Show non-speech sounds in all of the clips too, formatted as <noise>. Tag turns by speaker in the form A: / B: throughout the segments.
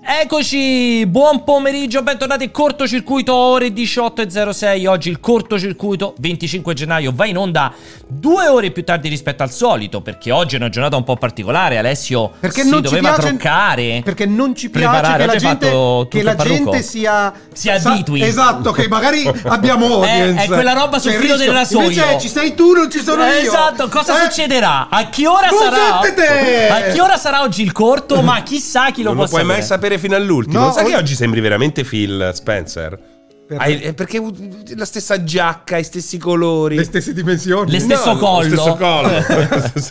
A: Eccoci, buon pomeriggio, bentornati. Cortocircuito ore 18.06. Oggi il cortocircuito 25 gennaio va in onda due ore più tardi rispetto al solito. Perché oggi è una giornata un po' particolare. Alessio
B: Perché
A: si
B: non ci
A: doveva
B: piace-
A: troccare.
B: Perché non ci piace
A: Preparare.
B: che la,
A: Oggi hai
B: gente,
A: fatto tutto
B: che la
A: il parrucco.
B: gente sia
A: Si abitui.
B: Esatto,
A: <laughs>
B: che magari abbiamo audience.
A: Eh, è quella roba sul
B: C'è il
A: filo del
B: rischio.
A: rasoio.
B: Invece ci sei tu, non ci sono
A: Eh,
B: io.
A: Esatto, cosa
B: Eh,
A: succederà? A che ora
B: Non
A: sarà?
B: sentite!
A: A che ora sarà oggi il corto? Ma chissà chi lo
C: non
A: può
C: lo puoi mai
A: sapere.
C: sapere fino all'ultimo.
B: No,
C: Sai
B: o-
C: che oggi sembri veramente Phil Spencer?
B: Perché?
C: Hai- eh, perché u- la stessa giacca, i stessi colori.
B: Le stesse dimensioni.
A: Le stesso collo.
C: Lo stesso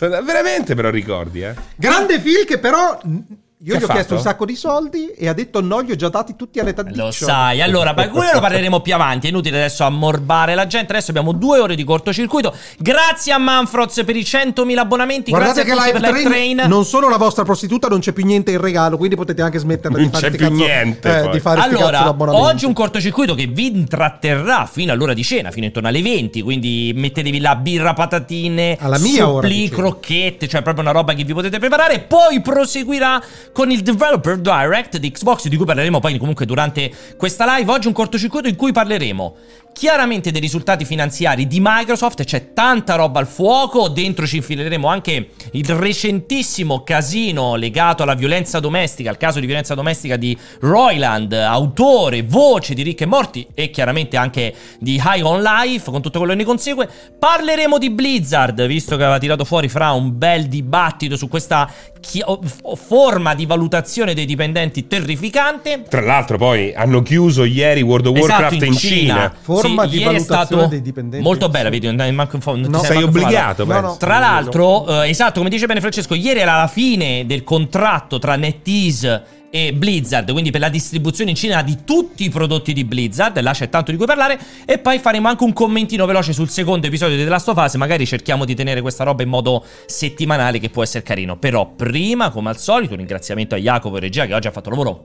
A: <laughs>
C: collo. <laughs> veramente però ricordi, eh?
B: Grande Phil che però... mh, Io
C: Che
B: gli ho
C: ha
B: chiesto
C: fatto?
B: un sacco di soldi e ha detto no, li ho già dati tutti all'età di
A: Lo sai, allora, ma quello lo parleremo più avanti. È inutile adesso ammorbare la gente. Adesso abbiamo due ore di cortocircuito. Grazie a Manfroz per i 100.000 abbonamenti.
B: Guardate
A: grazie
B: che
A: a tutti
B: Live
A: per
B: Train, non sono la vostra prostituta, non c'è più niente in regalo, quindi potete anche smetterla di
C: Non
B: fare
C: c'è
B: sti
C: più
B: cazzo-
C: niente,
B: eh,
C: poi.
B: di fare sti cazzo
A: Allora,
B: d'abbonamento.
A: oggi un cortocircuito che vi intratterrà fino all'ora di cena, fino intorno alle 20. Quindi mettetevi la birra, patatine,
B: Alla mia ora di
A: supplì,
B: cena.
A: crocchette, cioè proprio una roba che vi potete preparare. Poi proseguirà con il Developer Direct di Xbox, di cui parleremo poi comunque durante questa live. Oggi un cortocircuito in cui parleremo chiaramente dei risultati finanziari di Microsoft. C'è tanta roba al fuoco. Dentro ci infileremo anche il recentissimo casino legato alla violenza domestica, al caso di violenza domestica di Roiland, autore, voce di Rick e Morti e chiaramente anche di High on Life, con tutto quello che ne consegue. Parleremo di Blizzard, visto che aveva tirato fuori fra un bel dibattito su questa chi- o- f- forma di valutazione dei dipendenti terrificante.
C: Tra l'altro poi hanno chiuso ieri World of Warcraft
A: Esatto,
C: in, Cina.
B: Forma
A: Sì,
B: di
A: ieri è
B: valutazione
A: stato
B: dei dipendenti.
A: Molto bella, vedi, non, manco un fo- non ti
B: No.
A: sei
C: Sei
A: manco
C: obbligato,
B: No, no.
C: penso.
A: tra l'altro, eh, esatto, come dice bene Francesco, ieri era la fine del contratto tra NetEase e Blizzard, quindi per la distribuzione in Cina di tutti i prodotti di Blizzard, là c'è tanto di cui parlare, e poi faremo anche un commentino veloce sul secondo episodio di The Last of Us, magari cerchiamo di tenere questa roba in modo settimanale che può essere carino, però prima, come al solito, un ringraziamento a Jacopo e Regia che oggi ha fatto lavoro.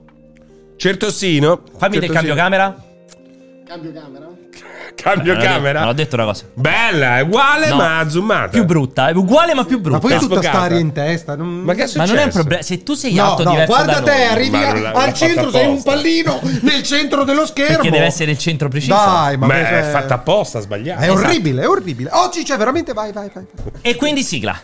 C: Certo Certosino.
A: Fammi
B: Certo,
A: del cambio camera.
D: Cambio camera?
C: Cambio
A: Non ho
C: camera.
A: detto- Non ho detto una
B: Ah,
A: cosa.
C: Bella, è uguale
A: Eh, No.
C: ma zoomata.
A: Più brutta, è uguale ma più brutta.
B: Ma poi
C: Brutta,
B: tutta
C: sfogata.
B: stare in testa. non-
C: Ma che è successo?
A: Ma non è un problema. Se tu sei
B: No,
A: alto
B: no,
A: diverso
B: guarda
A: da
B: te,
A: noi,
B: arrivi
C: Ma
B: a-
C: non l'ha- l'ha
B: al centro,
C: fatta
B: sei un
C: apposta.
B: pallino nel centro dello schermo.
A: perché deve essere il centro preciso.
B: Dai, ma,
C: Ma
B: questo
C: è fatta apposta, sbagliata.
B: È orribile, è orribile. Oggi c'è veramente vai, vai, vai. vai.
A: E quindi sigla.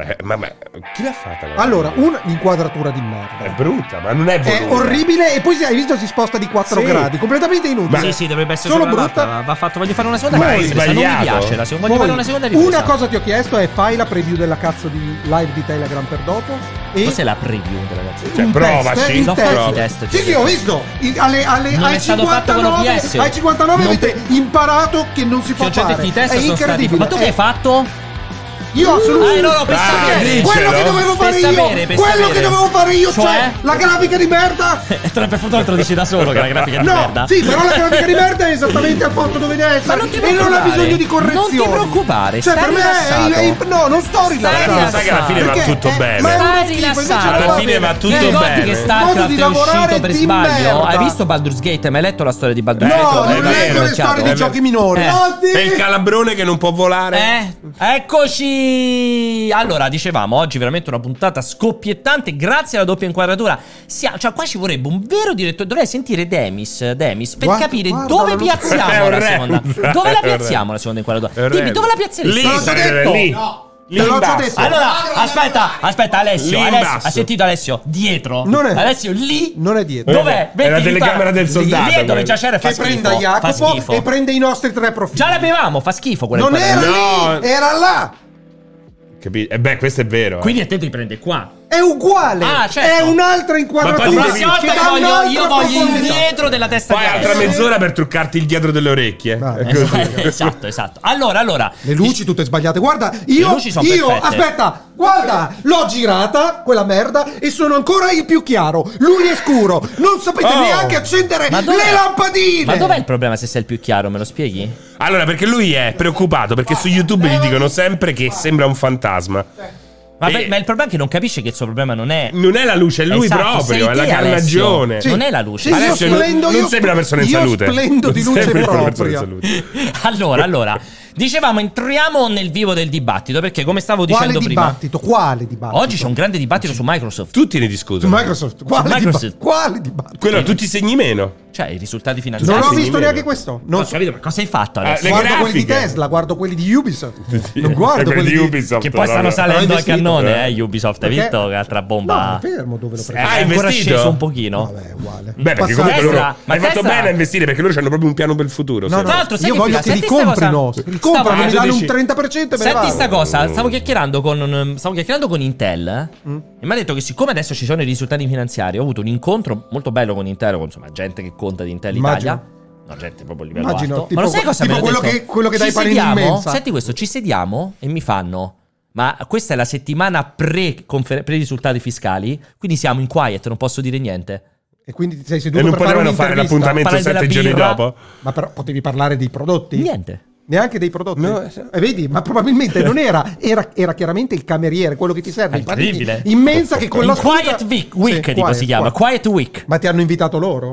C: Eh, ma, ma chi l'ha fatta? Eh, quella
B: Allora,
C: roba?
B: un'inquadratura di merda.
C: È brutta, ma non è brutta.
B: È orribile e poi si- hai visto si sposta di 4
C: Sì.
B: gradi, completamente inutile.
A: sì, sì, dovrebbe essere
B: Solo
A: solo brutta. Va,
B: brutta.
A: va fatto, voglio fare una seconda
C: Ma hai
A: ripresa. Non mi
C: sbagliato.
A: piace la seconda. Voglio
B: Poi,
A: fare una seconda ripresa.
B: una cosa ti ho chiesto è fai la preview della cazzo di live di Telegram per dopo e
A: Cos'è la preview ragazzi?
C: Cioè,
B: un
C: provaci,
B: test, eh, il
A: l'ho
B: test.
A: fatto i test,
B: Sì,
A: cioè.
B: sì, ho visto. I- alle, alle-
A: Non è
B: ai,
A: stato fatto con
B: 59,
A: OBS.
B: ai 59
C: Non
B: avete imparato che non si
A: Che
B: può
A: ho già
B: fare.
A: detto i
B: è
A: test sono stati.
B: incredibile.
A: Ma tu che
B: Eh,
A: hai fatto?
B: Io assolutamente.
A: Ah, no, no, per
C: Ah,
A: sapere. <laughs>
B: quello
C: diccelo.
B: che dovevo
A: Per
B: fare
A: sapere,
B: io,
A: per
B: quello
A: sapere.
B: che dovevo fare io, cioè,
A: Cioè?
B: la grafica di merda.
A: Tra l'altro lo dici da solo che la grafica è di
B: No,
A: merda.
B: sì,
A: <laughs>
B: però la grafica di merda è esattamente al posto dove deve essere
A: Ma non ti
B: e non ha
A: preoccupare.
B: bisogno di correzioni.
A: Non ti preoccupare,
B: cioè,
A: stai
B: per me è, è-
A: rilassato.
B: no, non sto rilassando.
A: rilassato. Sai che alla
C: fine va
B: Perché
C: tutto
B: è-
C: bene.
B: Ma è uno
A: Stai
B: schifo, invece
A: rilassato.
B: non
C: Alla
B: va
C: fine va
B: bene.
A: Ti
C: tutto
B: Eh,
A: ricordi
C: bene.
A: che
C: Il
B: modo
A: Starcraft
B: di
A: è uscito
B: lavorare
A: per
B: di
A: sbaglio?
B: merda.
A: Hai visto Baldur's Gate? Mi hai letto la storia di Baldur's Gate?
B: No,
C: Eh,
B: non
C: è
B: leggo
C: vero,
B: le storie
C: è
B: di
C: vero.
B: giochi minori.
A: Eh.
B: Oddio.
C: È il calabrone che non può volare.
A: Eh, eccoci! Allora, dicevamo, oggi veramente una puntata scoppiettante, grazie alla doppia inquadratura. Sia- cioè, qua ci vorrebbe un vero direttore. Dovrei sentire Demis, Demis per
B: Guarda-
A: capire
B: guarda
A: dove
B: la luce.
C: È
A: piazziamo la
C: orrendo,
A: seconda. Dove la
C: <laughs> è
A: piazziamo
C: orrendo.
A: la seconda inquadratura?
C: È
A: Dimmi, dove la piazzeresti?
C: Lì,
B: Te l'ho già
C: sarebbe
B: detto.
C: lì.
D: No.
C: Lì
B: Te l'ho
C: in
B: già
C: basso.
B: detto.
A: Allora, aspetta, aspetta, Alessio,
C: Lì in
A: Alessio,
C: basso.
A: ha sentito Alessio? Dietro.
B: Non è-
A: Alessio, lì.
B: Non è dietro.
A: Dov'è?
C: È la
A: Vedi,
C: telecamera del
A: lì-
C: soldato,
A: Lì è dove
C: quella.
A: già c'era e fa
B: Che prenda
A: schifo, fa
B: Jacopo
A: schifo.
B: e prende i nostri tre profili.
A: Già la bevamo, fa schifo quella
B: non era
A: inquadratura.
C: No.
B: lì, era là.
C: Capito? Eh beh, questo è vero. eh.
A: Quindi a te ti prende qua.
B: È uguale.
A: Ah, certo.
B: È un'altra
C: Ma
B: inquadratura.
A: La
C: poi
A: prossima
C: devi-
B: che
A: volta
B: dà
A: io voglio,
B: un'altra
A: io voglio il
B: profondità.
A: dietro della testa
C: Poi
A: di
C: altra
A: Alessio.
C: mezz'ora per truccarti il dietro delle orecchie.
B: No,
C: Eh,
B: eh,
C: così.
A: Esatto, <laughs> esatto, esatto. Allora, allora.
B: Le luci tutte sbagliate. Guarda, io,
A: Le luci son
B: io
A: perfette.
B: aspetta, guarda, l'ho girata quella merda e sono ancora il più chiaro. Lui è scuro. Non sapete
C: Oh.
B: neanche accendere
A: Ma dov'è?
B: le lampadine.
A: Ma dov'è il problema se sei il più chiaro? Me lo spieghi?
C: Allora, perché lui è preoccupato perché su YouTube gli dicono sempre che sembra un fantasma.
A: Ma,
C: Eh.
A: beh, ma il problema è che non capisce che il suo problema non è.
C: Non è la luce, è lui
A: Esatto,
C: proprio,
A: sei
C: è la
A: te, Alessio.
C: carnagione.
A: Sì. Non è la luce.
B: Sì, io
C: Alessio, non-
B: splendo,
C: non
B: io
C: sembra una persona in
B: io
C: salute.
B: splendo di
C: Non
B: luce
C: sembra una persona in
B: propria.
C: salute.
A: Allora, allora. Dicevamo, entriamo nel vivo del dibattito, perché come stavo
B: Quale
A: dicendo prima,
B: dibattito? Quale dibattito?
A: oggi c'è un grande dibattito su Microsoft.
C: Tutti ne discutono.
B: Su Microsoft. Quale,
A: Microsoft.
B: dibattito? Quale dibattito?
C: Quello tutti segni meno.
A: Cioè, i risultati
B: Non
A: finanziari.
B: ho
C: Grazie,
B: visto
C: mi
B: neanche
C: vedo.
B: questo.
A: Non
B: Non Eh,
A: ho
B: so.
A: capito, ma cosa hai fatto adesso?
C: le
B: guardo quelli di
C: grafiche.
B: Tesla, guardo quelli di Ubisoft. Non
C: Eh,
B: guardo quelli di
C: Ubisoft.
A: Che poi stanno
B: eh.
C: allora.
A: salendo al
B: investito,
A: cannone,
C: eh.
A: eh, Ubisoft. Hai
B: Perché-
A: visto che altra bomba?
B: No, fermo dove lo prendo.
A: È
C: Ah,
A: ancora
C: investito?
A: sceso un pochino.
B: Vabbè, è uguale.
C: Beh, perché
B: Passate-
C: comunque loro.
A: Tesla- ma
C: hai fatto
A: Tesla-
C: bene a investire perché loro hanno proprio un piano per il futuro.
B: No,
C: sai.
B: no,
A: Tra l'altro, sai
B: io
A: che
B: voglio
A: fila?
B: che
A: Senti
B: li
A: sta
B: comprino.
A: cosa.
B: Li comprano,
A: Stavo-
B: mi danno un
C: dici-
B: 30% e me ne
A: Senti
B: vado.
A: sta cosa, stavo chiacchierando con un- um, stavo chiacchierando con Intel eh,
B: Mm.
A: e mi ha detto che siccome adesso ci sono i risultati finanziari, ho avuto un incontro molto bello con Intel, con insomma, gente che conta di Intel
B: Immagino.
A: Italia. No, gente proprio a livello
B: Immagino,
A: alto.
B: tipo
A: Ma lo sai
B: que-
A: cosa
B: tipo
A: mi hanno
B: quello
A: detto?
B: che- quello che
A: Ci
B: dai panini in
A: sediamo,
B: mensa.
A: Senti questo, ci sediamo e mi fanno ma questa è la settimana pre, risultati fiscali, quindi siamo in quiet, non posso dire niente.
B: E quindi ti sei seduto
C: E non
B: per fare
C: potevano fare
B: un'intervista?
C: l'appuntamento
A: Parlare della
C: sette giorni
A: birra.
C: dopo?
B: Ma però potevi parlare dei prodotti?
A: Niente.
B: Neanche dei prodotti?
C: No, eh,
B: e vedi, ma probabilmente non era, era, era chiaramente il cameriere, quello che ti serve.
A: È incredibile.
B: Immensa che con
A: In
B: la scusa-
A: Quiet Week,
B: Sì,
A: week tipo si chiama, Quiet Week.
B: Ma ti hanno invitato loro?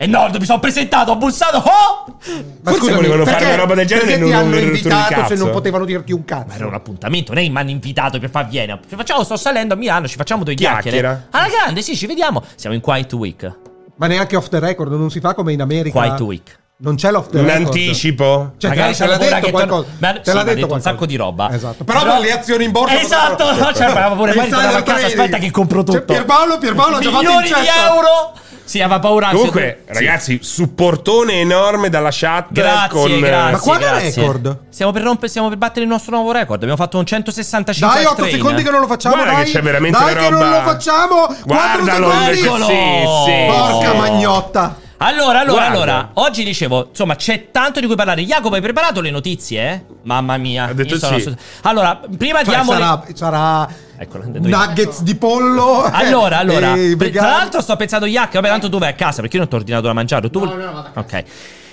A: E no, mi sono presentato, ho bussato. Oh!
B: Ma
C: Forse
B: scusami,
C: volevano fare
B: perché-
C: una roba del genere
B: perché
C: e non-
B: ti
C: non
B: hanno
C: mi hanno rotto il
B: invitato se
C: cazzo?
B: non potevano dirti un cazzo.
A: Ma era un appuntamento, né? Mi hanno invitato per far viene. Ci facciamo, sto salendo a Milano, ci facciamo due
C: Chiacchiera.
A: chiacchiere. Alla grande, sì, ci vediamo. Siamo in Quiet Week.
B: Ma neanche off the record, non si fa come in America.
A: Quiet Week.
B: Non c'è l'off the
C: Un
B: record.
C: anticipo?
B: Cioè,
A: Magari
B: te l'ha
A: c'hanno paura
B: detto
A: che
B: qualcosa.
A: torno- Ma-
B: Te
A: sì,
B: l'ha
A: mi ha
B: detto
A: detto un
B: qualcosa.
A: sacco di roba.
B: Esatto. Però,
A: Però-
B: per le azioni in borsa.
A: Esatto, no, <laughs> cioè, aveva pure paura di tornare a casa, aspetta che compro tutto.
B: Cioè, Pierpaolo, Pierpaolo ha già fatto certo-
A: Milioni di
B: incetta.
A: euro. Sì, aveva paura.
C: Comunque,
A: sì.
C: ragazzi, supportone enorme dalla chat.
A: Grazie,
C: con, eh,
A: grazie.
B: Ma quale
A: grazie.
B: record?
A: Stiamo per, rompere, stiamo per battere il nostro nuovo record. Abbiamo fatto un 165
B: Dai,
A: al
B: 8
A: train.
B: secondi che non lo facciamo.
C: Guarda
B: dai,
C: che c'è veramente
B: dai
C: una
B: che non
C: roba.
B: lo facciamo. 4
C: Guardalo
B: secondi.
C: invece, sì, sì,
B: Porca
C: sì.
B: magnotta. Cioè,
A: Allora, allora,
C: Guarda.
A: allora, oggi dicevo, insomma, c'è tanto di cui parlare. Jacopo, hai preparato le notizie? eh? Mamma mia.
C: Ha detto
A: io sono
C: sì.
A: assolut- Allora, prima
B: Cioè,
A: diamo le-
B: sarà, sarà
A: Eccola, ho detto Eh, io.
B: nuggets di pollo.
A: <laughs> Allora,
B: eh,
A: allora,
B: e
A: per- tra
B: vegani.
A: l'altro sto pensando Iac, vabbè, tanto tu vai a casa perché io non ti ho ordinato da mangiare, tu
D: No, no, vado a casa.
A: Ok.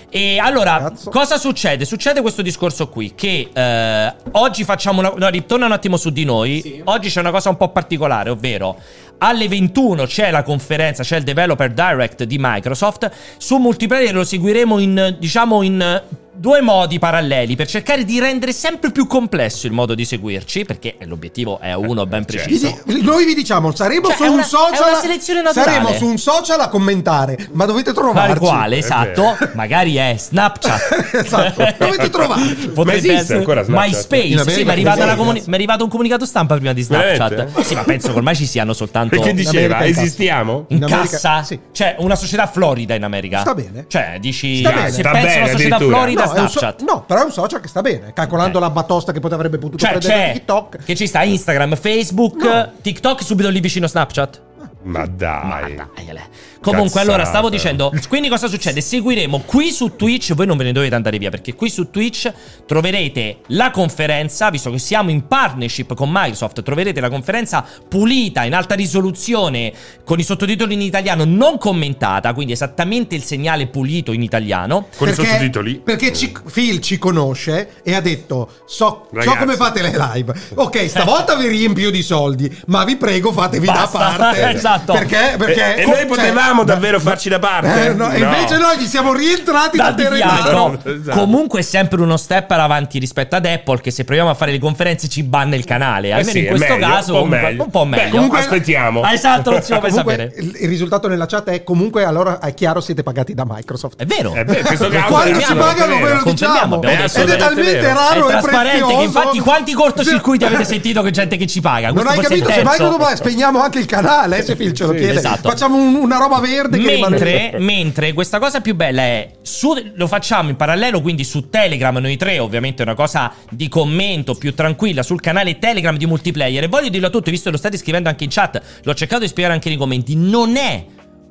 A: E allora,
B: Cazzo.
A: cosa succede? Succede questo discorso qui che eh, oggi facciamo una no, ritorna un attimo su di noi.
D: Sì.
A: Oggi c'è una cosa un po' particolare, ovvero alle 21 c'è la conferenza, c'è il Developer Direct di Microsoft. Su multiplayer lo seguiremo in, diciamo, in eh, due modi paralleli per cercare di rendere sempre più complesso il modo di seguirci, perché l'obiettivo è uno ben
C: certo.
A: preciso.
B: Vi di- Noi vi diciamo, saremo
A: Cioè,
B: su
A: è una-
B: un social.
A: è una selezione naturale.
B: Saremo su un social a commentare, ma dovete trovarci.
A: Quale quale, esatto.
C: vero.
A: Magari è Snapchat.
B: <laughs> Esatto, dovete
A: <laughs>
B: trovarci.
A: Potrebbe
C: Ma esiste
A: essere
C: ancora Snapchat?
A: MySpace.
B: In
A: Sì, mi
B: America
A: è, arrivata
B: esiste,
A: la comuni-
B: ragazzi.
A: mi è arrivato un comunicato stampa prima di Snapchat.
C: Veramente?
A: Sì, ma penso che ormai ci siano soltanto.
C: Perché diceva,
B: America è cazzo.
C: esistiamo?
A: in
B: in America-
A: cassa,
B: sì.
A: cioè una società Florida in America.
B: Sta bene.
A: Cioè, dici.
B: Sta bene.
A: Se
C: Sta
A: penso a una
C: bene,
A: società
C: addirittura.
A: Florida,
B: No, è un so-
A: Snapchat.
B: no, però è un social che sta bene, calcolando la batosta che poteva- avrebbe potuto
A: Cioè,
B: prendere da
A: c'è.
B: TikTok.
A: Che ci sta Instagram, Facebook,
B: No.
A: TikTok, subito lì vicino Snapchat.
C: Ma dai.
A: Ma dai, Ale. Comunque,
C: Cazzate.
A: allora stavo dicendo. Quindi, cosa succede? Seguiremo qui su Twitch. Voi non ve ne dovete andare via perché qui su Twitch troverete la conferenza. Visto che siamo in partnership con Microsoft, troverete la conferenza pulita in alta risoluzione con i sottotitoli in italiano non commentata. Quindi, esattamente il segnale pulito in italiano.
C: Con i sottotitoli.
B: Perché ci- Phil ci conosce e ha detto: so, so
C: Ragazzi.
B: come fate le live. Ok, stavolta vi riempio di soldi, ma vi prego fatevi
A: Basta."
B: da parte.
A: <laughs> Esatto.
B: Perché? perché
C: Eh, E, e noi potevamo
B: cioè,
C: davvero farci da parte?
B: eh, no, e invece noi ci siamo rientrati
A: Da
B: dal terreno.
A: Diviano.
C: Esatto.
A: Comunque è sempre uno step avanti rispetto ad Apple che se proviamo a fare le conferenze ci banna il canale. Almeno
C: Eh sì,
A: in
C: è
A: questo
C: meglio,
A: caso
C: un po'
A: comunque-
C: meglio.
A: un po'
C: Beh,
A: meglio.
C: comunque- Aspettiamo.
A: Ah, esatto, non si lo puoi
B: Comunque,
A: sapere.
B: il, il risultato nella chat è comunque allora è chiaro siete pagati da Microsoft.
A: È vero.
C: Eh beh, in questo
A: Lo
C: caso
B: Quando si
C: Confermiamo,
B: pagano
C: è
B: ve
C: vero.
B: lo diciamo.
A: Confermiamo, abbiamo
C: detto.
B: Ed è
C: Assolutamente vero.
B: talmente
A: È
B: raro e
A: trasparente
B: prezioso.
A: che infatti quanti cortocircuiti avete
B: <laughs>
A: sentito che gente che ci paga?
B: Non
A: Questo
B: hai
A: forse è il
B: capito? Se mai
A: terzo.
B: dopo spegniamo anche il canale, eh, se Phil ce lo chiede.
A: esatto.
B: Facciamo un- una roba verde che rimane-
A: Mentre, mentre questa cosa più bella è su- lo facciamo in parallelo quindi su Telegram noi tre ovviamente è una cosa di commento più tranquilla sul canale Telegram di multiplayer e voglio dirlo a tutti visto che lo state scrivendo anche in chat l'ho cercato di spiegare anche nei commenti non è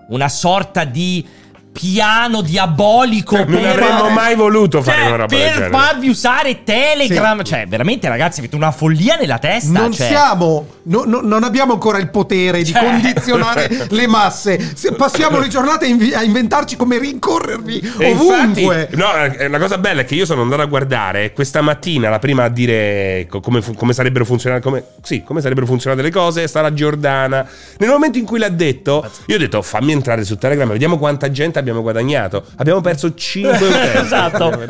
A: una sorta di piano diabolico
C: Cioè, Non
A: per-
C: avremmo mai voluto fare
A: Cioè,
C: una roba del
A: per
C: genere.
A: farvi usare Telegram. Cioè, veramente, ragazzi, avete una follia nella testa.
B: Non
A: cioè.
B: siamo, no- no- non abbiamo ancora il potere di
A: Cioè. <laughs>
B: condizionare le masse. Se passiamo le giornate a invi- a inventarci come rincorrervi
C: E
B: ovunque.
C: infatti- no, eh, la cosa bella è che io sono andato a guardare questa mattina la prima a dire co- come, fu- come sarebbero funzionate come, sì, come sarebbero funzionate le cose è stata Giordana. Nel momento in cui l'ha detto, io ho detto fammi entrare su Telegram e vediamo quanta gente abbiamo guadagnato. Abbiamo
A: <laughs>
C: perso 5 utenti.
A: Esatto.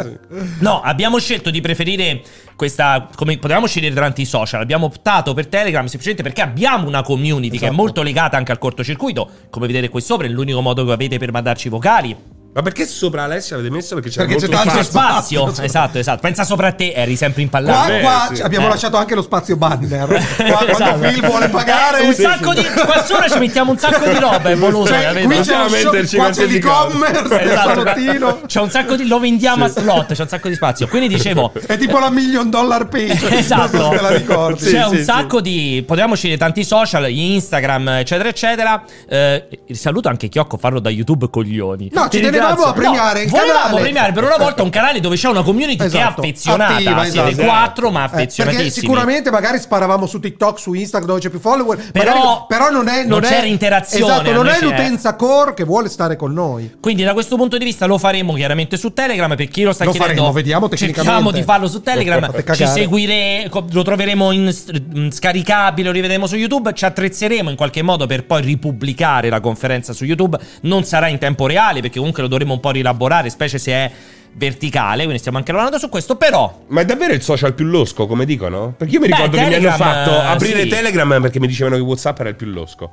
A: No, abbiamo scelto di preferire questa. Come potevamo scegliere durante i social. Abbiamo optato per Telegram semplicemente perché abbiamo una community che
B: Esatto.
A: è molto legata anche al cortocircuito. Come vedete qui sopra, è l'unico modo che avete per mandarci vocali.
C: Ma perché sopra Alessia avete messo? Perché c'era
B: Perché
C: molto
B: c'è tanto
A: C'è
C: spazio.
A: spazio. Esatto, esatto. Pensa sopra a te, eri sempre
B: Qua,
A: impallato.
C: Vabbè,
B: qua
C: sì.
B: ci abbiamo
A: Eh.
B: lasciato anche lo spazio banner. Qua,
A: <laughs> Esatto.
B: Quando Phil vuole
A: Eh,
B: pagare,
A: un sacco di qua sopra ci mettiamo un sacco di roba è voluto
B: Cioè,
A: capito?
B: qui c'è
C: Possiamo
B: lo
C: metterci
B: shop, qua c'è
C: qualsiasi
B: l'e-commerce,
A: <laughs>
B: il
A: Esatto.
B: salottino.
A: c'è un sacco di lo vendiamo a slot c'è un sacco di spazio quindi dicevo
B: È tipo la million dollar <laughs> page. Non
A: <laughs> Esatto,
B: so se te la ricordi.
A: c'è un
C: sì.
A: sacco di. Potevamo scegliere tanti social, Instagram, eccetera, eccetera. Eh, saluto anche Chiocco, farlo da YouTube, coglioni.
B: No, ci
A: Ti
B: tenevamo
A: ringrazio.
B: a premiare il
A: volevamo
B: canale.
A: premiare per una volta un canale dove c'è una community
B: Esatto,
A: che è affezionata.
B: attiva,
A: Siete
B: esatto.
A: quattro, ma
B: Eh, perché
A: affezionatissimi.
B: sicuramente magari sparavamo su TikTok, su Instagram dove c'è più follower,
A: Però-
B: magari- però non è
A: non
B: è-
A: c'era interazione,
B: Esatto,
A: a
B: non
A: noi
B: è
A: c'è-
B: l'utenza core che vuole stare con noi.
A: Quindi da questo punto di vista lo faremo chiaramente su Telegram per chi lo sta
B: Lo
A: chiedendo.
B: faremo, vediamo
A: Cerchiamo
B: tecnicamente.
A: di farlo su Telegram,
B: Per
A: ci
B: cagare.
A: seguire, co- lo troveremo in s- mh, scaricabile, lo rivedremo su YouTube, ci attrezzeremo in qualche modo per poi ripubblicare la conferenza su YouTube. Non sarà in tempo reale perché comunque lo dovremo un po' rilaborare, specie se è verticale, quindi stiamo anche lavorando su questo, però
C: Ma è davvero il social più losco, come dicono? Perché io mi
A: Beh,
C: ricordo che mi hanno
A: Telegram,
C: fatto
A: eh,
C: aprire
A: sì.
C: Telegram perché mi dicevano che WhatsApp era il più losco.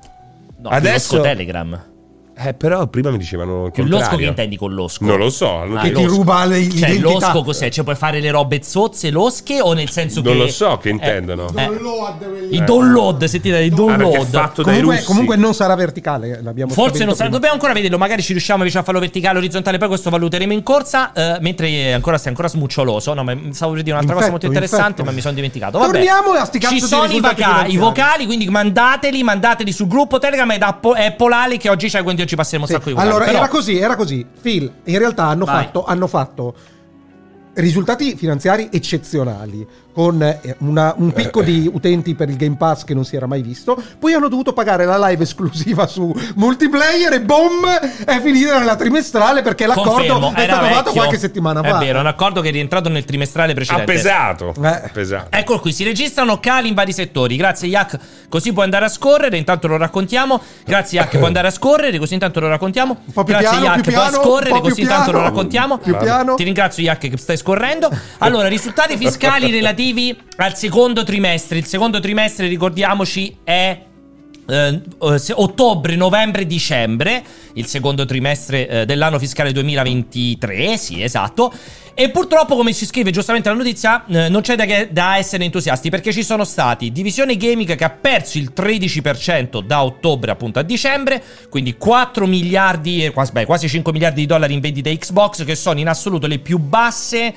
A: no,
C: Adesso-
A: conosco Telegram.
C: Eh, però prima mi dicevano il
A: Più
C: contrario.
A: losco che intendi con losco?
C: Non lo so. hanno
A: Ah,
B: Che
C: detto-
B: ti
A: losco.
B: ruba le-
A: Cioè,
B: l'identità.
A: losco cos'è? Cioè, puoi fare le robe zozze, losche o nel senso
C: Non
A: che...
C: lo so che
A: Eh,
C: intendono.
A: eh,
D: Download, quelli-
A: I download, sentite, i
C: Ah, perché è
A: download.
C: fatto dai
B: comunque,
C: russi.
B: comunque non sarà verticale, eh, l'abbiamo
A: Forse
B: stabilito
A: non sarà,
B: prima.
A: dobbiamo ancora vederlo, magari ci riusciamo invece a farlo verticale, orizzontale, poi questo valuteremo in corsa, eh, mentre eh, ancora sei ancora smuccioloso, no, ma stavo per dire un'altra cosa molto
B: Infetto,
A: interessante,
B: infetto.
A: ma mi sono dimenticato. Vabbè.
B: Torniamo a sti cazzo
A: Ci
B: di
A: sono i, vaca-
B: risultati
A: i
B: finanziari.
A: vocali, quindi mandateli, mandateli sul gruppo Telegram ed appo- è Polali che oggi c'è, quindi oggi passeremo
B: Sì.
A: un sacco di vocali.
B: Allora,
A: Però-
B: era così, era così. Phil, in realtà hanno
A: Vai.
B: fatto, hanno fatto risultati finanziari eccezionali, con eh, una- un picco di
A: Eh.
B: utenti per il Game Pass che non si era mai visto, poi hanno dovuto pagare la live esclusiva su multiplayer e boom, è finita nella trimestrale perché l'accordo
A: Confermo,
B: è
A: era
B: stato fatto
A: vecchio.
B: qualche settimana
A: È
B: fa.
A: vero, è un accordo che è rientrato nel trimestrale
C: Ha
A: precedente.
C: pesato.
B: Eh.
C: Ha pesato.
A: Ecco qui, si registrano cali in vari settori. Grazie Yak, così puoi andare a scorrere, intanto lo raccontiamo. Grazie Yak, puoi andare a scorrere, così intanto lo raccontiamo.
B: Un po' più
A: Grazie
B: piano,
A: Yak,
B: più
A: puoi
B: piano, un
A: scorrere,
B: po' più
A: così intanto lo
B: piano,
A: raccontiamo.
B: più piano.
A: Ti ringrazio Yak che stai scorrendo. Allora, risultati fiscali relativi al secondo trimestre. Il secondo trimestre, ricordiamoci, è eh, eh, se- ottobre, novembre, dicembre, il secondo trimestre eh, dell'anno fiscale 2023, sì, esatto. E purtroppo, come si scrive giustamente la notizia, eh, non c'è da, che- da essere entusiasti perché ci sono stati Divisione Gaming che ha perso il 13% da ottobre appunto a dicembre, quindi 4 miliardi, eh, quasi, beh, quasi 5 miliardi di dollari in vendite Xbox, che sono in assoluto le più basse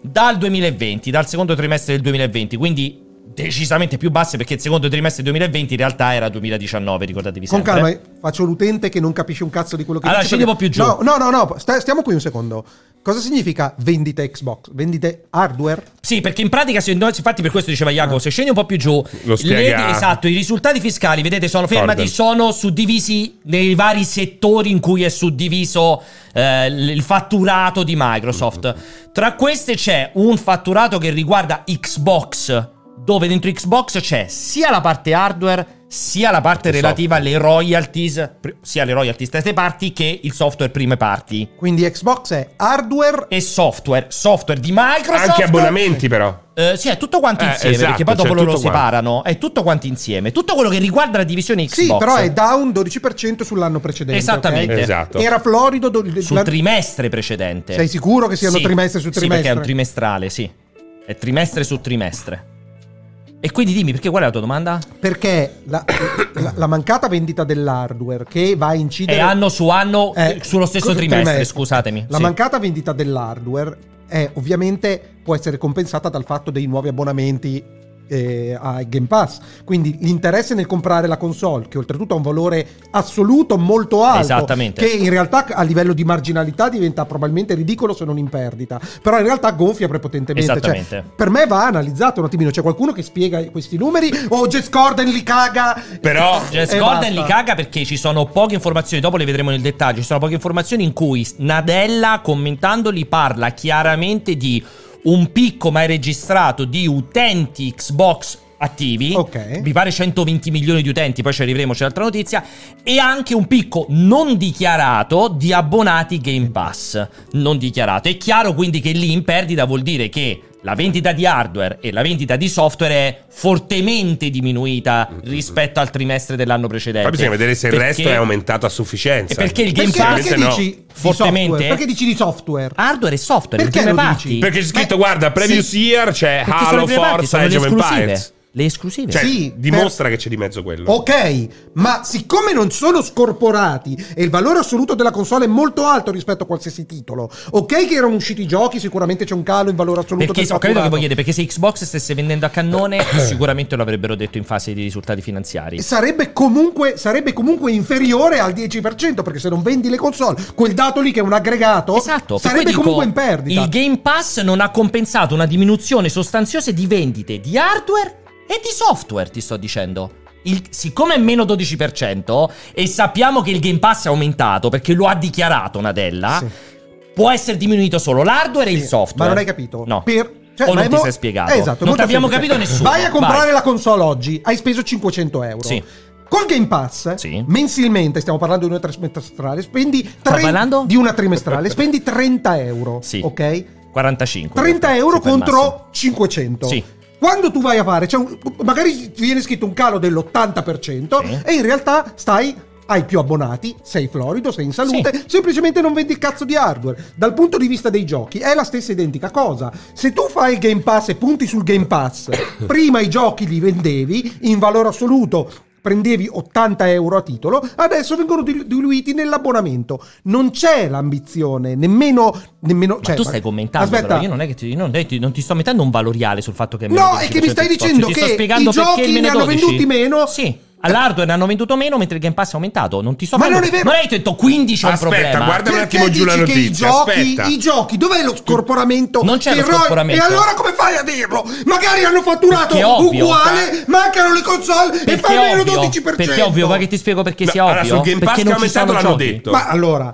A: dal 2020, dal secondo trimestre del 2020, quindi decisamente più basse perché il secondo trimestre 2020 in realtà era 2019, ricordatevi
B: Con
A: sempre.
B: calma, eh, faccio l'utente che non capisce un cazzo di quello che
A: Allora,
B: dice.
A: scendiamo
B: perché-
A: più giù.
B: No, no, no, no, sta- stiamo qui un secondo. Cosa significa vendite Xbox? Vendite hardware?
A: Sì, perché in pratica, se noi- infatti, per questo diceva Iago, se scendi un po' più giù,
C: Ah. Lo spiega.
A: vedi- esatto, i risultati fiscali, vedete, sono fermati,
C: Corden.
A: sono suddivisi nei vari settori in cui è suddiviso eh, l- il fatturato di Microsoft. Tra queste c'è un fatturato che riguarda Xbox, dove dentro Xbox c'è sia la parte hardware, sia la parte
C: Parte
A: relativa alle royalties, pr- sia le royalties terze parti che il software prime parti.
B: Quindi Xbox è hardware
A: E software, software di Microsoft.
C: Anche abbonamenti, però.
A: Eh, sì, è tutto quanto
C: Eh,
A: insieme,
C: esatto,
A: perché poi dopo
C: cioè,
A: loro lo
C: tutto quanto.
A: separano. È tutto quanto insieme. Tutto quello che riguarda la divisione Xbox.
B: Sì, però è down 12% sull'anno precedente.
A: Esattamente.
B: ok?
C: Esatto.
B: Era florido. do-
A: sul
B: la-
A: trimestre precedente.
B: Sei sicuro che siano trimestre su
A: Sì, perché è un
B: trimestre?
A: trimestrale, sì. È trimestre su trimestre. E quindi dimmi, perché qual è la tua domanda?
B: Perché la, la- la mancata vendita dell'hardware che va a incidere.
A: È anno su anno,
B: Eh,
A: eh, sullo stesso
B: sul
A: trimestre, scusatemi.
B: La
A: Sì.
B: mancata vendita dell'hardware è ovviamente può essere compensata dal fatto dei nuovi abbonamenti eh, a Game Pass. Quindi l'interesse nel comprare la console, che oltretutto ha un valore assoluto molto alto,
A: Esattamente.
B: che in realtà a livello di marginalità diventa probabilmente ridicolo se non in perdita, però in realtà gonfia prepotentemente. Cioè,
A: Esattamente.
B: per me va analizzato un attimino, c'è qualcuno che spiega questi numeri o Jess Corden li caga.
C: Però
A: Jess
B: E
A: Cioè, Gordon
B: Eh, basta.
A: li caga perché ci sono poche informazioni, dopo le vedremo nel dettaglio, ci sono poche informazioni in cui Nadella commentandoli parla chiaramente di un picco mai registrato di utenti Xbox attivi,
B: Ok.
A: mi pare 120 milioni di utenti, poi ci arriveremo, c'è l'altra notizia, e anche un picco non dichiarato di abbonati Game Pass, non dichiarato. È chiaro quindi che lì in perdita vuol dire che la vendita di hardware e la vendita di software è fortemente diminuita rispetto al trimestre dell'anno precedente.
C: Poi bisogna vedere se il
A: Perché
C: resto è aumentato a sufficienza.
A: E perché il Game
B: Perché,
A: Pass-
B: perché
C: Sicuramente no.
B: dici di
A: Fortemente?
B: software? Perché dici di software?
A: Hardware e software,
B: Perché
A: le prime
B: lo
A: parti.
B: dici?
C: Perché c'è scritto,
B: Beh,
C: guarda, previous
A: sì.
C: year c'è
A: Perché sono
C: Halo,
A: le prime parti,
C: Forza
A: sono
C: e
A: le
C: Jove
A: esclusive.
C: Empires.
A: Le esclusive.
C: Cioè,
B: Sì,
C: dimostra che c'è di mezzo quello.
B: Ok, ma siccome non sono scorporati e il valore assoluto della console è molto alto rispetto a qualsiasi titolo, ok che erano usciti i giochi, sicuramente c'è un calo in valore assoluto
A: Perché
B: del
A: ho capito che
B: fatturato.
A: vuoi chiedere, perché se Xbox stesse vendendo a cannone, sicuramente lo avrebbero detto in fase di risultati finanziari.
B: Sarebbe comunque, sarebbe comunque inferiore al 10% perché se non vendi le console, quel dato lì che è un aggregato
A: Esatto, per
B: Oh, sarebbe
A: cui dico,
B: comunque in perdita.
A: Il Game Pass non ha compensato una diminuzione sostanziosa di vendite di hardware e di software, ti sto dicendo. Il- siccome è meno 12% e sappiamo che il Game Pass è aumentato perché lo ha dichiarato Nadella,
B: Sì.
A: può essere diminuito solo l'hardware e il
B: Sì,
A: software.
B: Ma non hai capito?
A: No.
B: Per- cioè,
A: o
B: ma
A: non
B: è
A: ti
B: mo-
A: sei spiegato.
B: Eh, Esatto, è
A: non ti
B: molto
A: abbiamo
B: semplice.
A: capito nessuno.
B: Vai a comprare
A: Vai.
B: la console oggi, hai speso 500 euro.
A: Sì.
B: Col Game Pass,
A: Sì.
B: mensilmente, stiamo parlando di una trimestrale, spendi
A: Stiamo
B: tre-
A: parlando?
B: di una trimestrale, spendi 30 euro,
A: Sì.
B: ok?
A: 45.
B: 30 euro
A: sì, per il massimo.
B: contro 500.
A: Sì.
B: Quando tu vai a fare, c'è un- magari ti viene scritto un calo dell'80%
A: Sì.
B: e in realtà stai hai più abbonati, sei florido, sei in salute, semplicemente non vendi il cazzo di hardware. Dal punto di vista dei giochi è la stessa identica cosa. Se tu fai il Game Pass e punti sul
A: <coughs>
B: Game Pass, prima i giochi li vendevi in valore assoluto prendevi 80 euro a titolo, adesso vengono dil- diluiti nell'abbonamento. Non c'è l'ambizione, nemmeno... nemmeno cioè,
A: Ma tu stai commentando,
B: Aspetta,
A: però io non è che ti, non, eh, ti- non ti sto mettendo un valoriale sul fatto che
B: No, è che mi stai dicendo che i giochi ne hanno venduti meno.
A: Sì. All'hardware ne hanno venduto meno mentre il Game Pass è aumentato. Non ti sto
B: Ma
A: parlando-
B: non è vero.
A: Non hai detto 15 è un
C: Aspetta,
A: problema.
C: guarda- un
B: Perché
C: attimo
B: dici
C: giù la
B: che i
C: notizia,
B: giochi,
C: aspetta.
B: i giochi, dov'è lo scorporamento?
A: Non c'è lo
B: Però-
A: scorporamento.
B: E allora come fai a dirlo? Magari hanno fatturato
A: Perché è ovvio.
B: uguale, mancano le console e
A: Perché
B: fai
A: è
B: meno
A: ovvio,
B: 12%.
A: Perché è ovvio, ma che ti spiego perché
C: No,
A: sia
C: allora,
A: ovvio.
C: sul Game Pass
A: perché
C: che ha
A: non ci stanno
C: aumentato l'hanno
A: giochi.
C: detto.
A: <laughs>
B: Ma allora,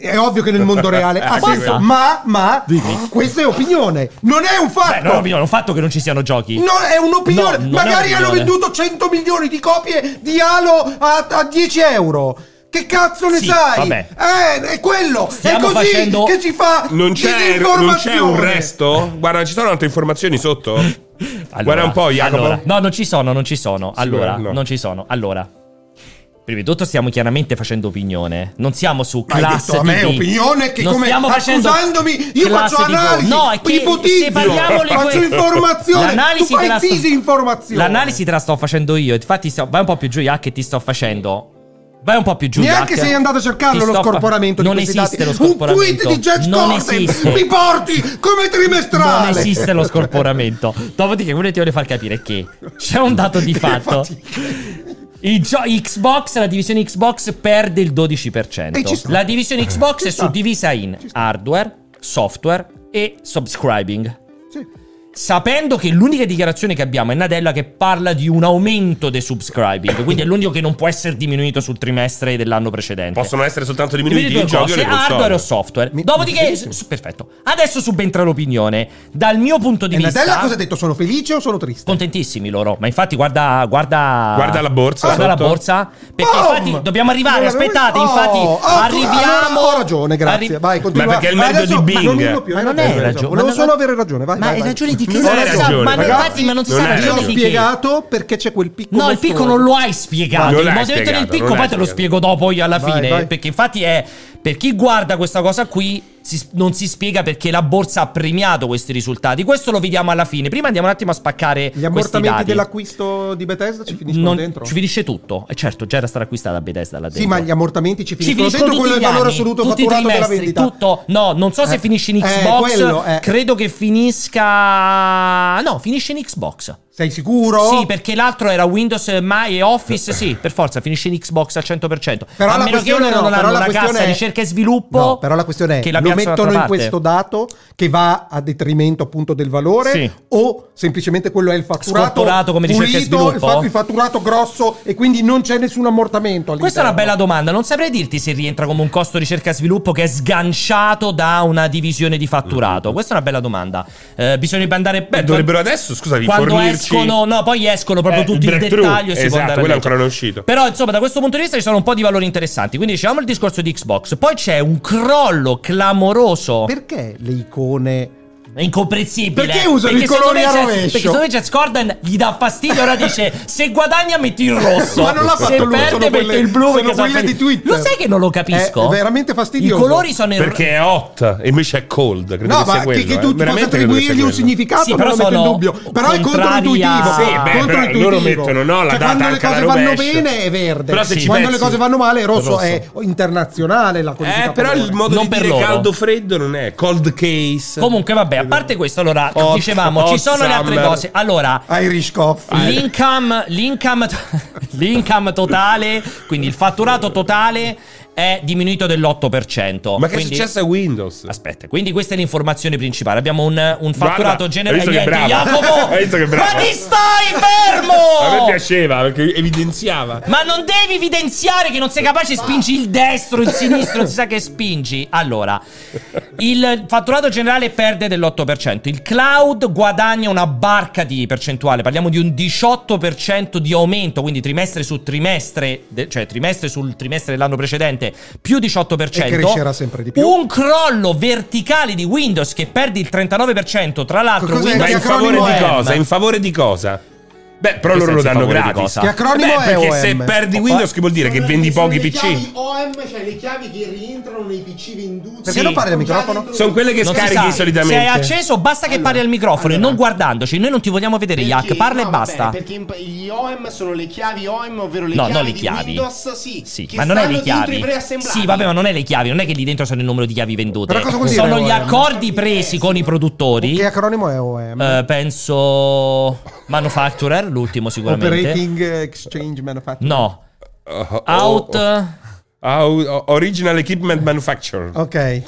B: è ovvio che nel mondo reale ha
C: Eh,
B: senso,
A: basta.
B: ma, ma, questa è opinione, non è un
A: Beh, non è
B: fatto.
A: opinione, non fatto che non ci siano giochi.
B: No, è un'opinione.
A: No, non è
B: Magari hanno
A: un'opinione.
B: venduto 100 milioni di copie di Halo a, a 10 euro. Che cazzo ne
A: Sì,
B: sai?
A: vabbè.
B: Eh, è quello.
A: Stiamo
B: è così
A: facendo-
B: che si fa.
C: Non c'è, er-,
B: disinformazione.
C: non c'è un resto? Guarda, ci sono altre informazioni
A: <laughs>
C: sotto?
A: Allora,
C: Guarda un po', Jacopo.
A: allora. no, non ci sono, non ci sono. Allora,
C: no.
A: non ci sono. Allora. Prima di tutto stiamo chiaramente facendo opinione. Non siamo su
B: Ma hai
A: class
B: detto a me
A: TV.
B: opinione che
A: non
B: come
A: stiamo facendo
B: accusandomi io
A: class
B: faccio
A: TV.
B: analisi,
A: No, è che
B: ipotizzo,
A: se parliamo le
B: faccio
A: que-
B: informazione,
A: L'analisi
B: tu fai
A: te la sto-
B: disinformazione.
A: L'analisi te la sto facendo io. Infatti sto- vai un po' più giù, Jack, che ti sto facendo. Vai un po' più giù.
B: Neanche
A: Jack.
B: sei andato a cercarlo
A: Ti
B: lo
A: sto fa-
B: scorporamento
A: Non
B: di questi
A: esiste
B: dati.
A: lo scorporamento.
B: Un tweet di Jeff
A: Non
B: Gordon
A: esiste.
B: mi porti come trimestrale.
A: Non esiste lo scorporamento. Dopodiché, quello che ti voglio far capire è che c'è un dato
B: <laughs>
A: di fatto. I gio- Xbox, la divisione Xbox perde il
B: E ci
A: 12%.
B: sta.
A: La divisione Xbox è
B: sta.
A: suddivisa in
B: Ci sta.
A: hardware, software e subscribing.
B: Sì.
A: Sapendo che l'unica dichiarazione che abbiamo è Nadella che parla di un aumento dei
B: <laughs>
A: subscribing, quindi è l'unico che non può essere diminuito sul trimestre dell'anno precedente.
C: Possono essere soltanto
A: Quindi
C: diminuiti
A: due
C: i giochi o
A: cose,
C: le
A: hardware o
C: console.
A: software.
B: Mi-
A: Dopodiché,
B: benissimo.
A: su- perfetto. Adesso subentra l'opinione. Dal mio punto di
B: E
A: vista,
B: Nadella cosa ha detto? Sono felice o sono triste?
A: contentissimi loro. Ma infatti, guarda, guarda,
C: Guarda la borsa
A: Guarda la
C: sotto.
A: borsa. Perché
B: Boom!
A: infatti dobbiamo arrivare.
B: Dobbiamo-
A: Aspettate,
B: Oh,
A: infatti,
B: oh,
A: arriviamo.
B: allora ho ragione, grazie.
A: Arri-
B: vai, continua.
C: perché è il
B: Vai,
C: merito
B: adesso-
C: di
B: ma non
C: Bing.
B: uno più,
A: Ma
B: hai
A: non
B: ragione,
A: è
B: hai
A: ragione.
B: Volevo
A: ma non-
B: solo avere ragione, vai.
A: ma
B: vai,
A: è
B: vai.
A: ragione di che?
C: Non hai
A: cosa?
C: ragione,
A: ma non-
C: ragazzi,
A: infatti, ma non si
C: non
A: sa
C: hai
A: la
B: Ti ho
A: ragione di che.
B: spiegato perché c'è quel picco.
A: No, il picco non lo hai spiegato.
C: Non
A: Il
C: l'hai
A: momento del
C: spiegato,
A: picco,
C: non
A: poi
C: l'hai
A: te lo
C: spiegato.
A: spiego dopo io alla
B: Vai,
A: fine.
B: vai.
A: Perché infatti è. Per chi guarda questa cosa qui, si- non si spiega perché la borsa ha premiato questi risultati. Questo lo vediamo alla fine. Prima andiamo un attimo a spaccare
B: Gli
A: questi
B: ammortamenti
A: dati.
B: dell'acquisto di Bethesda ci finiscono
A: Non-
B: dentro?
A: Ci finisce tutto. E certo, già era stata acquistata Bethesda là dentro.
B: Sì, ma gli ammortamenti
A: Ci
B: ci finiscono
A: finiscono
B: dentro
A: tutti
B: quello è
A: gli
B: il valore
A: anni,
B: assoluto
A: tutti i
B: fatturato della
A: trimestri,
B: vendita.
A: tutto. No, non so se
B: Eh,
A: finisce in
B: eh,
A: Xbox.
B: quello, eh.
A: Credo che finisca. No, finisce in Xbox.
B: Sei sicuro?
A: Sì, perché l'altro era Windows eh, ma e Office, sì, per forza, finisce in Xbox al 100%.
B: Però
A: a meno
B: la
A: che
B: questione
A: loro
B: no,
A: non
B: però
A: hanno
B: la
A: una
B: questione
A: cassa
B: è-
A: ricerca e sviluppo.
B: No, però la questione è:
A: che la
B: lo
A: piazzano
B: mettono in
A: dall'altra
B: questo
A: parte.
B: dato che va a detrimento appunto del valore,
A: Sì.
B: o semplicemente quello è il fatturato
A: Scorporato, come dice
B: pulito,
A: che sviluppo?
B: il, fatto- il fatturato grosso e quindi non c'è nessun ammortamento. All'interno.
A: Questa è una bella domanda, non saprei dirti se rientra come un costo ricerca e sviluppo che è sganciato da una divisione di fatturato. Questa è una bella domanda. Eh, bisognerebbe andare
C: Beh, dovrebbero adesso, scusami,
A: Quando
C: fornirci
A: escono, no, poi escono proprio
C: Eh,
A: tutti
C: il
A: in
C: breakthrough.
A: dettaglio. Si può
C: Esatto,
A: andare a leggere.
C: quello ancora non è uscito.
A: Però, insomma, da questo punto di vista ci sono un po' di valori interessanti. Quindi, dicevamo il discorso di Xbox. Poi c'è un crollo clamoroso.
B: Perché le icone...
A: È incomprensibile.
B: Perché usano i
A: secondo
B: colori
A: me
B: a
A: Jess-
B: rovescio?
A: Perché secondo me Jess Gordon gli dà fastidio. Ora dice: Se guadagna, metti il rosso.
B: Ma non l'ha
A: Se
B: fatto lui,
A: perde,
B: sono
A: metti
B: quelle-
A: il blu.
B: sono
A: perché
B: quelle
A: felice.
B: di Twitter.
A: Lo sai che non lo capisco?
B: È veramente fastidioso.
A: I colori sono in
C: Perché è hot e invece è cold. Credo
B: No,
C: che sia
B: ma
C: quello,
B: che, che
C: eh.
B: tu possa
C: Veramente credo che sia
B: attribuirgli un
C: quello.
B: significato
A: Sì,
B: non
A: però
B: lo metto in
A: sono
B: dubbio. Però
A: contrari
B: è controintuitivo.
A: a-
C: Sì, beh, però
B: controintuitivo.
C: loro mettono, no, la
B: Cioè,
C: data
B: quando le
C: anche alla
B: cose vanno
C: rovescia.
B: bene è verde.
C: Però se ci
B: quando le
C: pensi-
B: cose vanno male, il rosso,
A: rosso.
B: è internazionale la qualifica
C: Eh, però il
B: colore.
C: modo
A: Non
C: di
A: per
C: dire
A: loro.
C: caldo-freddo non è cold case.
A: Comunque, vabbè, a parte questo, allora
C: Hot-
A: dicevamo, ci
C: hot
A: sono le altre
C: Oh, summer.
A: cose. Allora,
B: Irish Coffee.
A: L'income, l'income, <laughs> l'income totale, quindi il fatturato totale è diminuito dell'8%.
C: Ma che
A: quindi,
C: è successo a Windows?
A: Aspetta, quindi questa è l'informazione principale. Abbiamo un, un
C: Guarda,
A: fatturato
C: hai
A: generale.
C: visto che
A: Niente,
C: brava?
A: Jacopo,
C: <laughs> Hai visto che brava?
A: ma ti stai
C: A me
A: fermo!
C: piaceva perché evidenziava.
A: Ma non devi evidenziare che non sei capace, spingi il destro, il sinistro, non si sa che spingi. Allora, il fatturato generale perde dell'8%, il cloud guadagna una barca di percentuale, parliamo di un 18% di aumento, quindi trimestre su trimestre, de- cioè trimestre sul trimestre dell'anno precedente, più 18%.
B: E crescerà sempre di più.
A: Un crollo verticale di Windows che perde il 39%, tra l'altro
B: Cos'è?
A: Windows
C: Ma
B: Che
C: in favore
B: acronimo
C: di
B: è?
C: cosa? In favore di cosa? Beh, però
A: Che
C: loro lo
A: senso in
C: danno
A: favore di
C: gratis.
A: cosa?
B: Che acronimo
C: Beh,
B: è
C: perché
B: OM?
C: se perdi
A: Oh,
C: Windows che vuol dire che vendi pochi
D: Cioè, Le chiavi
C: PC?
D: OM, cioè le chiavi che rientrano nei PC venduti.
B: Perché
A: Sì.
B: non parli al microfono?
D: Già
C: Sono quelle che
A: Non si
C: scarichi
A: sa.
C: solitamente.
A: Se è acceso, basta che
D: Allora,
A: parli al microfono e
D: allora.
A: non guardandoci. Noi non ti vogliamo vedere, Yak.
D: Perché-
A: Parla
D: no,
A: e
D: vabbè,
A: basta.
D: perché in- gli OM sono le chiavi OM, ovvero le
A: No,
D: chiavi
A: non le
D: di
A: chiavi.
D: Windows, sì,
A: Sì,
D: che
A: ma non è
D: stanno
A: le
D: dentro i
A: chiavi.
D: preassemblati.
A: Sì, vabbè, ma non è le chiavi. Non è che lì dentro sono il numero di chiavi vendute.
B: Però cosa vuol dire
A: sono gli
D: Eh,
B: OM?
A: accordi presi con i produttori.
B: Che acronimo è OM?
A: Eh, penso Manufacturer, l'ultimo sicuramente.
B: Operating Exchange Manufacturing.
A: No,
C: Oh, oh,
A: Out.
C: oh.
A: Non
C: Au- o- original Equipment Manufacturer.
B: Ok.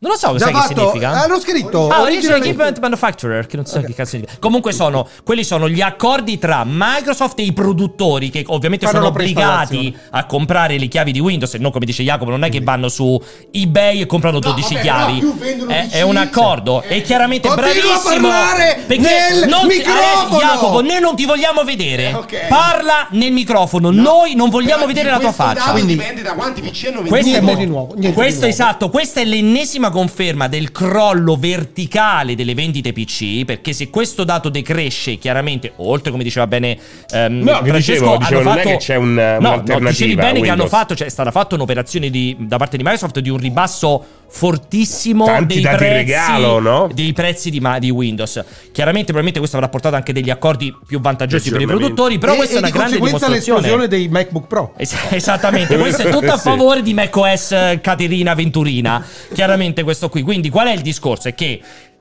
A: lo so,
B: Già
A: sai che
B: fatto.
A: significa?
B: Hanno scritto.
A: Ah, Original Equipment Manufacturer, che non so che cazzo significa. Comunque sono, quelli sono gli accordi tra Microsoft e i produttori, che ovviamente
B: Fanno
A: sono
B: la
A: obbligati a comprare le chiavi di Windows, e non come dice Jacopo, non è che vanno su eBay e comprano 12
D: vabbè,
A: chiavi.
D: però più vendono Eh,
A: è,
D: 12.
A: è un accordo. E chiaramente
B: Continua a
A: bravissimo.
B: parlare
A: perché
B: nel
A: non ti-
B: microfono!
A: Ale- Jacopo, noi non ti vogliamo vedere.
D: Eh, ok.
A: Parla nel microfono, noi non vogliamo
D: Però
A: vedere
D: di
A: la tua
D: questo
A: faccia.
D: dato
B: Quindi-
D: dipende da quanti PC hanno venduto.
A: Questo è,
B: Niente
A: mo-
B: di nuovo, niente
A: questo
B: di nuovo.
A: esatto, questa è l'ennesima conferma del crollo verticale delle vendite PC, perché se questo dato decresce chiaramente, oltre come diceva bene ehm,
C: No,
A: Francesco,
C: che dicevo- dicevo,
A: hanno
C: non è
A: fatto-
C: che c'è un-
A: no,
C: un'alternativa
A: No, dicevi
C: a
A: bene che hanno
C: Windows.
A: fatto, cioè è stata fatta un'operazione di- da parte di Microsoft di un ribasso fortissimo
C: Tanti
A: dei
C: dati
A: prezzi,
C: regalo, no?
A: dei prezzi di, ma- di Windows. Chiaramente probabilmente questo avrà portato anche degli accordi più vantaggiosi per i
C: Aggiornamenti.
A: produttori, però
B: e,
A: questa è
B: e
A: una
B: di
A: grande
B: conseguenza
A: dimostrazione.
B: l'esplosione dei MacBook Pro.
A: Es- Esattamente,
C: <laughs>
A: questo è tutto a
C: Sì.
A: favore di macOS eh, Caterina Venturina. Chiaramente questo qui. Quindi qual è il discorso? È che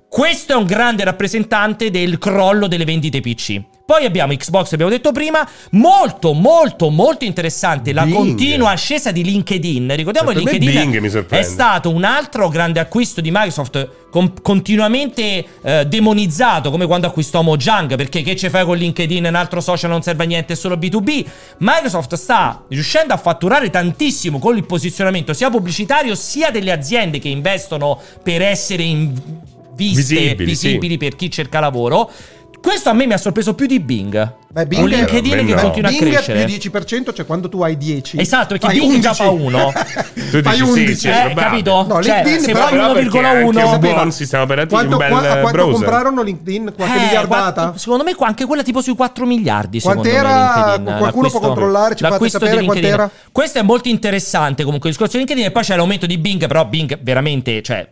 A: questo è un grande rappresentante del crollo delle vendite PC. Poi abbiamo Xbox, abbiamo detto prima, molto molto molto interessante la
C: Bing.
A: continua ascesa di LinkedIn. Ricordiamo
C: Ma
A: che
C: per me Bing
A: LinkedIn
C: mi
A: è
C: sorprende.
A: stato un altro grande acquisto di Microsoft con- continuamente eh, demonizzato, come quando acquistò Mojang, perché che ce fai con LinkedIn, un altro social non serve a niente, è solo B2B. Microsoft sta riuscendo a fatturare tantissimo con il posizionamento sia pubblicitario sia delle aziende che investono per essere in- viste, visibili,
C: Visibili,
A: per chi cerca lavoro. Questo a me mi ha sorpreso più di Bing.
B: Beh, Bing
A: un
B: è-
A: LinkedIn
C: Beh,
A: che
C: no.
A: continua
B: Bing
A: a
B: è
A: crescere.
B: più 10%, cioè quando tu hai 10.
A: Esatto, perché
B: fai
A: Bing già fa
B: 11. <laughs>
A: uno.
C: Tu
B: fai
C: dici sì,
B: 11.
C: sì,
A: Eh,
C: è probabile.
A: capito?
B: No,
A: Cioè,
B: LinkedIn
A: se
B: però-
A: vai
C: però perché è anche
A: 1,1
C: un buon sistema operativo,
B: Quanto,
C: un bel
B: qua- a quanto
C: browser.
B: comprarono LinkedIn? Qualche
A: Eh,
B: miliardata?
A: quatt- secondo me qua- anche quella tipo sui 4 miliardi. secondo
B: Quant'era?
A: me, LinkedIn,
B: Qualcuno può
A: l'acquisto-
B: controllare? Ci fate
A: l'acquisto di
B: sapere
A: LinkedIn.
B: quant'era?
A: Questo è molto interessante comunque il discorso di LinkedIn e poi c'è l'aumento di Bing, però Bing veramente, cioè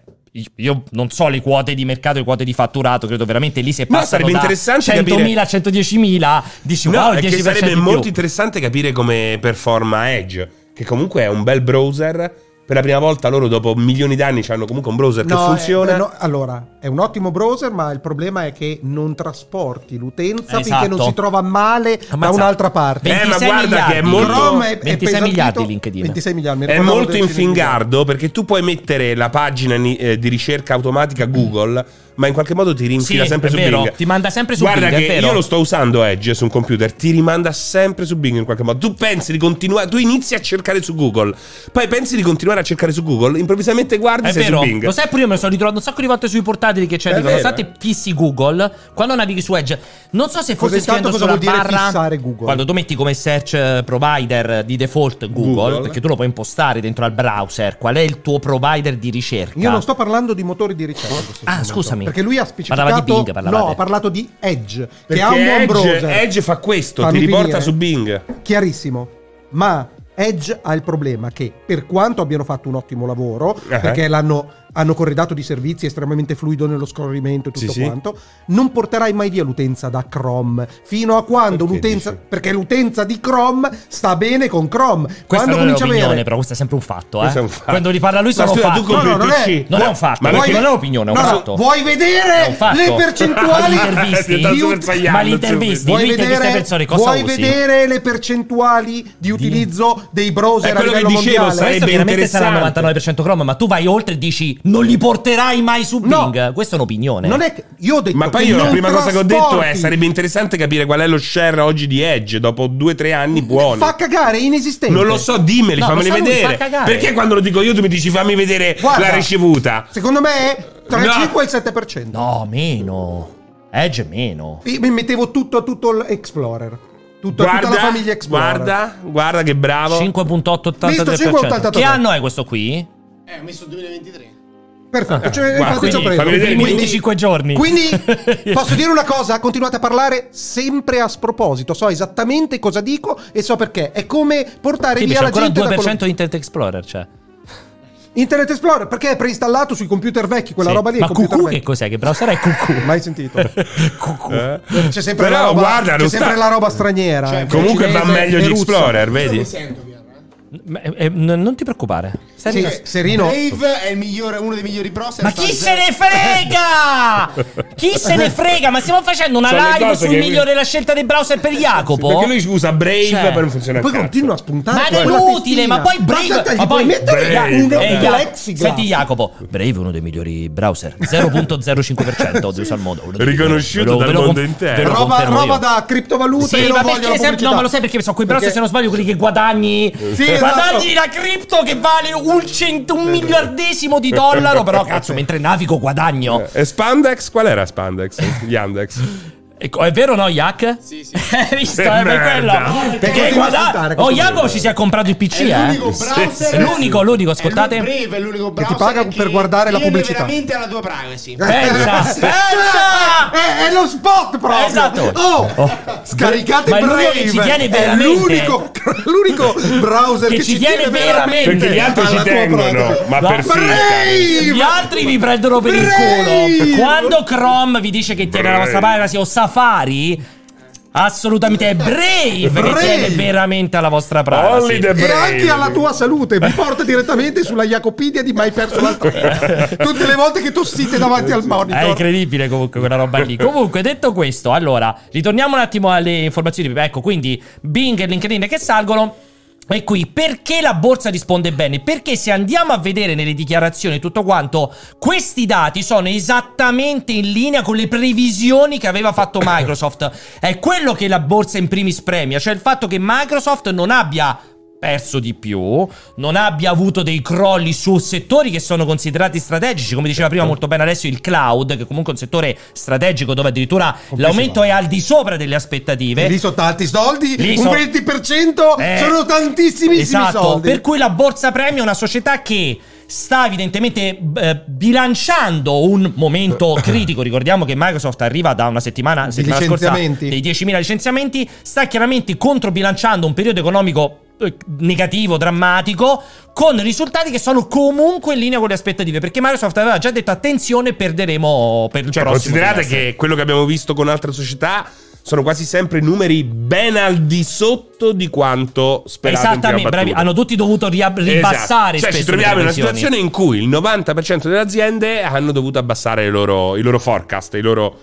A: io non so le quote di mercato, le quote di fatturato, credo veramente lì se
C: Ma
A: passano
C: sarebbe
A: da
C: interessante
A: 100.000 a 110.000, dici
C: No,
A: wow, il
C: è
A: 10%
C: che sarebbe
A: in più.
C: molto interessante capire come performa Edge, che comunque è un bel browser. Per la prima volta loro dopo milioni d'anni hanno comunque un browser
B: No,
C: che funziona.
B: eh, no, allora, è un ottimo browser, ma il problema è che non trasporti l'utenza finché
A: Esatto.
B: non si trova male da
A: Ammazza.
B: un'altra parte.
C: Eh, ma
A: 26
C: guarda che è
A: miliardi.
C: molto-
B: Chrome è- è
A: 26
B: pesantito.
A: miliardi LinkedIn.
B: 26 miliardi, mi
C: È
B: ricordavo
C: molto
B: del
C: in
B: 26 miliardi.
C: fingardo perché tu puoi mettere la pagina ni- eh, di ricerca automatica Google, ma in qualche modo ti rinfila
A: Sì,
C: sempre
A: è
C: su
A: vero,
C: Bing.
A: ti manda sempre su
C: Guarda
A: Bing, è
C: che
A: vero.
C: io lo sto usando Edge su un computer, ti rimanda sempre su Bing in qualche modo. Tu pensi di continuare, tu inizi a cercare su Google, poi pensi di continuare a cercare su Google, improvvisamente guardi
A: È
C: sei
A: vero,
C: su Bing.
A: lo sai pure io me lo sono ritrovato un sacco di volte sui portatili che c'è,
C: È
A: dico,
C: vero,
A: nonostante
C: eh.
A: fissi Google, quando navighi su Edge, non so se forse
B: Cosa-
A: scrivendo
B: intanto cosa
A: sulla
B: vuol dire
A: barra
B: fissare Google?
A: quando tu metti come search eh, provider di default Google,
C: Google.
A: perché tu lo puoi impostare dentro al browser, qual è il tuo provider di ricerca?
B: Io non sto parlando di motori di ricerca. in questo
A: Ah,
B: momento,
A: scusami.
B: Perché lui ha specificato.
A: Parlava di Bing, parlavate.
B: No, ha parlato di Edge,
C: Perché
B: che ha un buon browser.
C: Edge, Edge fa questo,
B: Fammi
C: ti riporta
B: finire.
C: su
A: Eh?
C: Bing.
B: Chiarissimo. Ma Edge ha il problema che, per quanto abbiano fatto un ottimo lavoro,
C: Eh.
B: perché l'hanno hanno corredato di servizi estremamente fluido nello scorrimento e tutto
C: Sì, sì.
B: quanto, non porterai mai via l'utenza da Chrome. Fino a quando
C: Perché
B: l'utenza.
C: dici?
B: Perché l'utenza di Chrome sta bene con Chrome.
A: Questa
B: quando
A: non è
B: comincia a
A: un'opinione,
B: avere.
A: però questo è sempre un fatto, eh.
C: Questo è un fatto.
A: Quando ripara lui
C: Ma
A: sono
C: scusa, tu
A: fatti.
C: compri
B: No, no,
C: il
B: non
C: PC.
B: è-
A: non è un fatto,
C: Ma
A: non
C: perché-
A: è un'opinione, è un
B: No, no,
A: fatto.
B: vuoi
A: È un
B: vedere
A: fatto.
B: Eh, le
A: <laughs>
C: <laughs>
B: percentuali?
A: Ah, intervisti.
C: Tanto per
B: Di ut-
C: sbagliarlo,
A: Ma l'intervista-
C: subito.
B: Vuoi,
A: Dimmi che queste
B: vedere,
A: persone cosa
B: vuoi
A: usi?
B: vedere le percentuali di utilizzo dei
C: È
B: browser a
C: quello che
B: livello
C: dicevo,
B: mondiale?
C: sai-
A: Questo
C: Sarebbe
A: veramente sarà il
C: interessante.
A: 99% Chrome, ma tu vai oltre e dici non li porterai mai su
B: No.
A: Bing. Questa è un'opinione.
B: Non è che io ho detto
C: Ma poi
B: che
C: io la
B: non
C: prima cosa che ho detto è
B: trasporti.
C: sarebbe interessante capire qual è lo share oggi di Edge dopo due o tre anni buoni.
B: Fa cagare, è inesistente.
C: Non lo so, dimmeli,
A: No,
C: fammeli
A: lo sa lui,
C: vedere.
A: fa cagare.
C: Perché quando lo dico io tu mi dici fammi vedere
B: Guarda.
C: la ricevuta?
B: Secondo me è tra il
C: No.
B: 5 e il 7%.
A: No, meno. Edge meno.
B: Io mi mettevo tutto, tutto l'Explorer. Tutto,
C: Guarda,
B: tutta la famiglia Explorer.
C: guarda, guarda che bravo.
A: 5.83%.
B: 5,83.
A: Che anno è questo qui?
D: Eh, ho messo 2023.
B: Perfetto. Cioè,
C: Ah, guarda,
B: infatti ci ho
C: quindi
B: preso.
C: fammi vedere i
B: Quindi-
A: 25 giorni. <laughs>
B: Quindi posso dire una cosa? Continuate a parlare sempre a sproposito. So esattamente cosa dico e so perché. È come portare
A: Sì, c'è
B: via la
A: ancora il
B: gente da
A: 2%
B: quello-
A: di Internet Explorer, cioè.
B: Internet Explorer perché è preinstallato sui computer vecchi quella
A: Sì.
B: roba lì. è
A: Ma
B: computer
A: QQ che
B: vecchio.
A: cos'è? Che browser è <laughs> QQ?
B: Mai sentito.
A: QQ.
C: Eh?
B: C'è sempre,
C: Però
B: la, roba,
C: guarda,
B: c'è
C: non
B: sempre
C: sta-
B: la roba straniera.
D: Cioè,
B: eh.
C: Comunque va
B: Cinese
C: meglio
B: e
C: di
B: russa.
C: Explorer,
D: Io non mi
C: vedi?
D: sento, Pierre, eh.
A: Ma- eh, eh, n- non ti preoccupare. Stai
B: Sì,
A: rilassato.
B: Serino.
D: Brave è il migliore, uno dei migliori browser.
A: Ma chi se ne <laughs> frega? Chi se ne frega? Ma stiamo facendo una
C: Sono le
A: live
C: cose
A: sul
C: che-
A: migliore la scelta dei browser per Jacopo?
C: Perché lui usa Brave
A: Cioè,
C: per non funziona
B: Poi
C: il cazzo.
B: continua a spuntare.
A: Ma è
B: quella
A: inutile,
B: testina.
A: ma poi
B: Ma
A: Brave.
B: tanto
A: Ma
B: gli puoi
A: poi
B: mettere
C: Brave.
B: un
A: Eh,
C: Brave.
A: Ia-
B: plexiglass.
A: Senti Jacopo, Brave è uno dei migliori
B: <laughs>
A: browser, 0.05% di uso al mondo. Ve lo-
C: Riconosciuto dal
A: ve lo
C: mondo
A: conf-
C: intero.
A: ve lo
B: roba,
A: confermo
B: roba
A: io.
B: da criptovalute.
A: Sì,
B: io non
A: ma
B: voglio
A: perché
B: la
A: sempre-
B: pubblicità.
A: no, ma lo sai perché sono quei browser, se
B: Perché-
A: non sbaglio, quelli che guadagni.
B: Sì, esatto.
A: guadagni la cripto che vale un, cent- un miliardesimo di dollaro. Però, cazzo, mentre navigo
B: Eh.
A: guadagno.
C: E Spandex? Qual era Spandex? Yandex.
A: Ecco, è vero o no, Yak?
D: Sì,
A: <laughs>
D: sì.
A: Hai visto?
C: Che
A: Eh, per
C: merda.
A: quello. Perché
B: continua a
A: guarda.
B: puntare,
A: Oh,
B: continua.
A: Jacopo ci si è comprato il PC,
D: È l'unico
A: eh.
D: browser.
C: Sì, sì.
A: L'unico, l'unico, ascoltate.
D: È lui- Brave è l'unico
B: ti
D: browser
B: paga per guardare la
D: tiene
B: pubblicità. Eh.
D: veramente alla tua privacy.
A: <laughs> Pensa, pensa!
B: È, è lo spot proprio.
A: Esatto.
B: Oh,
A: Oh.
B: Scaricate
A: Ma è l'unico
B: Brave.
A: che ci tiene
B: È
A: veramente.
B: l'unico, l'unico browser
A: Che
B: che,
A: ci tiene veramente.
C: Perché gli altri ci
B: alla tua
C: tengono,
B: propria-
C: ma
A: No.
C: per Cioè, finta.
B: Brave!
A: Gli altri vi prendono per il
B: Brave!
A: culo. Quando Chrome vi dice che tiene la vostra privacy o Safari, assolutamente è Brave,
B: Brave!
A: che tiene veramente la vostra privacy.
C: Only the
B: E
C: Brave.
B: anche alla tua salute, mi porta direttamente sulla Jacopedia di My Personal Trainer. Tutte le volte che tossite davanti al
A: È
B: monitor.
A: incredibile comunque quella roba lì. comunque, detto questo, allora, ritorniamo un attimo alle informazioni. Ecco, quindi Bing e LinkedIn che salgono. E qui perché la borsa risponde bene? Perché se andiamo a vedere nelle dichiarazioni tutto quanto, questi dati sono esattamente in linea con le previsioni che aveva fatto Microsoft. È quello che la borsa in primis premia, cioè il fatto che Microsoft non abbia perso di più, non abbia avuto dei crolli su settori che sono considerati strategici, come diceva prima molto bene adesso il cloud, che comunque è un settore strategico dove addirittura l'aumento è al di sopra delle aspettative.
B: E lì sono tanti soldi,
A: Lì
B: un
A: sono-
B: 20%
A: Eh,
B: sono tantissimi
A: esatto,
B: soldi.
A: Per cui la Borsa Premium è una società che sta evidentemente eh, bilanciando un momento
B: <coughs>
A: critico. Ricordiamo che Microsoft arriva da una settimana, settimana scorsa
B: licenziamenti.
A: dei 10.000 licenziamenti, sta chiaramente controbilanciando un periodo economico eh, negativo, drammatico, con risultati che sono comunque in linea con le aspettative, perché Microsoft aveva già detto attenzione, perderemo per il
C: Cioè,
A: prossimo
C: considerate
A: trimestre".
C: che quello che abbiamo visto con altre società sono quasi sempre numeri ben al di sotto di quanto sperato in prima
A: Esattamente, bravi,
C: battuta.
A: hanno tutti dovuto ria- ribassare
C: Esatto. Cioè, ci
A: spesso le
C: troviamo in una
A: previsioni.
C: situazione in cui il 90% delle aziende hanno dovuto abbassare i loro, i loro forecast, i loro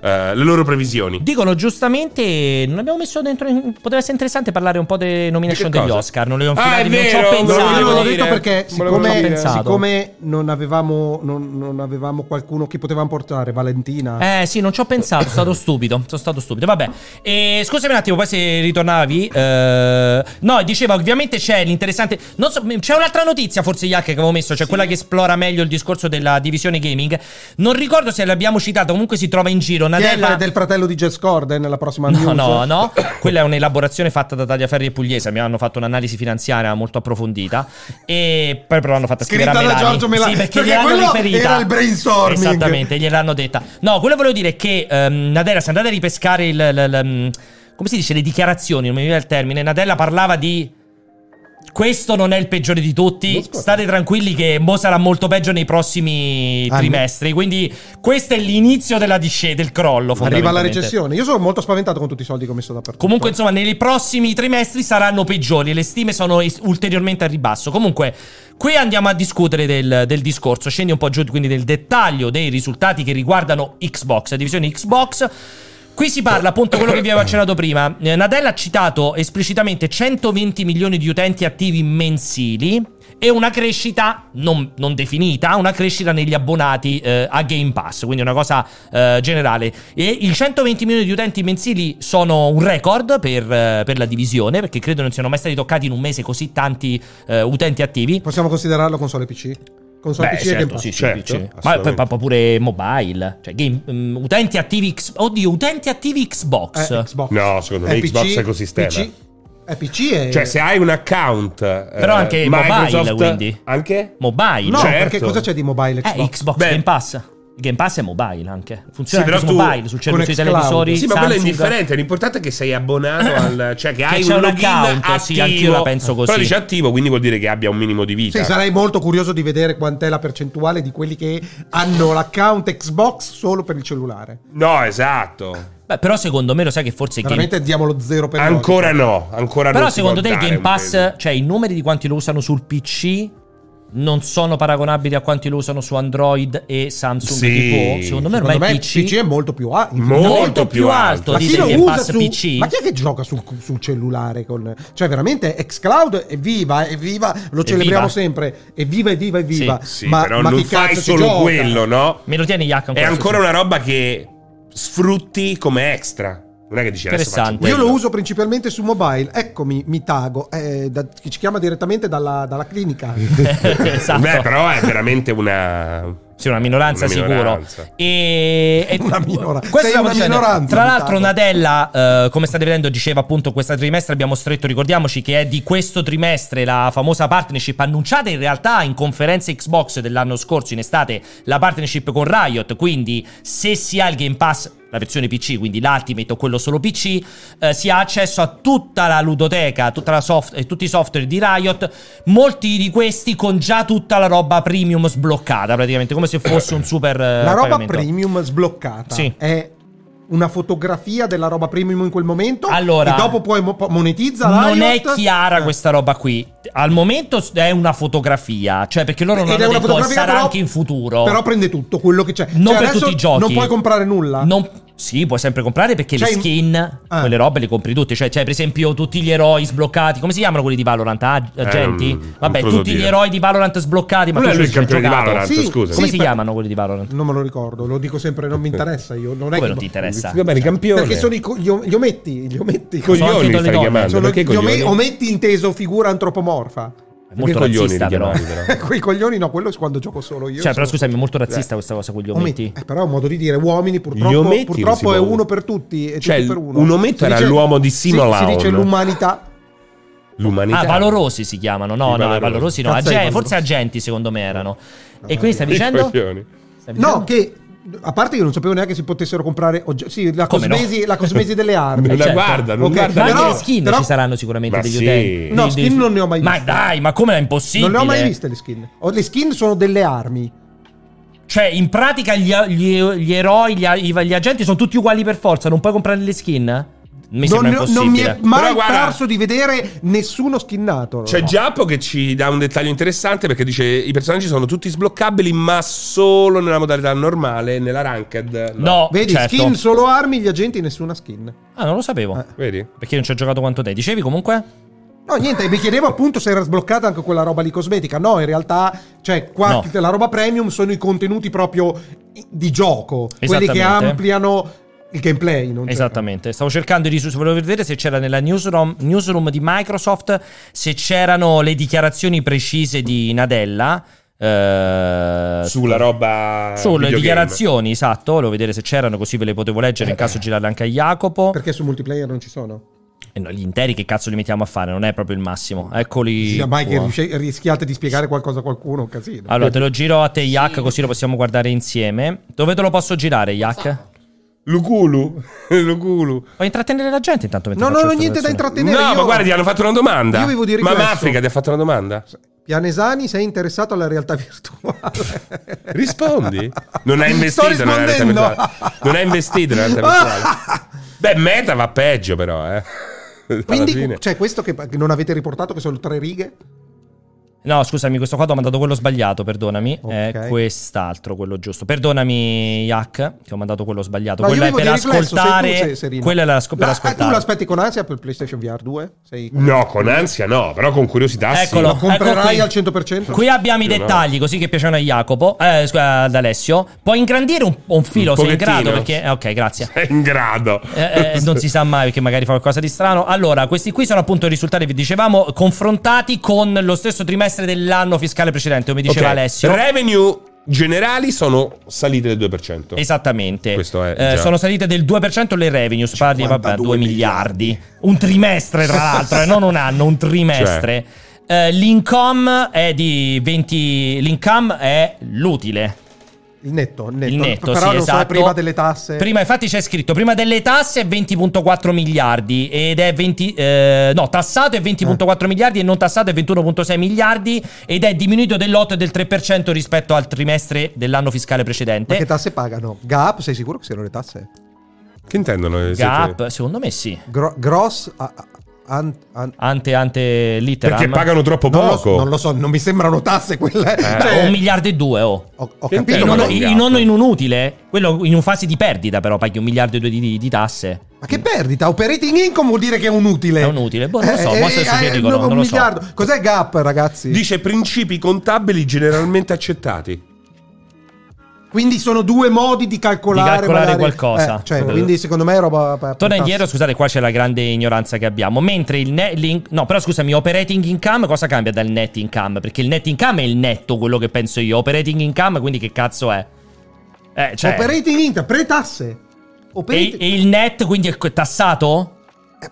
C: eh, le loro previsioni.
A: Dicono giustamente, non abbiamo messo dentro. Poteva essere interessante parlare un po' delle nomination
C: Di che
A: degli
C: cosa?
A: Oscar. Non le ho
C: Ah,
A: infilate,
C: è
A: non ci ho
B: No,
C: vero,
A: pensato.
B: io l'ho
C: dire.
B: detto perché
C: Volevo
B: siccome,
A: dire.
B: siccome non, avevamo, non, non avevamo qualcuno che potevamo portare, Valentina.
A: Eh sì, non ci ho pensato, sono stato stupido. Sono stato stupido, vabbè. E, scusami un attimo, poi se ritornavi. eh, no, dicevo, ovviamente c'è l'interessante. Non so, c'è un'altra notizia, forse Iac che avevo messo, cioè quella che esplora meglio il discorso della divisione gaming. Non ricordo se l'abbiamo citata, comunque si trova in giro.
B: che è
A: Nadella.
B: la- del fratello di Jess Corden nella prossima
A: No,
B: news.
A: no, no. Quella è un'elaborazione fatta da Tagliaferri e Pugliese. Mi hanno fatto un'analisi finanziaria molto approfondita. E poi però l'hanno fatta scrivere
B: Scritta
A: a
B: da
A: Melani.
B: Giorgio Melani.
A: Sì, perché,
B: Perché
A: gliel'hanno
B: quello
A: riferita.
B: era il brainstorming.
A: Esattamente, gliel'hanno detta. No, quello volevo dire è che ehm, Nadella, se andate a ripescare il. il- il- mm, come si dice? Le dichiarazioni, non mi viene il termine. Nadella parlava di. Questo non è il peggiore di
B: Lo
A: tutti.
B: scordo.
A: State tranquilli che Mo sarà molto peggio nei prossimi
B: Anni.
A: trimestri. Quindi questo è l'inizio della discesa, del crollo.
B: Arriva la
A: fondamentalmente.
B: recessione. Io sono molto spaventato con tutti i soldi che ho messo da parte. Cioè,
A: Comunque, insomma, nei prossimi trimestri saranno peggiori. Le stime sono es- ulteriormente al ribasso. Comunque, qui andiamo a discutere del, del discorso. Scendi un po' giù, quindi, del dettaglio dei risultati che riguardano Xbox, la divisione Xbox. Qui si parla appunto quello che vi avevo accennato prima. Eh, Nadella ha citato esplicitamente 120 milioni di utenti attivi mensili e una crescita non, non definita, una crescita negli abbonati eh, a Game Pass, quindi una cosa eh, generale. E i 120 milioni di utenti mensili sono un record per, eh, per la divisione, perché credo non siano mai stati toccati in un mese così tanti eh, utenti attivi.
B: Possiamo considerarlo console PC? Console
A: Beh,
B: PC e
A: certo,
B: Game Pass.
A: sì, sì,
C: Certo,
A: sì. Ma poi
C: assolutamente.
A: poi pure mobile, cioè game- mm, utenti attivi X- oddio, utenti attivi Xbox.
B: Eh, Xbox.
C: No, secondo me
B: È PC,
C: Xbox è ecosistema.
B: PC, eh, è PC e...
C: Cioè, se hai un account. Però
A: eh. anche mobile, quindi.
C: eh, Anche?
A: mobile.
B: No,
A: Cioè,
B: perché
C: certo.
B: cosa c'è di mobile Xbox?
A: eh, Xbox
C: Beh.
A: Game Pass. Game Pass è mobile anche. Funziona
C: Sì,
A: anche su
C: però tu-
A: mobile, sul cervello
B: con
A: sui
B: xCloud.
A: televisori.
C: Sì, ma quello è
A: Samsung. Eh,
C: indifferente. L'importante è che sei abbonato al. Cioè, che hai
A: c'è
C: un
A: un
C: login
A: account,
C: attivo.
A: sì, anch'io la penso così.
C: Però dice attivo, quindi vuol dire che abbia un minimo di vita.
B: Sì, sarei molto curioso di vedere quant'è la percentuale di quelli che hanno l'account Xbox solo per il cellulare.
C: No, esatto.
A: Beh, però secondo me lo sai che forse Game
B: Veramente diamo lo zero per
C: Ancora no, ancora
A: Però
C: non si
A: secondo
C: può
A: te il
C: dare
A: Game
C: un
A: Pass,
C: peso.
A: cioè i numeri di quanti lo usano sul PC non sono paragonabili a quanti lo usano su Android e Samsung
C: Sì.
A: TV? Secondo me
B: Secondo
A: ormai
B: me
A: il
B: PC è molto più alto.
C: Molto più alto.
B: Ma
A: di
B: chi,
A: del
B: lo
A: Game
B: usa
A: Pass
B: su-
A: PC.
B: ma chi è che gioca sul, sul cellulare? Con... Cioè, veramente Xcloud, evviva, evviva, lo celebriamo sempre. Evviva, evviva, evviva.
C: Sì,
B: ma,
C: però
B: ma
C: non
B: chi
C: fai
B: cazzo ci
C: solo
B: gioca?
C: quello, no?
A: Me lo tieni Iac
C: È
A: ancora?
C: ancora una roba che sfrutti come extra. Non è che dici adesso faccio
A: Interessante.
B: Io
C: quello.
B: lo uso principalmente su mobile, eccomi, mi tago, eh, da- chi ci chiama direttamente dalla, dalla
C: <laughs>
B: clinica.
C: Eh,
A: <laughs> esatto.
C: Beh, però è
A: <laughs>
C: veramente una.
A: Sì, una minoranza
C: Una
A: sicuro.
C: minoranza.
A: E, e-
B: <laughs> Una minora-
A: Questo
B: sei
A: stiamo
B: una
A: dicendo.
B: minoranza,
A: Tra l'altro,
B: Vitano.
A: Nadella, eh, come state vedendo, diceva appunto questa trimestre abbiamo stretto, ricordiamoci che è di questo trimestre la famosa partnership annunciata in realtà in conferenza Xbox dell'anno scorso in estate, la partnership con Riot, quindi se si ha il Game Pass la versione PC, quindi l'Ultimate o quello solo PC, eh, si ha accesso a tutta la ludoteca, tutta la soft- e tutti i software di Riot, molti di questi con già tutta la roba premium sbloccata, praticamente come se fosse un super eh,
B: La roba
A: pagamento.
B: premium sbloccata
A: Sì.
B: è una fotografia della roba premium in quel momento
A: Allora,
B: e dopo poi mo- monetizza
A: Non è
B: l'Iot.
A: chiara
B: Eh.
A: questa roba qui. Al momento s- è una fotografia, cioè perché loro non
B: Ed è
A: hanno
B: una
A: detto
B: fotografia
A: sarà
B: però-
A: anche in futuro.
B: Però prende tutto quello che c'è.
A: non
B: Cioè,
A: per
B: adesso
A: tutti i giochi.
B: Non puoi comprare nulla.
A: Non- sì, puoi sempre comprare perché
B: Cioè,
A: le skin,
B: ah.
A: quelle robe le compri tutte. Cioè, c'è per esempio tutti gli eroi sbloccati. Come si chiamano quelli di Valorant? Ah, agenti?
C: Eh, non- non
A: Vabbè,
C: posso
A: tutti gli
C: dire.
A: eroi di Valorant sbloccati. Ma
C: Non
A: tu
C: è lui
A: ci
C: il campione di
A: giocato.
C: Valorant,
B: Sì,
C: scusa.
A: Come
B: sì.
A: si
B: per-
A: chiamano quelli di Valorant?
B: Non me lo ricordo, lo dico sempre, non mi interessa io. Non è
A: Come
B: che-
A: non ti interessa? Cioè,
C: Vabbè, i campioni.
B: Perché sono i co- gli, om- gli ometti, gli ometti.
A: Sono anche
C: coglioni
A: delle
C: stai
A: donne.
C: chiamando.
B: Sono
C: perché
B: gli ome-
C: coglioni?
B: ometti inteso figura antropomorfa.
A: È molto
C: coglioni
A: razzista,
C: li
A: però.
C: chiamavi,
A: Cioè,
C: però.
B: <laughs> Quei coglioni no, quello è quando gioco solo io.
A: però
B: Sono-
A: scusami, è molto razzista questa cosa con gli ometti.
B: Eh, però è un modo di dire uomini
C: Gli
B: purtroppo,
C: ometti
B: purtroppo
C: si può-
B: è uno per tutti e
C: Cioè,
B: tutti per uno.
C: un ometto
B: Si
C: era
B: dice-
C: l'uomo di
B: si-
C: Simo
B: Si dice
C: Laun.
B: l'umanità.
C: L'umanità.
A: Ah,
C: <laughs>
A: valorosi si chiamano. No,
C: I
A: no,
C: valorosi.
A: valorosi no.
B: Cazzo,
A: agen-
B: i valorosi.
A: forse agenti, secondo me, erano. e
B: no,
A: quindi stai
C: I
A: dicendo?
C: coglioni.
A: Stai dicendo?
B: No, che a parte io non sapevo neanche si potessero comprare ogge- sì, la
A: Come no?
B: cosmesi, la cosmesi
A: <laughs>
B: delle armi.
C: Non la
A: certo.
C: guarda, non
B: Ok,
C: guarda.
A: Ma anche
B: Però-
A: le skin
B: però-
A: ci saranno sicuramente
C: Ma
A: degli
C: sì.
A: utenti.
B: No,
A: dei- dei-
B: skin non ne ho mai
A: Ma
B: viste.
A: dai, ma come è impossibile?
B: Non le ho mai viste le skin. O le skin sono delle armi.
A: Cioè, in pratica gli, gli- gli eroi, gli, gli agenti sono tutti uguali per forza, non puoi comprare le skin? mi
B: non,
A: sembra
B: non mi
A: impossibile.
B: è mai
C: Però guarda-
B: perso di vedere nessuno skinnato.
C: C'è Giappo che ci dà un dettaglio interessante perché dice i personaggi sono tutti sbloccabili ma solo nella modalità normale, nella ranked.
A: No,
B: Vedi,
A: certo.
B: skin solo armi, gli agenti, nessuna skin.
A: Ah, non lo sapevo.
B: Eh.
C: Vedi?
A: Perché io non ci ho giocato quanto te. Dicevi comunque?
B: No, niente, mi chiedevo appunto se era sbloccata anche quella roba lì cosmetica. No, in realtà, cioè, qua
A: No.
B: la roba premium sono i contenuti proprio i- di gioco, quelli che
A: Esattamente.
B: ampliano il gameplay. non c'è-
A: Esattamente. Stavo cercando i risultati. Volevo vedere se c'era nella newsroom, newsroom di Microsoft, se c'erano le dichiarazioni precise di Nadella. eh,
C: Sulla roba
A: sulle
C: videogame.
A: dichiarazioni, esatto. Volevo vedere se c'erano, così ve le potevo leggere in
B: Eh,
A: caso girarle anche a Jacopo.
B: Perché su multiplayer non ci sono?
A: E noi gli interi che cazzo li mettiamo a fare? Non è proprio il massimo. Eccoli.
B: Sì, mai che
A: qua.
B: riusci- rischiate di spiegare qualcosa a qualcuno, è un casino.
A: Allora, te lo giro a te, Yak, così lo possiamo guardare insieme. Dove te lo posso girare, Yak?
C: <laughs> Lugulu, Lugulu.
A: Puoi intrattenere la gente intanto? mentre
B: No, no,
A: faccio
B: no,
A: questa
B: niente da
A: lezione.
B: intrattenere.
C: no,
B: io-
C: ma guarda, ti hanno fatto una domanda.
B: Io avevo di
C: ma
B: riflesso.
C: Mafrica ti ha fatto
B: <laughs>
C: una domanda?
B: Pianesani, sei interessato alla realtà virtuale?
C: <laughs> Rispondi. Non hai investito
B: Sto
C: nella realtà
B: rispondendo. Ah!
C: virtuale. Non hai investito nella realtà
B: <laughs>
C: virtuale. Beh, Meta va peggio però, eh. Alla
B: Quindi,
C: fine.
B: cioè, questo che che non avete riportato, che sono tre righe?
A: No, scusami, questo qua ti ho mandato quello sbagliato, perdonami. È
B: Ok.
A: quest'altro, quello giusto. Perdonami, Yak, che ho mandato quello sbagliato.
B: No, io
A: quello è
B: avevo
A: per
B: di riflesso, sei tu,
A: ascoltare.
B: se- Serino.
A: Quello è la- per
B: La-
A: ascoltare.
B: ah, Tu lo aspetti con ansia per PlayStation VR 2? Sei...
C: No, con ansia no, però con curiosità sì.
A: Eccolo,
B: Ah, Lo comprerai
A: ecco
B: al
A: qui.
B: 100%?
A: Qui abbiamo i
C: Io no.
A: dettagli, così che piacciono a Jacopo. Eh, scusa, ad Alessio. Puoi ingrandire un, un filo
C: Un
A: se sei in
C: pochettino.
A: grado? Perché. eh, ok, grazie.
C: Sei in grado.
A: Eh, eh, non
C: <laughs>
A: si sa mai perché magari fa qualcosa di strano. Allora, questi qui sono appunto i risultati, vi dicevamo, confrontati con lo stesso trimestre dell'anno fiscale precedente, come diceva
C: Ok.
A: Alessio.
C: Revenue generali sono salite del 2%.
A: Esattamente.
C: Certo. Questo è
A: Eh,
C: già.
A: sono salite del 2% le revenue, si parli vabbè, 2
B: 52
A: miliardi. Un trimestre tra l'altro, eh, non un anno, un trimestre.
C: Cioè.
A: Eh, l'income è di 20 l'income è l'utile.
B: Il netto, il netto.
A: Il netto,
B: Però
A: sì,
B: non
A: esatto.
B: so, è prima delle tasse.
A: Prima, infatti, c'è scritto: prima delle tasse è 20,4 miliardi. Ed è 20. eh, no, tassato è 20,4
B: Mm.
A: miliardi e non tassato è 21,6 miliardi. Ed è diminuito dell'8 e del 3% rispetto al trimestre dell'anno fiscale
B: Ma che
A: precedente.
B: tasse pagano? Gap, sei sicuro che siano le tasse?
C: Che intendono?
A: Gap, secondo me sì.
B: Gro- gross... a- a- an- an-
A: Ante, ante litteram.
C: Perché pagano troppo
B: non, lo,
C: poco.
B: so- non lo so, non mi sembrano tasse quelle.
A: Beh,
B: Cioè,
A: un miliardo e due, oh.
B: ho, ho
C: Che
B: capito.
A: In
C: ma
A: uno-
C: non
A: in
C: gap.
A: uno in un utile, quello in un fase di perdita, però paghi un miliardo e due di, di- di tasse.
B: Ma che perdita? Operating income vuol dire che è un utile.
A: È un utile. Boh, non lo so,
B: Eh,
A: mostra
B: eh,
A: su che
B: eh,
A: dicono,
B: no,
A: non
B: un
A: lo so.
B: miliardo. Cos'è gap, ragazzi?
C: Dice principi contabili generalmente accettati. Cioè,
B: Quindi sono due modi di calcolare,
A: Di calcolare
B: magari-
A: qualcosa.
B: Eh, cioè,
A: Eh.
B: quindi secondo me è roba. per- per
A: Torna
B: tasse.
A: indietro, scusate, qua c'è la grande ignoranza che abbiamo. Mentre il net link- no, però scusami, operating income cosa cambia dal net income? Perché il net income è il netto, quello che penso io. Operating income, quindi che cazzo è? Eh, cioè,
B: Operating income, pre-tasse.
A: e,
B: Operating-
A: e il net quindi è co- tassato?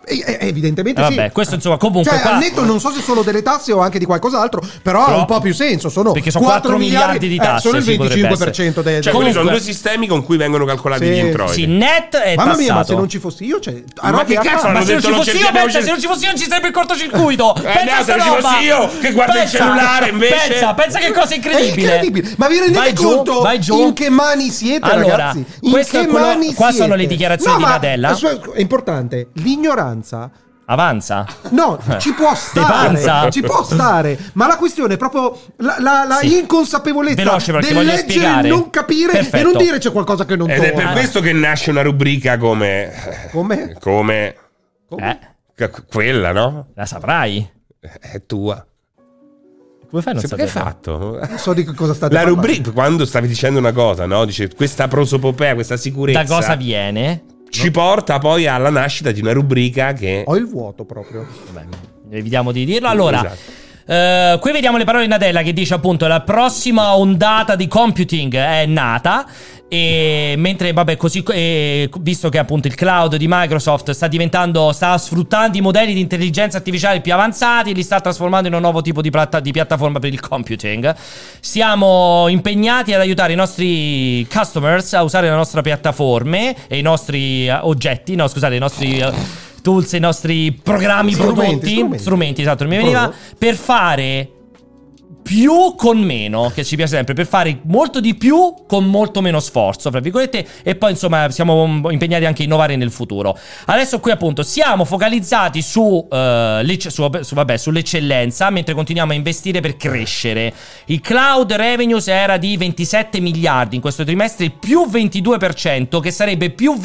B: eh, eh, eh, evidentemente
A: Eh,
B: sì.
A: vabbè, questo, insomma, comunque,
B: Cioè,
A: qua-
B: al netto non so se sono delle tasse o anche di qualcos'altro, però,
A: Però-
B: ha un po' più senso. Sono, eh,
A: Perché sono 4 miliardi di tasse,
B: sono il
A: sì, potrebbe
B: 25% dei.
A: Comunque-
C: Cioè, quelli sono due sistemi con cui vengono calcolati
B: Sì,
C: gli introiti.
A: Sì, net è
B: Mamma
A: tassato.
B: mia, ma se non ci fossi io, cioè.
C: Ma che cazzo
A: Ma
C: Hanno
A: se non
C: detto
A: ci
C: non
A: fossi io,
C: cerchiamo- Eh,
A: pensa, se non ci fossi io non ci sarebbe il cortocircuito. Pensa
C: no,
A: a sta
C: se non ci
A: roba.
C: fossi io, che guardo il cellulare, invece.
A: Pensa, pensa che cosa incredibile.
B: È incredibile. Ma vi rendete
A: Vai giù,
B: conto
A: vai giù.
B: in che mani siete,
A: Allora,
B: ragazzi? In
A: questo è
B: che
A: quello-
B: mani
A: qua sono
B: siete?
A: le dichiarazioni
B: No,
A: di
B: ma-
A: Nadella.
B: su- È importante, l'ignoranza
A: Avanza.
B: No,
A: Eh.
B: ci può
A: Di
B: stare,
A: panza?
B: ci può stare, ma la questione è proprio la, la- la
A: Sì.
B: inconsapevolezza
A: Veloce, perché
B: del
A: voglio
B: leggere,
A: spiegare.
B: non capire e
A: Perfetto.
B: non dire c'è qualcosa che non
C: Ed è per
B: torna.
C: questo che nasce una rubrica come...
B: Come?
C: Come...
B: Oh.
A: Eh,
C: c- Quella, no?
A: la saprai.
C: È tua.
A: Come fai a Eh, non
C: Sì, perché
A: sapere?
C: hai fatto?
A: Eh.
B: Non so di che cosa state
C: La
B: parlando.
C: rubrica, quando stavi dicendo una cosa, no? Dice questa prosopopea, questa sicurezza
A: Da cosa viene?
C: ci porta poi alla nascita di una rubrica che
B: Ho il vuoto proprio.
A: Vabbè, evitiamo di dirlo. Allora,
C: Esatto.
A: eh, qui vediamo le parole di Nadella che dice appunto la prossima ondata di computing è nata. E mentre, vabbè, così, eh, visto che appunto il cloud di Microsoft sta diventando, sta sfruttando i modelli di intelligenza artificiale più avanzati, li sta trasformando in un nuovo tipo di, platta- di piattaforma per il computing. Siamo impegnati ad aiutare i nostri customers a usare la nostra piattaforma e i nostri eh, oggetti, no, scusate, i nostri. eh, tools, i nostri programmi,
B: Strumenti,
A: prodotti, strumenti,
B: strumenti.
A: esatto, non mi veniva,
B: Prodotto.
A: per fare più con meno, che ci piace sempre, per fare molto di più con molto meno sforzo, fra virgolette, e poi insomma siamo um, impegnati anche a innovare nel futuro. Adesso qui appunto siamo focalizzati su, eh, l'ec- su- su- vabbè, sull'eccellenza, mentre continuiamo a investire per crescere. Il cloud revenues era di 27 miliardi in questo trimestre, più 22%, che sarebbe più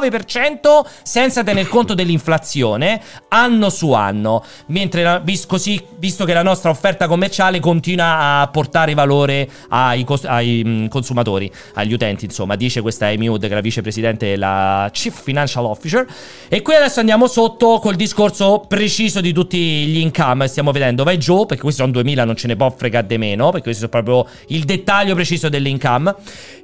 A: 29% senza tener conto dell'inflazione anno su anno. Mentre la- vis- così, visto che la nostra offerta commerciale continua a portare valore ai, cos- ai, mm, consumatori, agli utenti, insomma, dice questa Amy Hood, che è la vicepresidente e la Chief Financial Officer. E qui adesso andiamo sotto col discorso preciso di tutti gli income. Stiamo vedendo, vai giù, perché questi sono 2000, non ce ne può fregare di meno, perché questo è proprio il dettaglio preciso dell'income.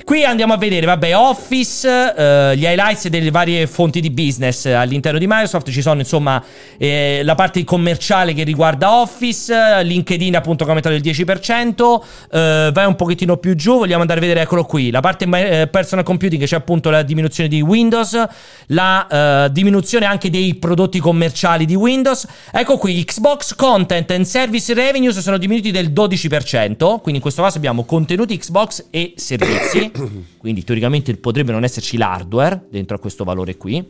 A: Qui andiamo a vedere, vabbè, Office, eh, gli highlights delle varie fonti di business all'interno di Microsoft. Ci sono, insomma, eh, la parte commerciale che riguarda Office, eh, LinkedIn appunto che ha aumentato del 10%, eh, vai un pochettino più giù, vogliamo andare a vedere, eccolo qui, la parte eh, personal computing, c'è appunto la diminuzione di Windows, la eh, diminuzione anche dei prodotti commerciali di Windows. Ecco qui, Xbox Content and Service Revenues sono diminuiti del 12%, quindi in questo caso abbiamo contenuti Xbox e servizi, <coughs> quindi teoricamente potrebbe non esserci l'hardware dentro a questo valore qui.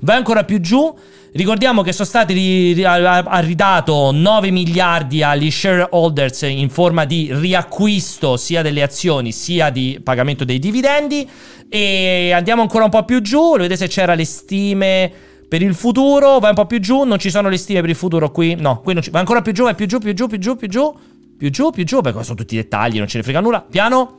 A: Vai ancora più giù, ricordiamo che sono stati ri- ri- ha ha ridato 9 miliardi agli shareholders in forma di riacquisto sia delle azioni sia di pagamento dei dividendi. E andiamo ancora un po' più giù, vedete se c'era le stime per il futuro, vai un po' più giù, non ci sono le stime per il futuro qui, no, qui non ci... vai ancora più giù, vai più giù, più giù, più giù, più giù, più giù, più giù, perché sono tutti dettagli, non ce ne frega nulla, piano.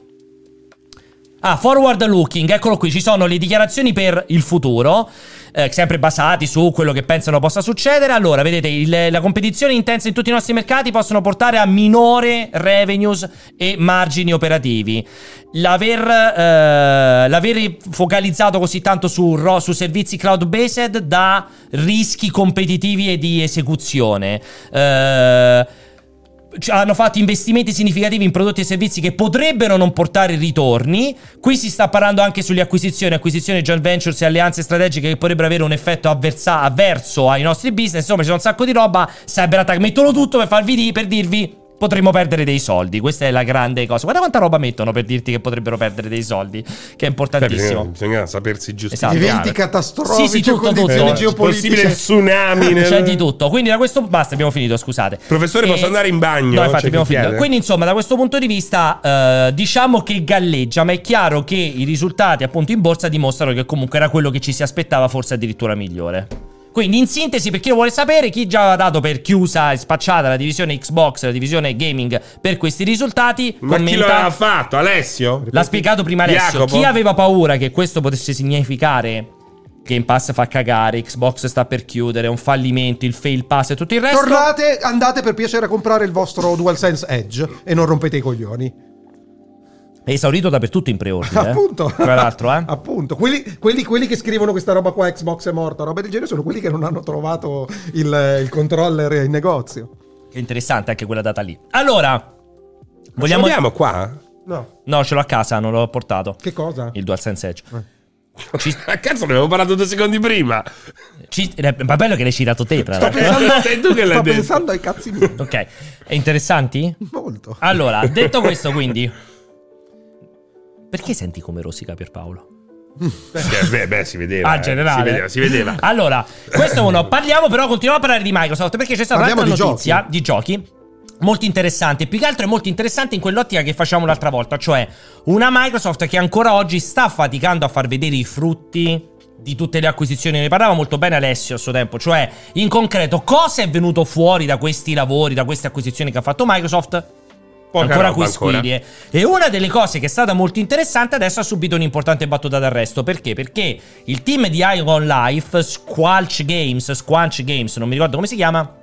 A: Ah, forward looking, eccolo qui, ci sono le dichiarazioni per il futuro, eh, sempre basati su quello che pensano possa succedere. Allora, vedete, il- la competizione intensa in tutti i nostri mercati possono portare a minore revenues e margini operativi. L'aver, eh, l'aver focalizzato così tanto su, ro- su servizi cloud-based da rischi competitivi e di esecuzione. Eh, c- hanno fatto investimenti significativi in prodotti e servizi che potrebbero non portare ritorni. Qui si sta parlando anche sulle acquisizioni, acquisizioni joint ventures e alleanze strategiche che potrebbero avere un effetto avversa- avverso ai nostri business. Insomma, c'è un sacco di roba. Cyberattack mettono tutto per farvi di- per dirvi potremmo perdere dei soldi. Questa è la grande cosa. Guarda quanta roba mettono per dirti che potrebbero perdere dei soldi, che è
C: Beh, bisogna,
A: importantissimo.
C: bisogna sapersi giustificare.
A: Esatto.
B: Eventi
A: chiaro.
B: catastrofici
A: Sì, sì,
B: o
A: tutto,
B: condizioni
A: tutto.
B: geopolitiche.
C: Possibile <laughs> tsunami. nel-
A: C'è di tutto. Quindi da questo basta, abbiamo finito, scusate. Eh,
C: Professore, posso andare in bagno?
A: No, infatti
C: C'è
A: abbiamo
C: chi
A: finito.
C: chiede?
A: Quindi insomma, da questo punto di vista eh, diciamo che galleggia, ma è chiaro che i risultati appunto in borsa dimostrano che comunque era quello che ci si aspettava, forse addirittura migliore. Quindi in sintesi, per chi lo vuole sapere, chi già aveva dato per chiusa e spacciata la divisione Xbox, la divisione gaming per questi risultati,
C: Ma chi
A: commenta-
C: lo ha fatto? Alessio?
A: L'ha spiegato prima Alessio.
C: Jacopo?
A: Chi aveva paura che questo potesse significare Game Pass fa cagare, Xbox sta per chiudere, è un fallimento, il fail pass e tutto il resto?
B: Tornate, andate per piacere a comprare il vostro DualSense Edge e non rompete i coglioni.
A: È esaurito dappertutto in preordine. eh.
B: Appunto.
A: Tra l'altro, eh.
B: <laughs> Appunto. Quelli, quelli- quelli che scrivono questa roba qua, Xbox è morta, roba del genere, sono quelli che non hanno trovato il, il controller in negozio.
A: Che interessante anche quella data lì. Allora, vogliamo.
C: Andiamo qua?
B: No.
A: No, ce l'ho a casa, non l'ho portato.
B: Che cosa?
A: Il DualSense Edge.
C: <laughs>
A: Ci-
C: Ma cazzo, ne avevo parlato due secondi prima.
A: Ci- eh, Ma bello che l'hai citato te, tra
B: Sto
A: l'altro. <laughs>
B: pensando,
C: Sei tu che l'hai
B: sto
C: detto.
B: pensando ai cazzi miei.
A: Ok, Ah, è interessanti?
B: Molto.
A: Allora, detto questo, quindi. Perché senti come rosica Pierpaolo?
C: Perché, beh, beh, si vedeva.
A: Ah,
C: eh.
A: generale. Ah,
C: Si vedeva, si vedeva.
A: <laughs> Allora, questo è uno. Parliamo però, continuiamo a parlare di Microsoft perché c'è stata
B: Parliamo
A: un'altra
B: di
A: notizia di giochi. Molto interessante, più che altro è molto interessante in quell'ottica che facciamo l'altra volta, cioè una Microsoft che ancora oggi sta faticando a far vedere i frutti di tutte le acquisizioni, ne parlava molto bene Alessio a suo tempo, cioè in concreto cosa è venuto fuori da questi lavori, da queste acquisizioni che ha fatto Microsoft?
C: Poca
A: ancora
C: roba,
A: quisquilie. E una delle cose che è stata molto interessante adesso ha subito un'importante battuta d'arresto. Perché? Perché il team di Iron Life, Squanch Games, Squanch Games, non mi ricordo come si chiama.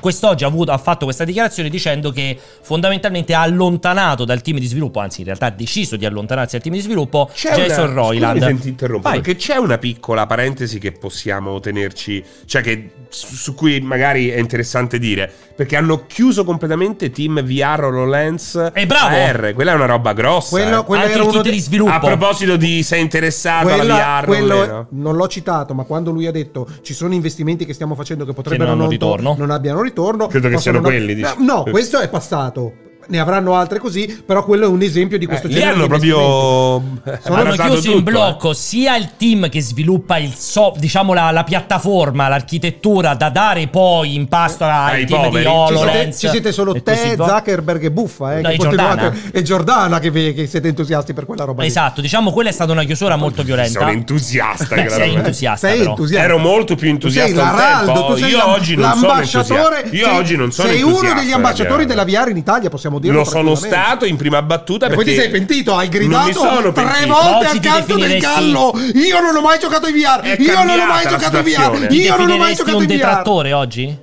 A: Quest'oggi ha, avuto- ha fatto questa dichiarazione dicendo che fondamentalmente ha allontanato dal team di sviluppo, anzi in realtà ha deciso di allontanarsi dal team di sviluppo,
C: C'è
A: Jason
C: una...
A: Roiland.
C: Scusami se ti interrompo,
A: Vai.
C: perché c'è una piccola parentesi che possiamo tenerci, cioè che, su, su cui magari è interessante dire, perché hanno chiuso completamente team VR HoloLens
A: Eh, bravo!
C: AR, quella è una roba grossa.
B: Quello-
C: eh.
B: quello
A: Anche
B: era
A: il
B: uno
A: kit
B: dei-
A: di sviluppo.
C: A proposito di sei interessato alla VR,
B: quello-
C: o meno.
B: non l'ho citato, ma quando lui ha detto ci sono investimenti che stiamo facendo che potrebbero
A: non hanno
B: to-
A: ritorno."
B: non eh, abbiano ritorno,
C: Credo che
B: possono
C: siano
B: non-
C: quelli, dici.
B: No, questo è passato. ne avranno altre così, però quello è un esempio di questo
C: Eh, lì
B: genere
C: hanno
B: di
C: proprio <laughs>
B: Sono-
A: Hanno
C: arrasato
A: chiuso in
C: tutto, eh.
A: blocco sia il team che sviluppa il so- diciamo la, la piattaforma, l'architettura da dare poi in pasto al
C: Eh, Ai
A: team
C: poveri.
A: di
B: investimenti. Ci
C: Ci
B: siete,
A: HoloLens.
B: ci siete solo
A: e
B: te,
A: così va.
B: Zuckerberg e Buffa, eh,
A: No,
B: che
A: e
B: continuate-
A: Giordana.
B: e Giordana che, vi- che siete entusiasti per quella roba. lì.
A: Esatto, diciamo quella è stata una chiusura molto violenta.
C: Sono entusiasta.
A: Beh,
C: che
A: <laughs>
C: la
A: sei
C: roba-
A: entusiasta
B: Eh, Sei
A: però.
B: entusiasta.
C: Ero molto più entusiasta
B: sei
C: un
B: l'Araldo,
C: tempo.
B: tu sei
C: Io
B: l'am-
C: oggi non sono
B: l'ambasciatore.
C: entusiasta. Io
B: sei-
C: oggi non sono
B: Sei uno
C: entusiasta
B: degli
C: della
B: ambasciatori
C: VR.
B: della VR in Italia, possiamo dirlo.
C: Lo sono
B: tranquillamente.
C: stato in prima battuta
B: E
C: perché
B: poi ti sei pentito, hai
C: non mi sono
B: gridato tre
C: pentito.
B: volte
A: Oggi
B: al
A: ti
B: canto del
A: definiresti-
B: gallo. Io non ho mai giocato ai VR.
C: È
B: Io non ho mai
C: cambiata la
B: giocato ai
C: situazione.
B: VR. Io non ho mai
A: Definiresti
B: giocato
A: un
B: ai VR.
A: detrattore oggi?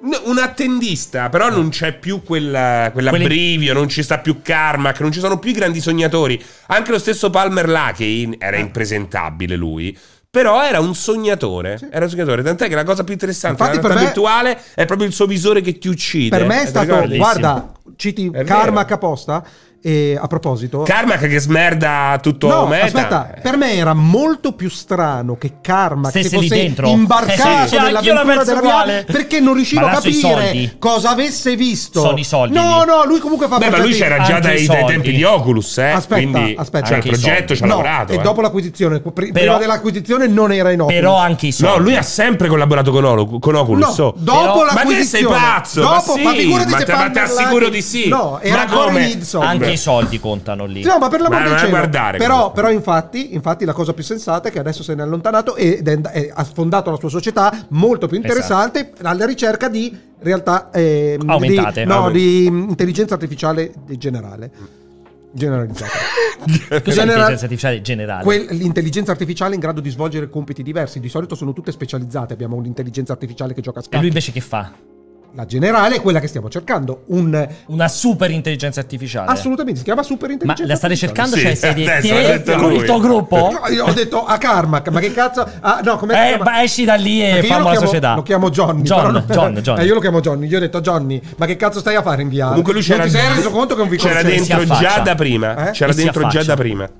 C: No, un attendista,
B: Eh.
C: però non c'è più quella, quell'abbrivio, non ci sta più Carmack, non ci sono più i grandi sognatori. Anche lo stesso Palmer là, che in- era
B: Eh.
C: impresentabile lui. Però era un sognatore, era un sognatore, tant'è che la cosa più interessante
B: Infatti
C: della realtà
B: per
C: virtuale è proprio il suo visore che ti uccide.
B: Per me è
C: Ti
B: stato,
C: ricordi?
B: guarda, citi
C: È
B: Carmack
C: vero.
B: apposta. E a proposito,
C: Carmack che smerda tutto
B: No,
C: meta.
B: aspetta,
C: Eh.
B: per me era molto più strano che Karma che
A: Stesse lì
B: fosse
A: dentro.
B: imbarcato
A: Eh sì, sì, anch'io la
B: nell'avventura
A: penso
B: della
A: uguale.
B: VR perché non riuscivo
A: Ma
B: a
A: là sui
B: capire
A: soldi.
B: cosa avesse visto.
A: Sono i soldi
B: No,
A: lì.
B: no, lui comunque fa
C: Beh, ma lui
B: progetti-
C: c'era già
A: Anche
C: dai,
A: i
C: dai
A: soldi.
C: tempi di Oculus, eh.
B: Aspetta,
C: Quindi,
B: aspetta.
C: Cioè, il
A: Anche i
C: progetto
A: soldi.
C: ci ha
B: No,
C: lavorato.
B: E
C: eh.
B: dopo l'acquisizione, pr- prima
A: Però-
B: dell'acquisizione non era in Oculus.
A: Però anche i soldi.
C: No, lui ha sempre collaborato con, Olo- con Oculus.
B: No,
C: so.
B: dopo
A: Però-
B: l'acquisizione.
C: Ma che sei pazzo? Ma
B: Dopo,
C: sì,
B: ma figurati
C: ma
B: se
C: te- ma te
B: Palmer
C: assicuro
B: Lucky-
C: di sì.
B: No, era
C: Ma
B: ancora
C: come?
B: in insomma.
A: Anche
C: Beh.
A: i soldi contano lì.
B: No, ma per l'amor
C: Ma
B: del
C: non è
B: cielo.
C: guardare
B: Però,
C: comunque.
B: però infatti, infatti la cosa più sensata è che adesso se ne è allontanato ed è, è- ha fondato la sua società molto più interessante alla ricerca di realtà ehm, di-
A: Esatto. Aumentate.
B: no,
C: Aument-
B: di mm, intelligenza artificiale di generale. Generalizzata.
A: Cos'è
B: Genera-
A: l'intelligenza artificiale generale?
B: Quel- l'intelligenza artificiale in grado di svolgere compiti diversi. Di solito sono tutte specializzate. Abbiamo un'intelligenza artificiale che gioca a
A: E
B: scacchi.
A: lui invece che fa?
B: La generale è quella che stiamo cercando. Un,
A: Una super intelligenza artificiale.
B: assolutamente si chiama
A: Ma
B: superintelligenza
A: la state
B: artificiale.
A: cercando?
C: Sì,
A: cioè, siete
C: adesso l'ha
A: te
C: detto
A: con il
C: lui.
A: tuo gruppo?
B: <laughs> No, io ho detto a Carmack, ma che cazzo? Ah, no, come
A: Oh. Eh, ma esci da lì e
B: Perché io
A: famo
B: lo
A: la
B: chiamo-
A: società.
B: Lo chiamo Johnny.
A: John,
B: però- <laughs>
A: John, John.
B: Eh, io lo chiamo Johnny. Gli ho detto Johnny, ma che cazzo stai a fare in VR?
C: Comunque lui c'era,
B: Non ti sei reso conto che non vi
C: c'era
B: conoscevo?
A: Si
C: dentro già
A: affaccia.
C: da prima.
B: Eh?
C: C'era
A: E si
C: dentro già
A: affaccia.
C: da prima.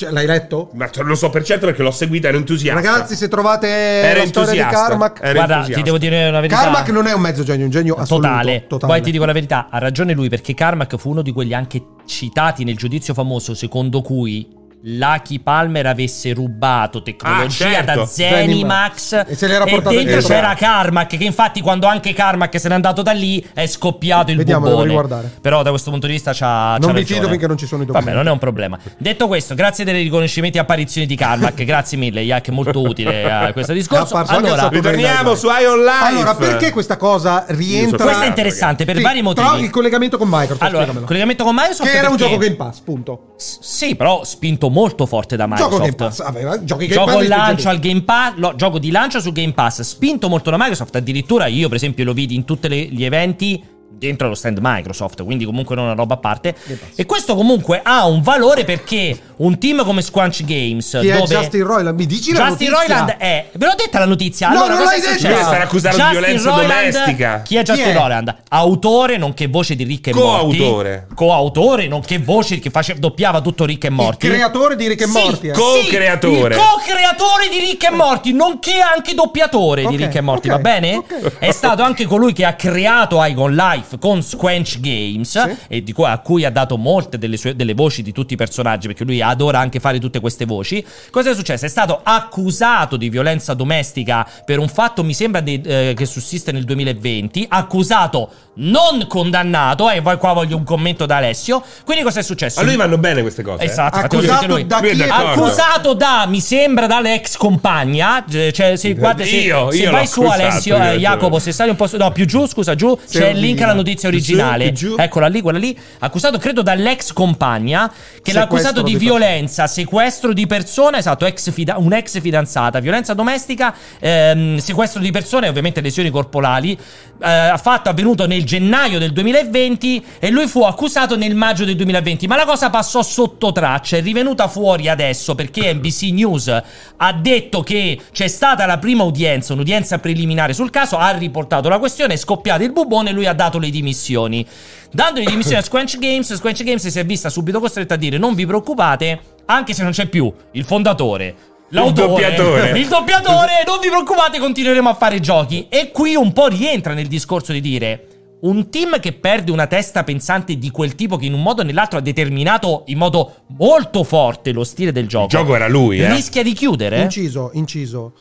B: Cioè, l'hai letto?
C: Ma te- lo so per certo perché l'ho seguita, ero entusiasta.
B: Ragazzi, se trovate
C: Era
B: la storia di
C: entusiasta.
B: Carmack,
C: Era
A: Guarda,
C: entusiasta.
A: ti devo dire una Eh, verità.
B: Carmack non è un mezzo genio, è un genio assoluto.
A: Totale. Poi ti dico la verità, ha ragione lui perché Carmack fu uno di quelli anche citati nel giudizio famoso secondo cui Lucky Palmer avesse rubato tecnologia
C: Ah, certo.
A: da Zenimax
B: E se l'era portata
A: dentro
C: via.
A: c'era
B: Esatto.
A: Carmack che infatti quando anche Carmack se n'è andato da lì è scoppiato il
B: Vediamo, devo
A: bubbone.
B: riguardare.
A: Però da questo punto di vista c'ha
B: Non
A: c'ha
B: vi
A: ragione.
B: fido finché non ci sono i documenti.
A: cioè. Vabbè, non è un problema. Detto questo, grazie delle riconoscimenti e apparizioni di Carmack, grazie mille, Iac, è molto utile eh, questo discorso.
B: apparso anche
A: Allora,
B: al sabato.
C: Ritorniamo su Ion Live.
B: Allora, perché questa cosa rientra?
A: questo è interessante per
B: Sì,
A: vari motivi.
B: Però il collegamento con Microsoft,
A: Allora,
B: spiegamelo.
A: collegamento con Microsoft
B: che era un
A: perché-
B: gioco Game Pass, punto.
A: S- Sì, però spinto molto forte da Microsoft.
B: Gioco Game Pass, aveva, giochi Game
A: Gioco
B: Pass
A: al lancio
B: distruggenti.
A: al Game Pass, lo- gioco di lancio su Game Pass, spinto molto da Microsoft. Addirittura io, per esempio, lo vidi in tutti gli eventi dentro lo stand Microsoft, quindi comunque non una roba a parte. E questo comunque ha un valore perché un team come Squanch Games,
B: Chi è
A: dove
B: Justin Roiland? Mi dici la
A: Justin
B: notizia?
A: Roiland è. Ve l'ho detta la notizia?
B: No,
A: allora,
B: non
A: cosa
B: l'hai
A: è
B: detta!
A: successo?
B: Lui è
C: stato accusato di
A: Justin
C: violenza
A: Roiland-
C: domestica.
A: Chi è Justin
B: Chi è?
A: Roiland? Autore nonché voce di Rick e Morty.
C: Co-autore.
A: Coautore nonché voce che face- doppiava tutto Rick e Morty.
B: Il creatore di Rick e
A: Sì,
B: Morty. eh.
C: co- Co-creatore.
A: il co-creatore di Rick e Morty, nonché anche doppiatore
B: Ok,
A: di Rick e Morty,
B: ok,
A: va bene?
B: ok.
A: È stato anche colui che ha creato Icon Life con Squanch Games
B: Sì.
A: e di cui, a cui ha dato molte delle, sue, delle voci di tutti i personaggi, perché lui adora anche fare tutte queste voci. Cosa è successo? È stato accusato di violenza domestica per un fatto, mi sembra, di- eh, che sussiste nel 2020, accusato non condannato, e poi qua voglio un commento da Alessio. Quindi cosa è successo?
C: A lui vanno bene queste cose. eh?
A: Esatto,
B: Accusato
A: infatti lui-
B: da
C: Lui è
B: chi è?
C: d'accordo.
A: Accusato da, mi sembra, dall'ex compagna. G- Cioè, se, guarda, se,
C: Eh, Io-
A: se
C: io
A: vai
C: l'ho
A: su
C: accusato,
A: Alessio, eh,
C: direttore.
A: Jacopo, se sali un po' su, no, più giù, scusa, giù c'è il
B: ordina.
A: link alla notizia
C: Più giù,
A: originale. Ecco,
C: più giù.
A: Eccola lì, quella lì. Accusato, credo, dall'ex compagna che l'ha
B: Sequestro
A: accusato di
B: di
A: violenza, sequestro di persona, esatto, ex fida- un'ex fidanzata, violenza domestica, ehm, sequestro di persone, ovviamente lesioni corporali. eh, fatto avvenuto nel gennaio del 2020 e lui fu accusato nel maggio del 2020. Ma la cosa passò sotto traccia, è rivenuta fuori adesso perché NBC News ha detto che c'è stata la prima udienza, un'udienza preliminare sul caso, ha riportato la questione, è scoppiato il bubone e lui ha dato le dimissioni. Dando le dimissioni a Squanch Games, Squanch Games si è vista subito costretta a dire non vi preoccupate, anche se non c'è più il fondatore. L'autore,
C: doppiatore.
A: il doppiatore, non vi preoccupate, continueremo a fare giochi. E qui un po' rientra nel discorso di dire. Un team che perde una testa pensante di quel tipo che in un modo o nell'altro ha determinato in modo molto forte lo stile del gioco.
C: Il gioco era lui, eh.
A: rischia di chiudere.
B: Inciso, inciso.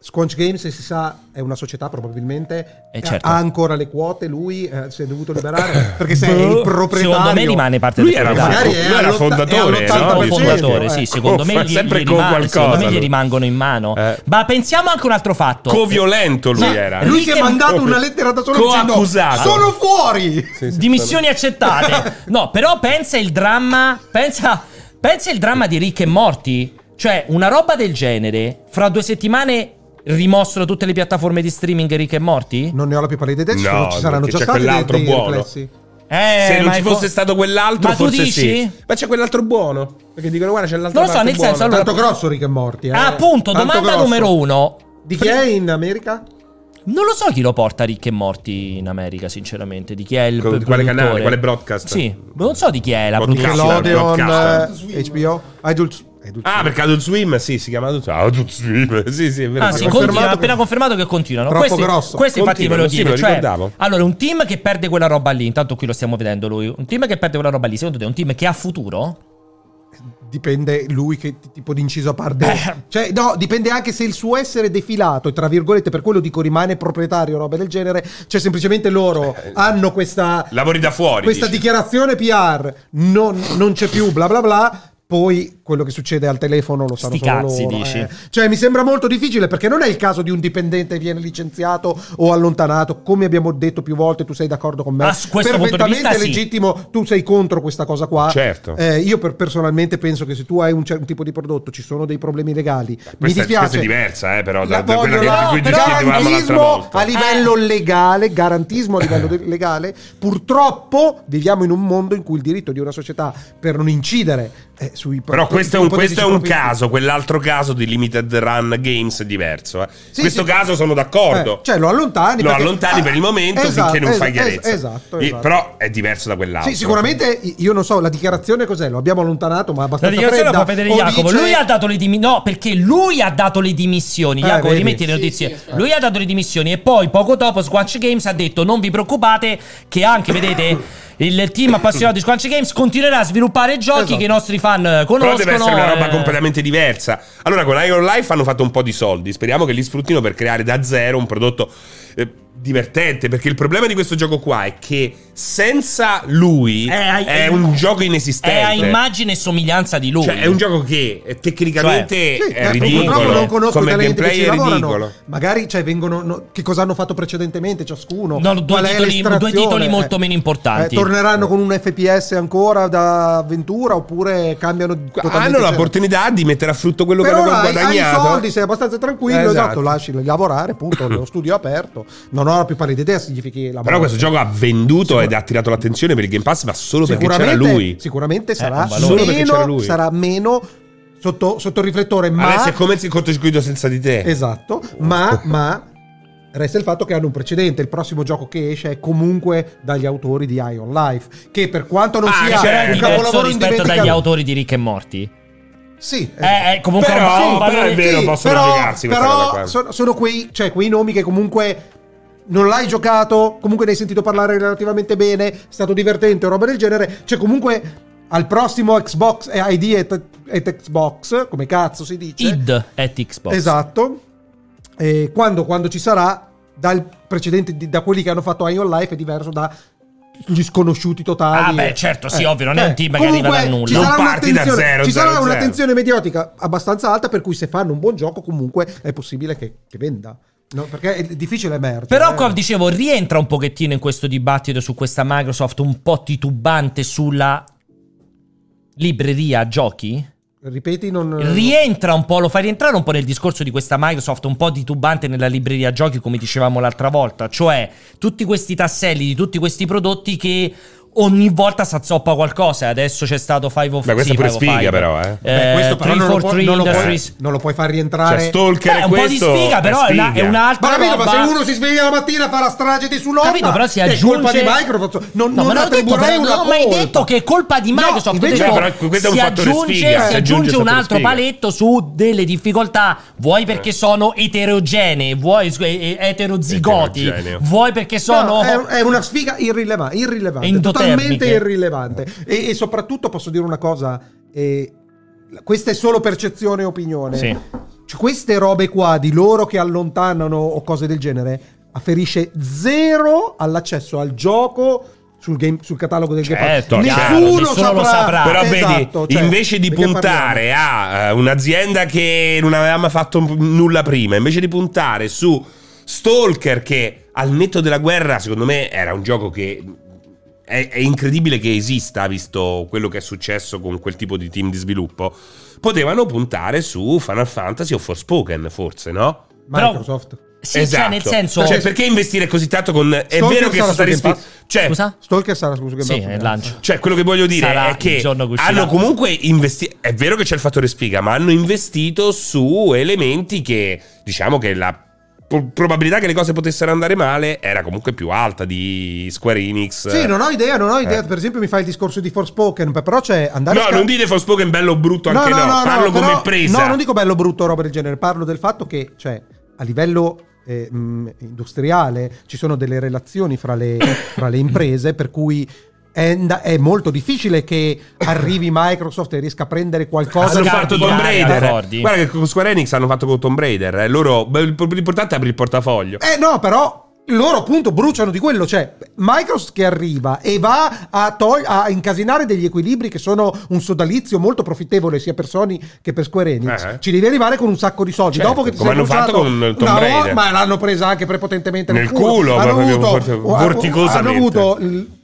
B: Squanch Games, si sa, è una società probabilmente.
A: Eh, certo.
B: Ha ancora le quote, lui eh, si è dovuto
C: <coughs>
B: liberare perché sei
A: Boh,
B: il proprietario.
A: Secondo me rimane parte
C: Lui
A: del
C: era,
A: proprietario.
B: Magari
C: lui
B: è
C: era
B: all'otta-
C: fondatore,
B: è
C: no? Oh,
A: Secondo
B: all'80%,
A: me fondatore, sì,
B: eh.
A: secondo me
C: Fa
A: gli,
C: sempre
A: gli
C: con
A: rimane-
C: qualcosa,
A: secondo me gli
C: lui.
A: rimangono in mano.
C: Eh.
A: Ma pensiamo anche a un altro fatto.
C: Coviolento lui
B: Sì,
C: era.
B: Lui che ha
A: Mica-
B: mandato una lettera da solo
C: Coaccusato.
B: dicendo sono fuori.
A: Dimissioni
C: <laughs>
A: accettate. No, però pensa il dramma. Pensa, pensa il dramma di Rick e Morty. Cioè, una roba del genere, fra due settimane rimossero tutte le piattaforme di streaming Rick e Morty?
B: Non ne ho la più pallida idea, ci
C: No,
B: sono- ci saranno
C: perché
B: già
C: c'è
B: stati dei,
C: quell'altro
B: dei
C: buono.
B: riflessi.
A: Eh,
C: Se non
A: ma
C: ci
A: è
C: fosse
A: co-
C: stato quell'altro,
A: Ma tu
C: forse
A: dici?
C: sì. Ma c'è quell'altro buono. Perché dicono, guarda, c'è l'altro
A: Non lo so, nel senso, allora-
B: Tanto grosso Rick e Morty. Eh.
A: Ah, appunto,
B: Tanto
A: domanda
B: grosso.
A: numero uno.
B: Di chi è in America?
A: Non lo so chi lo porta Rick e Morty in America, sinceramente. Di chi è il
C: Con- di quale
A: produttore.
C: canale, quale broadcast?
A: Sì, non so di chi è la
C: Podcast.
A: produzione.
B: Nickelodeon,
C: Broadcast.
B: eh, HBO, Adult, Adult
C: Ah, perché Adult Swim, sì, si chiama Adult Swim. Adult Swim, <laughs> sì, sì, è vero.
A: Ah, sì,
B: Confermato
A: continua, ha
B: che-
A: appena confermato che continuano.
B: Troppo
A: Questi-
B: grosso.
A: Questo infatti ve lo
C: Continuano, sì,
A: dire.
C: me lo
A: cioè,
C: ricordavo.
A: allora, un team che perde quella roba lì, intanto qui lo stiamo vedendo lui. Un team che perde quella roba lì, secondo te è un team che ha futuro?
B: dipende lui che t- tipo di inciso a parte.
A: Beh.
B: Cioè, no, dipende anche se il suo essere defilato, e tra virgolette, per quello dico rimane proprietario, roba del genere. Cioè, semplicemente loro hanno questa,
C: Lavori da fuori.
B: questa
C: dici.
B: dichiarazione PR, non, non c'è più, bla bla bla. Poi quello che succede al telefono lo sanno
A: Sti
B: solo
A: cazzi,
B: loro,
A: dici.
B: eh. Cioè, mi sembra molto difficile perché non è il caso di un dipendente che viene licenziato o allontanato, come abbiamo detto più volte, tu sei d'accordo con me.
C: Ah,
A: A questo punto di
B: Perfettamente
A: vista, sì.
B: legittimo, tu sei contro questa cosa qua.
C: Certo.
B: Eh, io per- personalmente penso che se tu hai un certo tipo di prodotto ci sono dei problemi legali. mi
C: Questa è-
B: dispiace.
C: questa è diversa, eh, però, da-
B: La
C: da quella
B: voglio-
A: che- di cui
B: no,
A: discutevamo
B: però
C: l'altra
B: garantismo
C: volta.
B: a livello legale, garantismo a livello de- legale. Purtroppo viviamo in un mondo in cui il diritto di una società per non incidere eh, sui pro-
C: Però questo è un,
B: sui potenti
C: questo è un
B: profitti-
C: caso, quell'altro caso di Limited Run Games è diverso. eh.
B: Sì,
C: questo
B: sì.
C: caso sono d'accordo.
B: Eh, cioè, lo allontani
C: Lo
B: perché-
C: allontani
B: ah,
C: per il momento
B: esatto,
C: finché non fai
B: esatto,
C: chiarezza.
B: esatto,
C: Eh,
B: esatto.
C: Però è diverso da quell'altro.
B: Sì, sicuramente io non so, la dichiarazione cos'è? Lo abbiamo allontanato, ma
A: La
B: abbastanza
A: dichiarazione la
B: fredda.
A: fa vedere
B: O
A: Jacopo.
B: dice-
A: Lui ha dato le dimissioni. No, perché lui ha dato le dimissioni.
B: Eh,
A: Jacopo,
B: vedi.
A: rimetti le
D: Sì,
A: notizie.
D: sì, aspetta.
A: lui ha dato le dimissioni e poi poco dopo Squanch Games ha detto non vi preoccupate che anche,
C: <coughs>
A: vedete... Il team appassionato di Squanch Games continuerà a sviluppare giochi
B: Esatto.
A: che i nostri fan eh,
C: Però
A: conoscono.
C: deve essere una roba
A: eh.
C: completamente diversa. Allora, con Iron Life hanno fatto un po' di soldi. Speriamo che li sfruttino per creare da zero un prodotto eh, divertente. Perché il problema di questo gioco qua è che senza lui
A: Eh, hai-
C: è un gioco
A: È a
C: inesistente.
A: immagine e somiglianza di lui.
C: Cioè, è un gioco che eh, tecnicamente
B: Sì,
C: è
B: eh,
C: ridicolo.
B: Purtroppo non conosco
C: Come
B: i talenti che
C: gameplay
B: ci
C: è
B: lavorano.
C: ridicolo.
B: Magari cioè, vengono. no, che cosa hanno fatto precedentemente ciascuno?
A: No, due
B: Qual è
A: titoli-
B: l'estrazione?
A: due titoli
B: Eh,
A: molto meno importanti.
B: eh, torneranno con un FPS ancora da avventura oppure cambiano totalmente
C: Hanno
B: genere?
C: l'opportunità di mettere a frutto quello
B: Per
C: che
B: ora
C: avevano
B: hai, hai i
C: guadagnato.
B: soldi, sei abbastanza tranquillo,
C: Eh,
B: esatto,
C: esatto.
B: lasci lavorare, punto, lo studio è aperto. Non ho la più pallida idea, significhi lavorare.
C: Però questo gioco ha venduto ed ha attirato l'attenzione per il Game Pass, ma solo perché c'era lui.
B: Sicuramente sarà,
A: un valore.
C: Solo perché c'era
B: meno,
C: lui.
B: sarà meno sotto, sotto il riflettore, ma...
C: Adesso è come il cortocircuito senza di te.
B: Esatto, ma, ma resta il fatto che hanno un precedente. Il prossimo gioco che esce è comunque dagli autori di Ion Life, che per quanto non
C: Ah,
B: sia
C: cioè,
B: un
C: diverso
A: diverso
B: Eh, capolavoro
A: rispetto dagli
B: indimenticabile,
A: autori di Rick e Morty.
B: sì,
A: Eh, eh, comunque
C: Però-
A: ha un
C: sì,
A: valore-
C: però è vero, possono
B: però,
C: giocarsi questa
B: però
C: roba qua.
B: Sono, sono quei, cioè, quei nomi che comunque non l'hai giocato, comunque ne hai sentito parlare relativamente bene, è stato divertente o roba del genere. Cioè, comunque al prossimo Xbox eh, ID at, at Xbox, come cazzo si dice?
A: id at Xbox.
B: Esatto. E quando, quando ci sarà, dal precedente, di- da quelli che hanno fatto Ion Life è diverso da gli sconosciuti totali. Eh,
A: Ah, beh, certo, sì, ovvio, non è un team che
B: comunque
A: arriva da nulla.
B: Ci
A: Non
B: sarà,
C: parti da
B: un'attenzione,
C: zero,
B: ci
C: zero,
B: sarà
C: zero.
B: un'attenzione mediatica abbastanza alta, per cui se fanno un buon gioco comunque è possibile che, che venda. No, perché è difficile emergere.
A: Però,
B: eh.
A: come dicevo, rientra un pochettino in questo dibattito su questa Microsoft un po' titubante sulla libreria giochi.
B: Ripeti, non...
A: Rientra un po', lo fa rientrare un po' nel discorso di questa Microsoft un po' titubante nella libreria giochi, come dicevamo l'altra volta, cioè tutti questi tasselli di tutti questi prodotti che ogni volta s'azzoppa qualcosa. Adesso c'è stato 505.
C: Beh, questa pure sfiga, però, eh.
B: Beh, questo però non lo, puoi, non, lo puoi,
A: Industries.
B: non lo puoi far rientrare.
C: Cioè, stalker
A: Beh, è un
C: questo.
A: po' di sfiga, però è, una- è
C: sfiga.
A: un'altra
B: Ma capito, ma
A: roba.
B: se uno si sveglia la mattina e fa la strage di su Londra,
A: Capito, però si
B: è
A: aggiunge...
B: colpa di Microsoft. Non,
A: No,
B: non
A: ma ho detto,
B: attribuirei
A: però-
B: una
A: no, ma hai
B: colpa.
A: detto che è colpa di
B: No,
A: Microsoft. cioè, ho
B: invece-
A: detto,
C: Beh, però questo è un
A: si
C: fattore
A: aggiunge,
C: sfiga,
A: si
C: eh,
A: aggiunge
C: aggiunge
A: un
C: fattore
A: altro
C: sfiga. Eh.
A: paletto su delle difficoltà. Vuoi perché sono eterogenee, vuoi s- e- e- eterozigoti,
C: Eterogeneo.
A: vuoi perché
B: No,
A: sono...
B: è, è una sfiga irrileva- irrilevante,
A: Endotermiche.
B: totalmente irrilevante. E, e soprattutto posso dire una cosa, eh, questa è solo percezione e opinione.
A: Sì.
B: Cioè, queste robe qua di loro che allontanano o cose del genere afferisce zero all'accesso al gioco sul, game- sul catalogo del
A: Certo,
B: Game Pass.
A: chiaro, nessuno lo saprà.
C: Però
B: Esatto,
C: vedi,
B: cioè,
C: invece di
B: perché
C: puntare a eh, un'azienda che non aveva mai fatto m- nulla prima, invece di puntare su Stalker che al netto della guerra, secondo me era un gioco che è, è incredibile che esista, visto quello che è successo con quel tipo di team di sviluppo. Potevano puntare su Final Fantasy o Forspoken, forse, no?
A: Però-
B: Microsoft.
A: Sì, cioè, nel senso...
C: Cioè, perché investire così tanto con... È
B: Stalker
C: vero che
B: sarà
C: sono stati...
B: su Game
C: sti- Cioè,
A: Scusa?
B: Stalker sarà su Game
A: Sì,
B: Pass.
A: è il lancio.
C: cioè, quello che voglio dire
A: Sarà
C: è che,
A: il giorno che uscirà.
C: hanno comunque investito. È vero che c'è il fattore sfiga, ma hanno investito su elementi che diciamo che la po- probabilità che le cose potessero andare male era comunque più alta di Square Enix.
B: Sì, non ho idea, non ho idea.
C: Eh.
B: Per esempio, mi fai il discorso di Forspoken, però c'è andare a
C: No,
B: sca-
C: non dite Forspoken bello o brutto, anche no. Parlo come
B: però-
C: presa.
B: No, non dico bello brutto o roba del genere, parlo del fatto che, cioè, a livello eh, mh, industriale ci sono delle relazioni fra
C: <coughs>
B: le, fra le imprese, per cui è, nda- è molto difficile che arrivi Microsoft e riesca a prendere qualcosa
C: hanno
A: Hanno
B: da-
C: fatto
A: Scarti,
C: Tomb
A: dai,
C: Raider.
A: ricordi.
C: eh, Guarda che con Square Enix hanno fatto con Tomb Raider. eh. Loro, beh, l'importante è aprire il portafoglio.
B: Eh no, però loro appunto bruciano di quello, cioè Microsoft che arriva e va a, tog- a incasinare degli equilibri che sono un sodalizio molto profittevole sia per Sony che per Square Enix.
C: Eh.
B: Ci devi arrivare con un sacco di soldi.
C: Certo,
B: Dopo che ti
C: come
B: sei
C: hanno fatto
B: bruciato
C: con Tomb
B: una vo-
C: Raider.
B: ma l'hanno presa anche prepotentemente nel,
C: Nel culo,
B: Hanno
C: proprio
B: avuto-
C: forte-
B: o-
C: vorticosamente.
B: Hanno avuto il-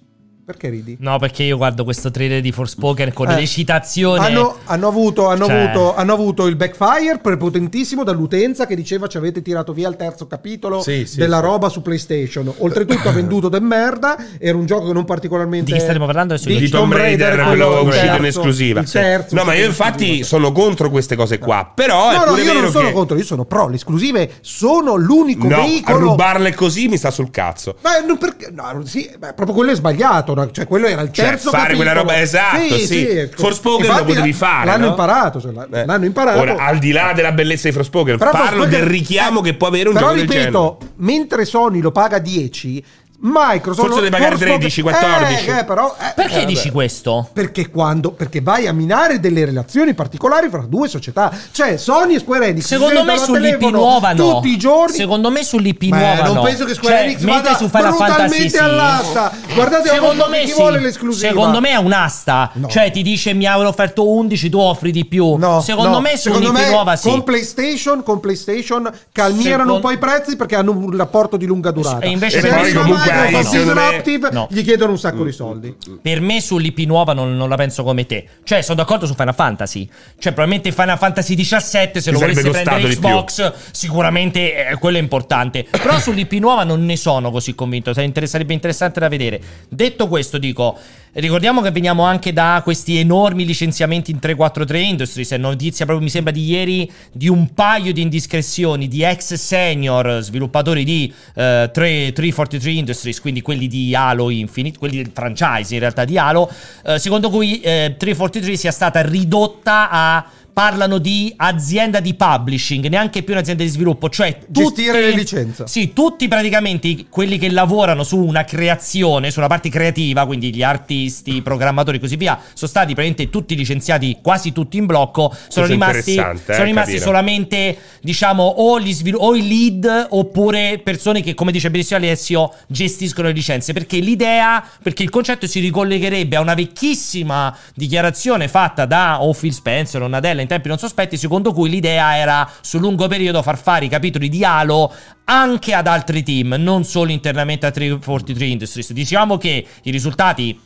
B: perché ridi?
A: No, perché io guardo questo trailer di Forspoken con
B: Eh.
A: le citazioni...
B: Hanno, hanno avuto, hanno
A: Cioè-
B: avuto- hanno avuto il backfire prepotentissimo dall'utenza che diceva ci avete tirato via il terzo capitolo
C: Sì, sì,
B: della
C: sì.
B: roba su PlayStation. Oltretutto ha venduto del merda, era un gioco che non particolarmente...
A: Di chi stiamo parlando adesso?
C: Cioè, di Tomb Raider, quello
B: il
C: uscito
B: terzo,
C: in esclusiva.
B: il terzo,
C: no, ma io
B: uscito in
C: infatti
B: esclusiva.
C: sono contro queste cose qua. Però è
B: No, no,
C: pure
B: io
C: vero
B: non sono
C: che...
B: contro, io sono pro. Le esclusive sono l'unico
C: No, a
B: veicolo...
C: rubarle così mi sta sul cazzo.
B: Ma non perché, no, sì, ma proprio quello è sbagliato. no? Cioè, quello era il
C: Cioè,
B: terzo
C: fare
B: capitolo.
C: quella roba- esatto, sì. Forspoken lo
B: Infatti,
C: potevi
B: la-
C: fare,
B: L'hanno
C: no?
B: imparato. cioè, la-
C: Eh.
B: L'hanno imparato.
C: Ora, al di là della bellezza di Frostpoken,
B: Però
C: parlo
B: Forspoken-
C: del richiamo
B: eh,
C: che può avere un
B: però
C: gioco del
B: ripeto, mentre Sony lo paga 10, Microsoft
C: Forse
B: lo-
C: deve pagare
B: Forspoken-
C: 13, 14.
B: Eh, eh, però, eh,
A: Perché
B: eh,
A: dici
B: vabbè.
A: questo?
B: Perché quando? Perché vai a minare delle relazioni particolari fra due società. Cioè, Sony e Square Enix. si
A: Secondo me
B: sentono al
A: sull'IP
B: telefono
A: nuova no.
B: Tutti i giorni.
A: Secondo me sull'IP
B: Ma
A: nuova
B: non
A: no.
B: penso che Square
A: Cioè,
B: Enix
A: mentre
B: vada
A: su Final Fantasy
B: brutalmente
A: sì.
B: all'asta. Guardate
A: Secondo me
B: chi
A: sì.
B: vuole l'esclusiva.
A: Secondo me è un'asta.
B: No.
A: Cioè ti dice mi hanno offerto 11, tu offri di più.
B: No,
A: secondo
B: no.
A: me su
B: Secondo
A: un'IP
B: me
A: nuova sì.
B: con PlayStation, con PlayStation calmierano
A: Secondo-
B: un po' i prezzi perché hanno un rapporto di lunga durata.
A: E invece
B: se
A: per-
B: arriva
A: comunque
B: Microsoft
A: hai,
B: Season
C: secondo me-
B: Active,
A: No.
B: gli chiedono un sacco di soldi.
A: Per me sull'IP nuova non, non la penso come te. Cioè, sono d'accordo su Final Fantasy. Cioè, probabilmente Final Fantasy XVII, se
C: Mi
A: lo
C: sarebbe
A: volesse
C: costato
A: prendere
C: di più.
A: Xbox, sicuramente eh, quello è importante. Però sull'IP nuova non ne sono così convinto. Sa- inter- Sarebbe interessante da vedere. Detto questo, dico. Ricordiamo che veniamo anche da questi enormi licenziamenti in 343 Industries. È notizia proprio, mi sembra, di ieri di un paio di indiscrezioni di ex senior sviluppatori di eh, 3- 343 Industries, quindi quelli di Halo Infinite, quelli del franchise in realtà di Halo, eh, secondo cui eh, 343 sia stata ridotta a. Parlano di azienda di publishing, neanche più un'azienda di sviluppo, cioè tutti,
B: Gestire le licenze.
A: Sì, tutti praticamente i- quelli che lavorano su una creazione, sulla parte creativa, quindi gli artisti, i programmatori e così via, sono stati praticamente tutti licenziati, quasi tutti in blocco, sono
C: Questo è
A: rimasti,
C: interessante, eh,
A: sono rimasti
C: capire.
A: solamente, diciamo, o, gli svilu- o i lead oppure persone che, come dice benissimo Alessio, gestiscono le licenze. Perché l'idea, perché il concetto si ricollegherebbe a una vecchissima dichiarazione fatta da o Phil Spencer o Nadella in tempi non sospetti, secondo cui l'idea era sul lungo periodo far fare i capitoli di Halo anche ad altri team, non solo internamente a 343 Industries. Diciamo che i risultati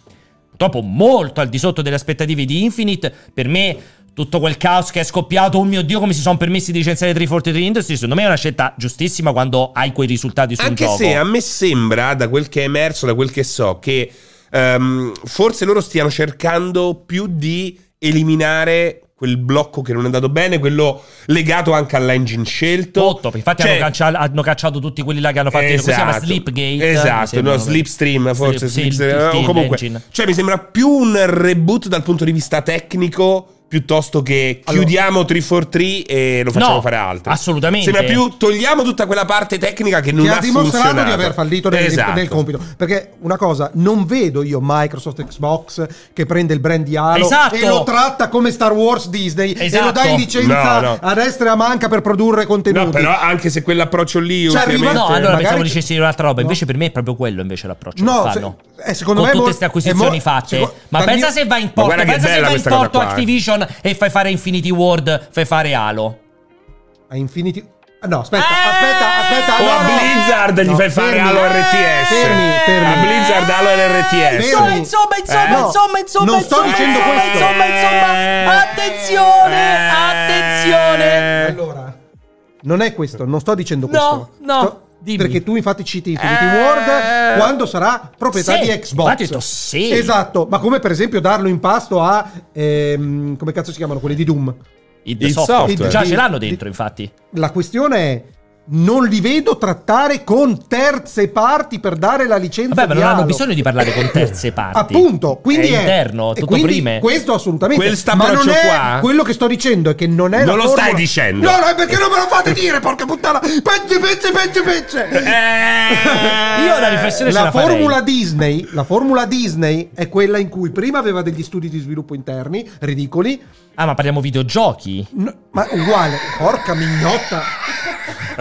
A: purtroppo molto al di sotto delle aspettative di Infinite. Per me tutto quel caos che è scoppiato, oh mio Dio, come si sono permessi di licenziare 343 Industries, secondo me è una scelta giustissima quando hai quei risultati sul
C: Anche
A: gioco.
C: se a me sembra, da quel che è emerso, da quel che so, che ehm, forse loro stiano cercando più di eliminare quel blocco che non è andato bene, quello legato anche all'engine scelto.
A: Totto, infatti hanno,
C: Cioè,
A: caccia- hanno cacciato tutti quelli là che hanno fatto Eh, come si chiama Slipgate. Mi
C: Eh, Esatto,
A: sembra,
C: no,
A: vabbè.
C: Slipstream, forse
A: Slip- sì, il-
C: Slipstream,
A: il-
C: o
A: il
C: comunque.
A: engine.
C: Cioè, mi sembra più un reboot dal punto di vista tecnico piuttosto che
B: Allora-
C: chiudiamo 343 e lo facciamo fare altro.
A: assolutamente.
C: Sembra più togliamo tutta quella parte tecnica che non
B: che ha
C: ha
B: dimostrato
C: funzionato
B: di aver fallito nel,
C: Esatto.
B: nel compito. Perché una cosa, non vedo io Microsoft Xbox che prende il brand di Halo
A: Esatto.
B: e lo tratta come Star Wars Disney e lo
A: Esatto.
B: dà in licenza
C: No, no.
B: a destra e a manca per produrre contenuti.
C: No, però anche se quell'approccio lì
B: Ci Cioè, arriva-
C: ultimamente-
A: No, allora
B: magari-
A: pensavo dicessi un'altra roba.
B: No.
A: Invece, per me è proprio quello invece l'approccio
B: No,
A: che
B: se-
A: fanno.
B: eh, secondo
A: Con tutte
B: me è mol-
A: queste
B: è
A: acquisizioni
B: mol-
A: fatte.
B: secondo-
A: ma
B: dal
A: pensa
B: mio-
A: se va in
C: Ma
A: porto,
C: guarda che
A: pensa se
C: bella
A: va in
C: questa cosa
A: porto
C: qua, eh.
A: Activision e fai fare Infinity Ward, fai fare Halo.
B: A Infinity... ah, No, aspetta,
A: Eh!
B: aspetta, aspetta.
C: O
B: no,
C: Oh, a
B: no, no.
C: Blizzard gli
B: No,
C: fai fare
B: fermi.
C: Halo RTS.
B: Eh,
A: Eh,
B: Fermi, fermi.
C: A Blizzard Halo RTS.
A: Insomma,
B: Fermi.
A: insomma, insomma,
C: Eh.
A: insomma, insomma,
B: Non sto
A: insomma,
B: dicendo
A: insomma,
B: questo.
A: Eh.
B: Eh.
A: Insomma, insomma, attenzione,
C: Eh.
A: attenzione.
B: Allora, non è questo, non sto dicendo
A: Eh. No,
B: questo.
A: no,
B: Sto-
A: dimmi.
B: Perché tu infatti citi Infinity
C: Eh.
B: Ward quando sarà proprietà
A: Sì,
B: di Xbox.
A: infatti ho detto sì.
B: Esatto, ma come per esempio darlo in pasto a... ehm, come cazzo si chiamano? Quelli di Doom.
A: Id
C: Il
A: Software.
C: software.
A: Già
B: Id-
A: ce l'hanno
B: Id-
A: dentro, infatti.
B: La questione è... Non li vedo trattare con terze parti per dare la licenza
A: Vabbè, ma
B: di
A: non hanno
B: Halo.
A: bisogno di parlare con terze parti.
B: Eh, Appunto, quindi è,
A: interno,
B: e
A: tutto
B: quindi
A: prime.
B: Questo assolutamente.
C: Questo
B: ma non
C: approccio
B: è
C: qua-
B: quello che sto dicendo è che non è la
C: Non lo stai
B: formula-
C: dicendo.
B: No, no, è perché non me lo fate dire, porca puttana. Pezzi, pezzi, pezzi, pezzi.
C: Eh.
A: Io la riflessione ce
B: La
A: la farei.
B: formula, Disney, la formula Disney è quella in cui prima aveva degli studi di sviluppo interni ridicoli,
A: Ah, ma parliamo videogiochi?
B: no- ma uguale, porca mignotta.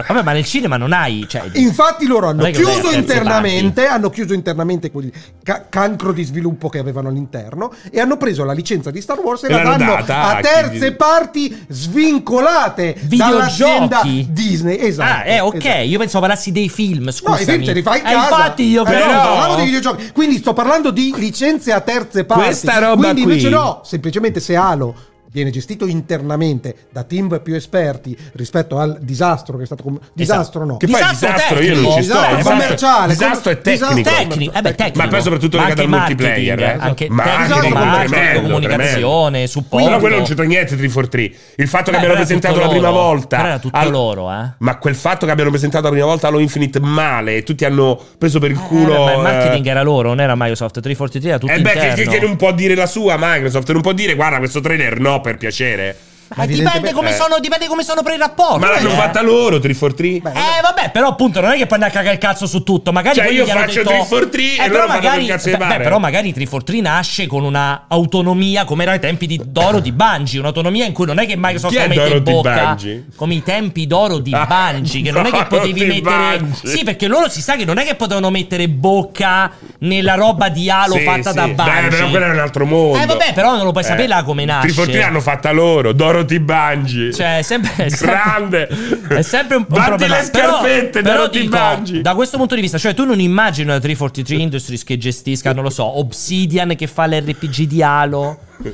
A: Vabbè, ma nel cinema non hai. Cioè,
B: Infatti loro hanno
A: Non è che vai a
B: chiuso
A: terze
B: internamente, hanno chiuso internamente quel ca- cancro di sviluppo che avevano all'interno e hanno preso la licenza di Star Wars e,
C: E
B: la
C: l'hanno
B: danno
C: data
B: a
C: a chi-
B: terze parti svincolate
A: Videogiochi?
B: dall'azienda Disney. Esatto.
A: ah, eh, ok.
B: esatto.
A: Io pensavo parlassi dei film.
B: No,
A: Scusami.
B: i film te li fai in
A: Eh,
B: casa.
A: Infatti, io
B: Eh,
A: credo.
B: no,
C: però-
B: parlavo di videogiochi. Quindi sto parlando di licenze a terze parti.
C: Questa roba
B: Quindi invece
C: qui-
B: no, semplicemente se Halo viene gestito internamente da team più esperti rispetto al disastro che è stato com-
A: Esatto.
B: disastro no
C: Che poi
A: Disastro
C: disastro,
A: tecnico.
C: io non ci sto.
B: Disastro
C: Disastro-
B: commerciale.
C: Disastro è
B: Disastro-
C: tecnico.
A: Tecnico, eh beh, tecnico.
C: Ma poi soprattutto
A: Ma
C: legato al
A: anche marketing,
C: multiplayer. Eh?
A: Anche
C: Ma
A: tecnico,
C: anche
A: marketing,
C: tremendo,
A: comunicazione,
C: tremendo.
A: supporto.
C: No, quello non c'entra niente 343. Il fatto
A: Beh,
C: che abbiano
A: però era
C: presentato
A: tutto
C: la prima
A: loro.
C: volta.
A: Però era tutto loro, eh.
C: Ma quel fatto che abbiano presentato la prima volta Halo Infinite male e tutti hanno preso per il
A: Eh,
C: culo.
A: ma il marketing
C: eh,
A: era loro, non era Microsoft 343, era tutto
C: eh beh, che,
A: interno.
C: che- che non può dire la sua Microsoft, non può dire guarda questo trailer no per piacere.
A: Ma dipende come,
C: eh.
A: sono, dipende come sono per il rapporto.
C: Ma l'hanno
A: eh.
C: fatta loro 343.
A: Eh vabbè, però appunto non è che puoi andare a cagare il cazzo su tutto, magari
C: Cioè,
A: quelli
C: io
A: gli hanno
C: faccio
A: detto- Eh,
C: 343 e
A: però
C: loro fanno quel cazzo che
A: beh,
C: pare.
A: però magari 343 nasce con una autonomia come era ai tempi di d'oro di Bungie, un'autonomia in cui non è che Microsoft
C: Chi è
A: la mette
C: d'oro
A: in
C: di
A: bocca
C: Bungie?
A: come i tempi d'oro di
C: Ah,
A: Bungie, che non è che
C: d'oro
A: potevi
C: di
A: mettere
C: Bungie.
A: Sì, perché loro si sa che non è che potevano mettere bocca nella roba di Halo
C: Sì,
A: fatta
C: sì.
A: da Bungie.
C: Beh, però quello è un altro mondo.
A: Eh vabbè, però non lo puoi sapere là come nasce.
C: 343 l'hanno fatta loro, Dorothy Bungie.
A: Cioè, è sempre, è sempre-
C: Grande.
A: È sempre un, un
C: Batti
A: problema.
C: le scarpette,
A: però, però
C: Dorothy
A: dico,
C: Bungie.
A: Da questo punto di vista, cioè, tu non immagini una 343 Industries che gestisca, non lo so, Obsidian che fa l'RPG di Halo,
B: Se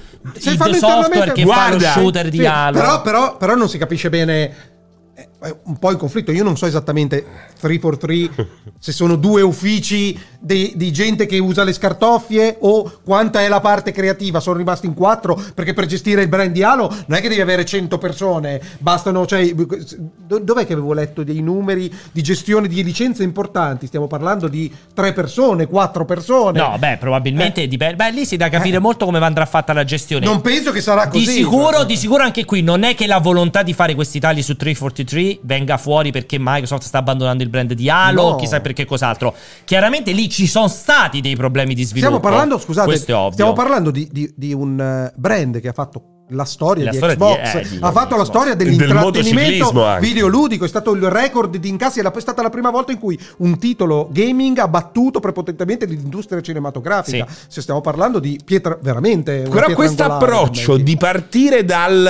A: id
B: fanno
A: Software
B: internamente-
A: che
C: Guarda,
A: fa lo shooter
B: Sì,
A: di Halo.
B: Però, però- però non si capisce bene. eh, È un po' il conflitto. Io non so esattamente 343 se sono due uffici di, di gente che usa le scartoffie o quanta è la parte creativa. Sono rimasti in quattro perché per gestire il brand di Halo non è che devi avere 100 persone. Bastano, cioè, do- dov'è che avevo letto dei numeri di gestione di licenze importanti? Stiamo parlando di tre persone, quattro persone.
A: No, beh, probabilmente dipende. Beh, lì si dà capire
B: Eh.
A: molto come andrà fatta la gestione.
B: Non penso che sarà
A: Di
B: così.
A: sicuro, di sicuro anche qui non è che la volontà di fare questi tagli su 343 venga fuori perché Microsoft sta abbandonando il brand di Halo,
B: No.
A: chissà perché cos'altro. Chiaramente lì ci sono stati dei problemi di sviluppo.
B: Stiamo parlando, scusate,
A: questo è ovvio.
B: stiamo parlando di, di- di un eh, brand che ha fatto la storia
A: La
B: di
A: storia di-
B: Xbox,
A: eh, di-
B: ha fatto la
A: Xbox.
B: storia
C: Del
B: dell'intrattenimento
C: motociclismo anche.
B: videoludico, è stato il record di incassi, è la- è stata la prima volta in cui un titolo gaming ha battuto prepotentemente l'industria cinematografica.
A: Sì.
B: Se stiamo parlando di pietra veramente una
C: Però
B: pietra
C: questo
B: angolare per me,
C: approccio
B: sì.
C: di partire dal,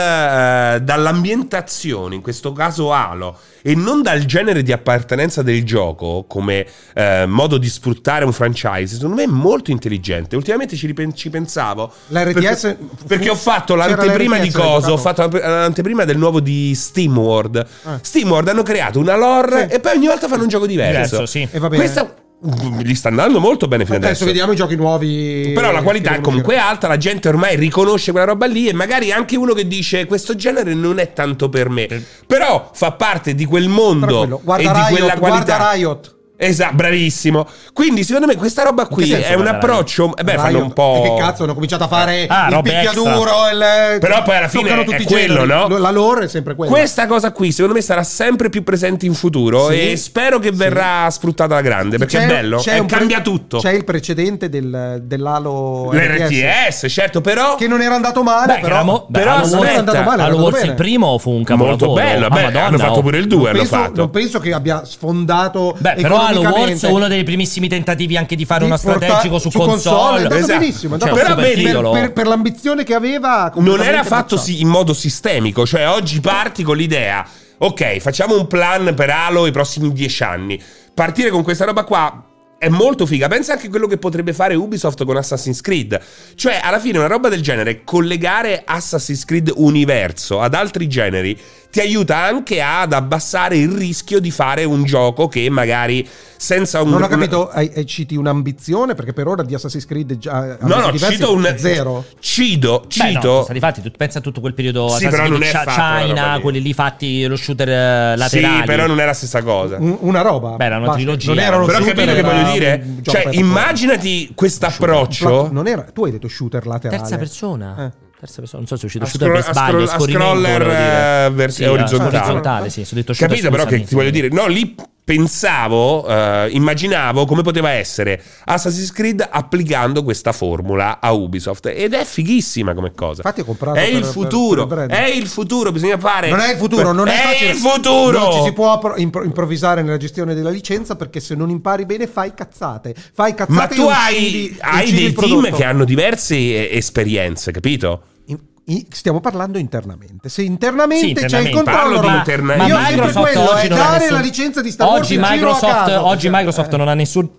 C: eh, dall'ambientazione, in questo caso Halo, e non dal genere di appartenenza del gioco come eh, modo di sfruttare un franchise, secondo me è molto intelligente. Ultimamente ci, ripen- ci pensavo.
B: L'RTS
C: Perché, perché ho fatto
B: C'era
C: l'anteprima di
B: l'RTS, l'hai
C: cosa? Ho
B: giocato?
C: fatto l'anteprima del nuovo di SteamWorld.
B: Ah.
C: SteamWorld hanno creato una lore
B: Sì.
C: e poi ogni volta fanno un gioco diverso.
A: Diverso, sì.
B: E va bene.
C: Questa- gli sta andando molto bene fino
B: Adesso
C: adesso.
B: vediamo i giochi nuovi.
C: Però la qualità
B: che
C: è comunque alta, la gente ormai riconosce quella roba lì e magari anche uno che dice questo genere non è tanto per me.
B: Eh.
C: Però fa parte di quel
B: Tranquillo,
C: mondo e
B: Guarda
C: di quella
B: Riot,
C: qualità.
B: guarda Riot.
C: Esatto, bravissimo. Quindi secondo me questa roba qui
A: che senso
C: è un
A: guarda
C: approccio... Eh beh,
B: Riot.
C: fanno un
B: E
C: po'...
B: Che cazzo, hanno cominciato a fare
A: Ah,
B: il
A: robe
B: picchiaduro. Il...
C: Però poi alla fine
B: Toccano
C: è
B: tutti i
C: quello,
B: generi.
C: no?
B: La lore è sempre quella.
C: Questa cosa qui secondo me sarà sempre più presente in futuro
B: Sì.
C: e spero che
B: Sì.
C: verrà sfruttata alla grande perché è
B: C'è-
C: bello,
B: c'è
C: e
B: un pre-
C: cambia tutto.
B: C'è il precedente del, dell'Halo RTS,
C: L'RTS, certo, però...
B: che non era andato male,
A: Beh,
B: però.
A: era mo- beh,
C: però
A: Halo
C: aspetta,
A: Wars-
C: è andato
B: male, è
A: Halo
B: andato
A: Wars
B: bene.
A: il primo fu un capolavoro.
C: Molto bello,
A: Ah,
C: beh,
A: Madonna,
C: hanno fatto
A: oh.
C: pure il
B: non,
C: 2, hanno
B: penso,
C: fatto.
B: non penso che abbia sfondato.
A: Beh, però Halo Wars
B: economicamente.
A: è uno dei primissimi tentativi anche di fare
B: Di
A: uno
B: portare-
A: strategico su, console.
B: È andato
C: Esatto.
B: benissimo. è
A: Cioè,
B: andato
C: però
B: per-
C: vedi,
B: per,
A: titolo.
B: per- per l'ambizione che aveva,
C: non
B: completamente
C: era fatto
B: ammazzato.
C: sì- in modo sistemico, cioè oggi parti con l'idea, ok, facciamo un plan per Halo i prossimi dieci anni. Partire con questa roba qua è molto figa. Pensa anche a quello che potrebbe fare Ubisoft con Assassin's Creed. Cioè, alla fine una roba del genere, collegare Assassin's Creed universo ad altri generi, ti aiuta anche ad abbassare il rischio di fare un gioco che magari senza un...
B: Non ho
C: Mm, una-
B: capito, hai, hai citi un'ambizione perché per ora di Assassin's Creed già
C: No, no,
B: diversi,
C: cito un...
B: zero.
C: Cido,
A: Beh, no,
C: cito...
A: sono stati fatti, tu- pensa a tutto quel periodo
C: Sì,
A: Assassin's
C: però non
A: Creed,
C: è
A: Cha-
C: fatta quella roba
A: China,
C: lì.
A: quelli lì fatti lo shooter eh, laterali.
C: sì, però non è la stessa cosa.
B: Un- una roba.
A: Beh, era una
B: Basta.
A: trilogia.
B: Non era uno
C: Però
A: Lo
B: shooter,
C: capito che
B: era
C: voglio
B: un
C: dire?
B: gioco
C: Cioè,
B: aperto.
C: immaginati questo
B: Pla-
C: approccio.
B: non era, tu hai detto shooter laterale.
A: Terza persona. Terza persona, non so se è uscito
C: Eh. A
A: shooter per
C: scroll- a
A: sbaglio,
C: scroll- a
A: scorrimento,
C: scroller,
A: volevo dire.
C: eh, vers-
A: Sì,
C: è
A: ah,
C: orizzontale.
A: orizzontale, sì, ho detto shooter,
C: Capito però che
A: scusami,
C: ti voglio
A: sì.
C: dire? No, lì pensavo, eh, immaginavo come poteva essere Assassin's Creed applicando questa formula a Ubisoft. Ed è fighissima come cosa.
B: Infatti ho comprato
C: È
B: per-
C: il
B: per-
C: futuro,
B: per il brand.
C: è il futuro, bisogna fare...
B: Non è il futuro, non è, facile.
C: il futuro!
B: Non ci si può appro- impro- improvvisare nella gestione della licenza perché se non impari bene fai cazzate. Fai cazzate
C: Ma tu
B: e
C: hai,
B: uccidi-
C: hai
B: uccidi
C: dei
B: il
C: team
B: prodotto.
C: che hanno diverse eh, esperienze, capito?
B: In- in- Stiamo parlando internamente. Se internamente,
A: Sì, internamente.
B: c'è cioè, il controllo,
C: Parlo di
B: ma-
C: interna-
B: ma io
C: Io
B: sempre
A: Microsoft
B: quello
A: oggi
B: è
A: non ha
B: dare
A: nessun-
B: la licenza di Star Wars
A: oggi
B: in giro a
A: Microsoft,
B: caso.
A: oggi
B: Cioè,
A: Microsoft
B: eh.
A: non ha nessun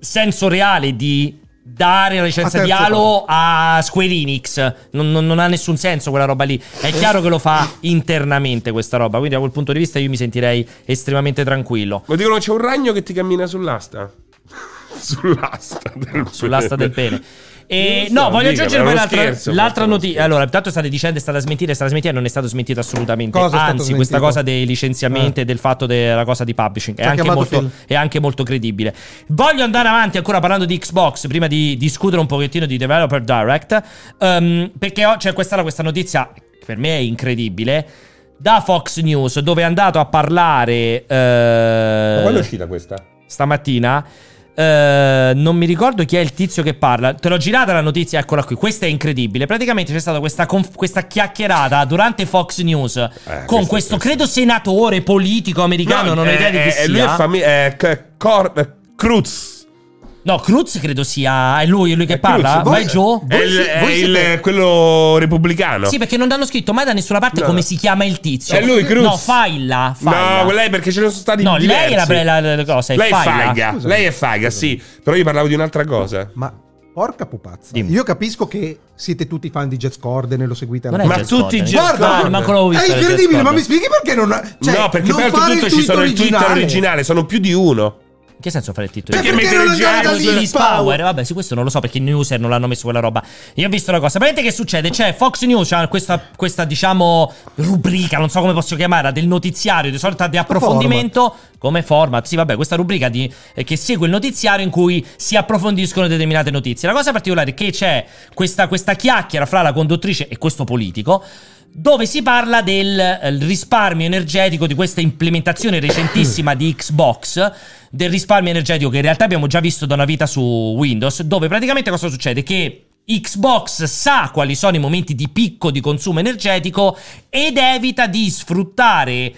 A: senso reale di dare la licenza
B: A
A: di
B: terzo
A: Halo a Square Enix non, non- non ha nessun senso quella roba lì
B: Eh.
A: è chiaro che lo fa internamente questa roba quindi da quel punto di vista io mi sentirei estremamente tranquillo
C: Ma dicono c'è un ragno che ti cammina sull'asta. <laughs> sull'asta del
A: Ah, sull'asta del
B: <laughs>
A: pene. E
C: Io
A: no,
C: so,
A: voglio
C: dica,
A: aggiungere
C: ma
A: poi
C: è uno
A: l'altra,
C: scherzo,
A: l'altra
C: questo è uno
A: notizia.
C: scherzo.
A: Allora, intanto state dicendo è stata smentita, è stata smentita, non è stata smentita assolutamente.
B: Cosa è stato
A: Anzi, questa
B: smentito?
A: cosa dei licenziamenti e del fatto della cosa di publishing è
B: Ci ha
A: anche,
B: chiamato
A: molto,
B: Phil.
A: è anche molto credibile. Voglio andare avanti ancora parlando di Xbox, prima di discutere un pochettino di Developer Direct, ehm, perché ho- c'è questa, questa notizia che per me è incredibile. Da Fox News, dove è andato a parlare. eh,
C: Ma quando è uscita questa?
A: stamattina. eh, non mi ricordo chi è il tizio che parla. Te l'ho girata la notizia, eccola qui. Questa è incredibile. Praticamente c'è stata questa, conf- questa chiacchierata durante Fox News con
C: Eh, questo-
A: questo,
C: questo.
A: credo, senatore politico americano. non ho
C: eh,
A: idea di chi
C: eh,
A: sia.
C: Lui è fami- eh, c- cor- eh, Cruz.
A: no, Cruz credo sia. È lui, è lui che
C: È
A: parla.
C: Cruz.
A: Vai
C: Voi- eh,
A: giù.
C: È, il,
B: si-
C: è
B: voi
C: il-
B: siete-
C: quello repubblicano.
A: Sì, perché non hanno scritto mai da nessuna parte
C: No,
A: come
C: no.
A: si chiama il tizio.
C: È lui, Cruz.
A: No, Failla. Failla.
C: No, lei perché ce ne sono stati
A: No, lei
C: diversi.
A: è la- la- la- la cosa, è
C: Lei è
A: Failla.
C: faga.
B: Scusami.
C: Lei è faga, sì. Però io parlavo di un'altra cosa.
B: Ma porca pupazza.
A: Dimmi.
B: Io capisco che siete tutti fan di Jazz Corden e lo seguite alla
A: Non è
C: Ma
A: Jess
C: tutti
A: Corden.
C: i
A: Jess
C: Guarda,
A: Corden, manco l'avevo
B: È
A: visto, Jess
B: incredibile, ma
A: Corden.
B: mi spieghi perché non. Cioè,
C: no, perché
B: non
C: poi
B: fare
C: oltretutto
B: il
C: ci
B: tweet
C: sono il Twitter originale, sono più di uno.
A: In che senso fare il titolo?
C: Perché
B: Cioè, Perché
C: mettere
B: non
C: in
B: andare
C: giro
B: da
C: sui-
B: lì?
A: Liz Power. Vabbè, su questo non lo so perché i newser non l'hanno messo quella roba. Io ho visto una cosa. Praticamente che succede? C'è Fox News, c'ha questa, questa, diciamo rubrica, non so come posso chiamarla, del notiziario, di solita di approfondimento. Come format, sì, vabbè, questa rubrica di- eh, che segue il notiziario in cui si approfondiscono determinate notizie. La cosa particolare è che c'è questa, questa chiacchiera fra la conduttrice e questo politico dove si parla del eh, risparmio energetico di questa implementazione recentissima di Xbox, del risparmio energetico che in realtà abbiamo già visto da una vita su Windows, dove praticamente cosa succede? Che Xbox sa quali sono i momenti di picco di consumo energetico ed evita di sfruttare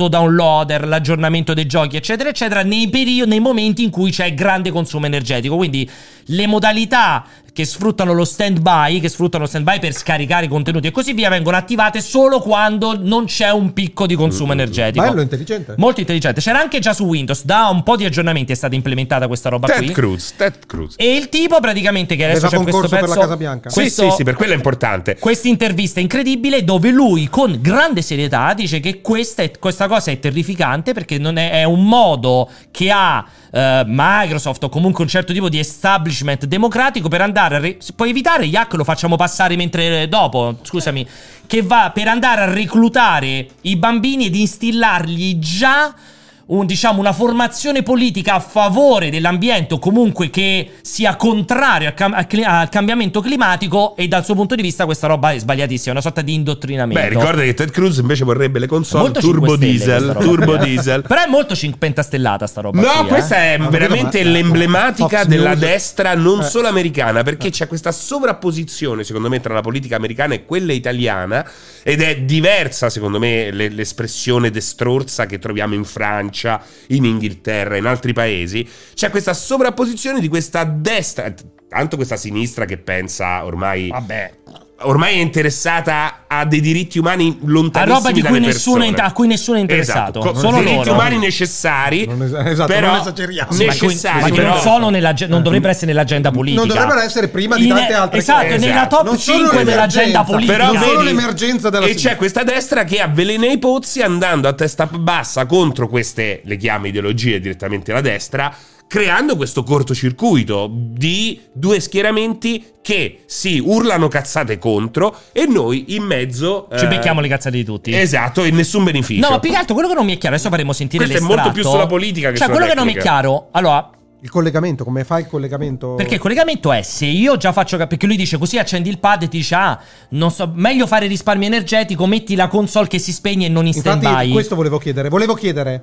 A: l'autodownloader, l'aggiornamento dei giochi, eccetera, eccetera, nei, perio- nei momenti in cui c'è grande consumo energetico. Quindi le modalità che sfruttano lo stand-by, che sfruttano lo stand-by per scaricare contenuti e così via, vengono attivate solo quando non c'è un picco di consumo energetico.
B: Bello, intelligente.
A: Molto intelligente. C'era anche già su Windows, da un po' di aggiornamenti è stata implementata questa roba
C: Ted
A: qui.
C: Cruz, Ted Cruz.
A: E il tipo praticamente che adesso
B: Aveva
A: c'è questo
B: concorso
A: pezzo
B: per la Casa Bianca.
C: Sì,
A: questo-
C: sì, sì, per quello è importante.
A: questa intervista incredibile dove lui con grande serietà dice che questa, è- questa cosa è terrificante perché non è, è un modo che ha eh, eh, Microsoft o comunque un certo tipo di establishment democratico per andare a... re- se puoi evitare, Iac, lo facciamo passare mentre eh, dopo, scusami, che va per andare a reclutare i bambini ed instillargli già un, diciamo, una formazione politica a favore dell'ambiente o comunque che sia contrario al, cam- al cli- al cambiamento climatico e dal suo punto di vista questa roba è sbagliatissima, è una sorta di indottrinamento.
C: Beh, ricorda che Ted Cruz invece vorrebbe le console
A: Molto 5
C: turbo
A: stelle
C: diesel,
A: questa roba. eh.
C: turbo diesel.
A: Però è molto cin- pentastellata sta roba.
C: No,
A: qui, eh.
C: questa è
B: Ma
C: veramente
B: vedo, ma-
C: l'emblematica
B: Fox
C: della
B: News.
C: destra non
B: Eh.
C: solo americana, perché c'è questa sovrapposizione, secondo me, tra la politica americana e quella italiana, ed è diversa, secondo me, le- l'espressione destrorsa che troviamo in Francia, in Inghilterra, in altri paesi. C'è questa sovrapposizione di questa destra, tanto questa sinistra che pensa ormai...
A: Vabbè.
C: Ormai è interessata a dei diritti umani
A: A
C: lontanissimi
A: roba di cui
C: dalle
A: nessuno è,
C: persone.
A: in- a cui nessuno è
C: Esatto,
A: interessato.
C: co-
A: Solo
C: diritti
A: loro.
C: umani necessari,
B: Non es- esatto,
C: però
B: non esageriamo.
A: Sì, ma cui-
C: necessari,
A: ma che
C: però-
A: non, sono nell'age- non dovrebbero essere nell'agenda
B: Non
A: politica.
B: dovrebbero essere prima di tante altre
A: esatto,
B: cose.
A: Esatto, nella
C: Esatto.
A: top
B: Non solo
A: 5 dell'agenda
B: l'emergenza,
A: politica.
C: Però
B: non solo
C: vedi-
B: l'emergenza della
C: e
B: sinistra.
C: c'è questa destra che avvelena i pozzi andando a testa bassa contro queste, le chiama ideologie direttamente la destra, creando questo cortocircuito di due schieramenti che si urlano cazzate contro e noi in mezzo...
A: Ci
C: eh,
A: becchiamo le cazzate di tutti.
C: Esatto, e nessun beneficio.
A: No, ma più che altro quello che non mi è chiaro, adesso faremo sentire
C: Questo è
A: l'estratto.
C: molto più sulla politica che
A: Cioè,
C: sulla
A: quello che non mi è
C: tecnica.
A: chiaro. Allora,
B: Il collegamento, come fa il collegamento?
A: Perché il collegamento è se io già faccio. cap- Perché lui dice così accendi il pad e ti dice: Ah, non so, meglio fare risparmio energetico, metti la console che si spegne e non in stand
B: Infatti,
A: by.
B: questo volevo chiedere. Volevo chiedere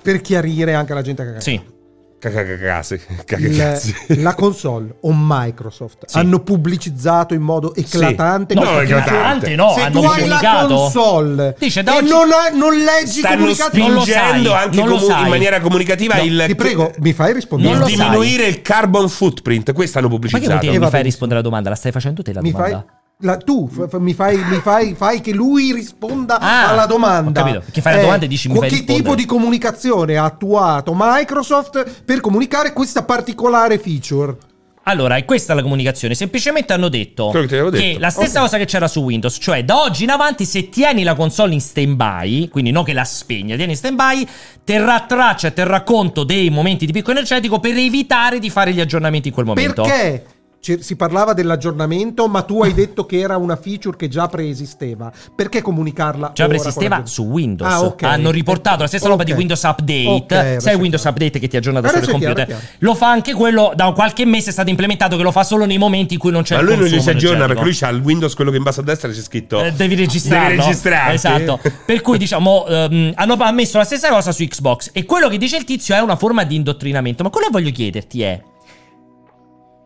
B: per chiarire anche alla gente che
A: Sì.
C: Cacacacasi,
B: Il-
C: cacacazzi.
B: la console o Microsoft
A: Sì.
B: hanno pubblicizzato in modo eclatante
C: No,
B: questo-
C: è eclatante.
A: tante no,
B: se
A: hanno
B: tu hai la
A: comunicato.
B: console
A: Dice, da
B: e
A: oggi-
B: non, ha- non leggi i
C: Stanno
B: comunicati
A: Non lo
C: spingendo
A: sai,
C: anche
A: non lo
C: comu- in
A: sai.
C: maniera comunicativa
B: No,
C: il
B: ti prego, mi fai rispondere?
A: Non
C: il
A: lo sai.
C: diminuire il carbon footprint. Questo hanno
A: Ma che vuol
C: pubblicizzato.
A: dire
B: Eh,
A: mi
B: vabbè,
A: fai
B: sì.
A: rispondere alla domanda? La stai facendo te la
B: mi fai
A: domanda?
B: la- tu f- f- mi, fai, mi fai, fai che lui risponda
A: Ah,
B: alla domanda.
A: ho capito. Che fai la domanda e dici, mi
B: co-
A: fai
B: Che
A: rispondere.
B: tipo di comunicazione ha attuato Microsoft per comunicare questa particolare feature?
A: Allora, è questa la comunicazione. Semplicemente hanno detto
C: Quello che ti avevo
A: che
C: detto.
A: la stessa cosa che c'era su Windows, cioè da oggi in avanti, se tieni la console in stand-by, quindi non che la spegni, la tieni in stand-by, terrà traccia, terrà conto dei momenti di picco energetico per evitare di fare gli aggiornamenti in quel momento.
B: Perché? ci- si parlava dell'aggiornamento, ma tu hai detto che era una feature che già preesisteva. Perché comunicarla?
A: Già
B: ora
A: preesisteva
B: con la gente?
A: Cioè, su Windows.
B: Ah, ok.
A: Hanno riportato la stessa roba di
B: Ok.
A: Windows Update.
B: Ok, certo. adesso
A: Sai
B: è
A: Windows
B: chiaro.
A: Update che ti aggiorna da
B: Adesso
A: solo il
B: è chiaro,
A: computer.
B: è chiaro.
A: Lo fa anche quello, da qualche mese è stato implementato che lo fa solo nei momenti in cui non c'è
C: Ma
A: il
C: lui non gli si
A: consumo
C: aggiorna
A: energetico.
C: perché lui c'ha il Windows, quello che in basso a destra c'è scritto.
A: Eh, devi registrarlo.
C: Devi registrarti.
A: Esatto. Per cui, diciamo, ehm, hanno ammesso la stessa cosa su Xbox. E quello che dice il tizio è una forma di indottrinamento. Ma quello che voglio chiederti è.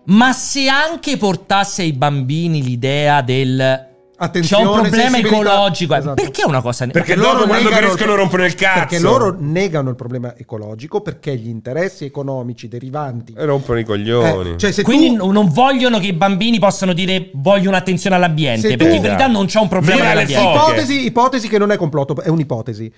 A: Ma se anche portasse ai bambini l'idea del. C'è
B: Attenzione,
A: un problema
B: sensibilità.
A: ecologico. eh,
B: Esatto.
A: Perché è una cosa.
C: Perché dopo quando
B: negano-
C: crescono rompono il cazzo.
B: Perché loro negano il problema ecologico perché gli interessi economici derivanti.
C: E "Eh, rompono i coglioni.
B: Eh, cioè, se
A: Quindi
B: tu
A: n- non vogliono che i bambini possano dire voglio un'attenzione all'ambiente.
B: Se tu-
A: Perché in verità non c'è un problema
C: Viva le
A: all'ambiente.
C: foche.
B: ipotesi, ipotesi che non è complotto, è un'ipotesi.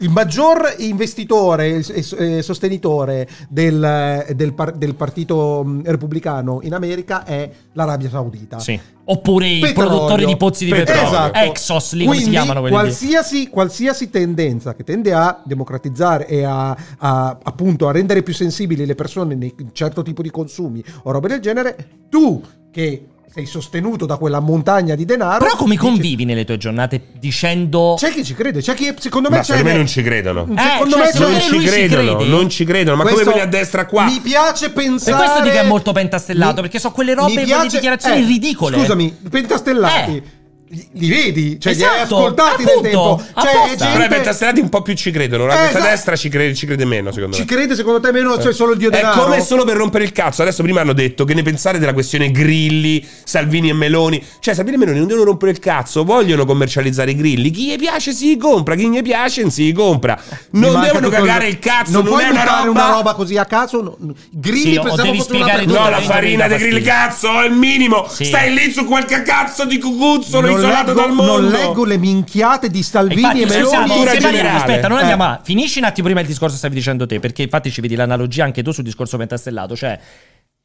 B: Il maggior investitore e e sostenitore del, del par- del partito mh, repubblicano in America è l'Arabia Saudita.
A: Sì. Oppure i
B: Petrolio.
A: produttori di pozzi di
C: Petrolio.
A: petrolio.
B: Esatto.
A: Exos, lì come si
B: Quindi,
A: chiamano quelli? lì?
B: Qualsiasi, qualsiasi tendenza che tende a democratizzare e a, a- appunto a rendere più sensibili le persone nei in certo tipo di consumi o robe del genere, tu che sei sostenuto da quella montagna di denaro.
A: Però come
B: dici-
A: convivi nelle tue giornate dicendo...
B: C'è chi ci crede, c'è chi secondo me
C: Ma
B: c'è.
C: secondo me non ci credono.
A: Eh,
B: Cioè, Secondo
A: cioè,
B: me
A: secondo te
B: c'è-
C: non
A: lui
C: ci
A: ci
C: credono,
A: crede?
C: non ci credono. Ma
B: Questo-
C: come quelli a destra qua?
B: Mi piace pensare.
A: Per questo dico è molto pentastellato, perché so quelle robe,
B: Mi eh,
A: quelle dichiarazioni ridicole.
B: Scusami, i pentastellati.
A: Eh.
B: Li, li vedi, cioè li hai
A: Esatto,
B: ascoltati nel
A: appunto,
B: tempo. Cioè, è
A: apposta.
B: gente-
C: Però i pentastellati un po' più ci credono. La
B: Eh,
C: destra
B: esatto.
C: destra ci crede, ci crede meno, secondo
B: Ci
C: me.
B: crede secondo te meno c'è Certo. Cioè, solo il dio
C: Eh. È
B: denaro?
C: come solo per rompere il cazzo. Adesso prima hanno detto che ne pensate della questione Grilli, Salvini e Meloni. Cioè, Salvini e Meloni non devono rompere il cazzo, vogliono commercializzare i grilli. Chi gli piace si li compra, chi gli piace non si li compra.
B: Mi
C: Non
B: manca
C: devono
B: tutto il-
C: cagare il cazzo,
B: non,
C: non,
B: puoi
C: è una
B: buttare
C: roba.
B: una roba così a caso. no, no. Grilli
A: Sì, o
B: pensavo
A: devi
B: fosse una
A: spiegare
B: persona.
C: No, la
A: Tutto
C: farina
A: dentro
C: dei
A: mi
C: grilli
A: dà
C: cazzo è il minimo.
A: Sì.
C: Stai lì su qualche cazzo di cucuzzolo
B: non
C: isolato
B: leggo,
C: dal mondo.
B: non leggo le minchiate di Salvini
A: Eh, Infatti,
B: e
A: scusa,
B: Meloni.
A: se
C: cultura
A: parliamo-
C: generale.
A: aspetta, non
B: Eh.
A: andiamo a. Finisci un attimo prima il discorso che stavi dicendo te, perché infatti ci vedi l'analogia anche tu sul discorso pentastellato, cioè.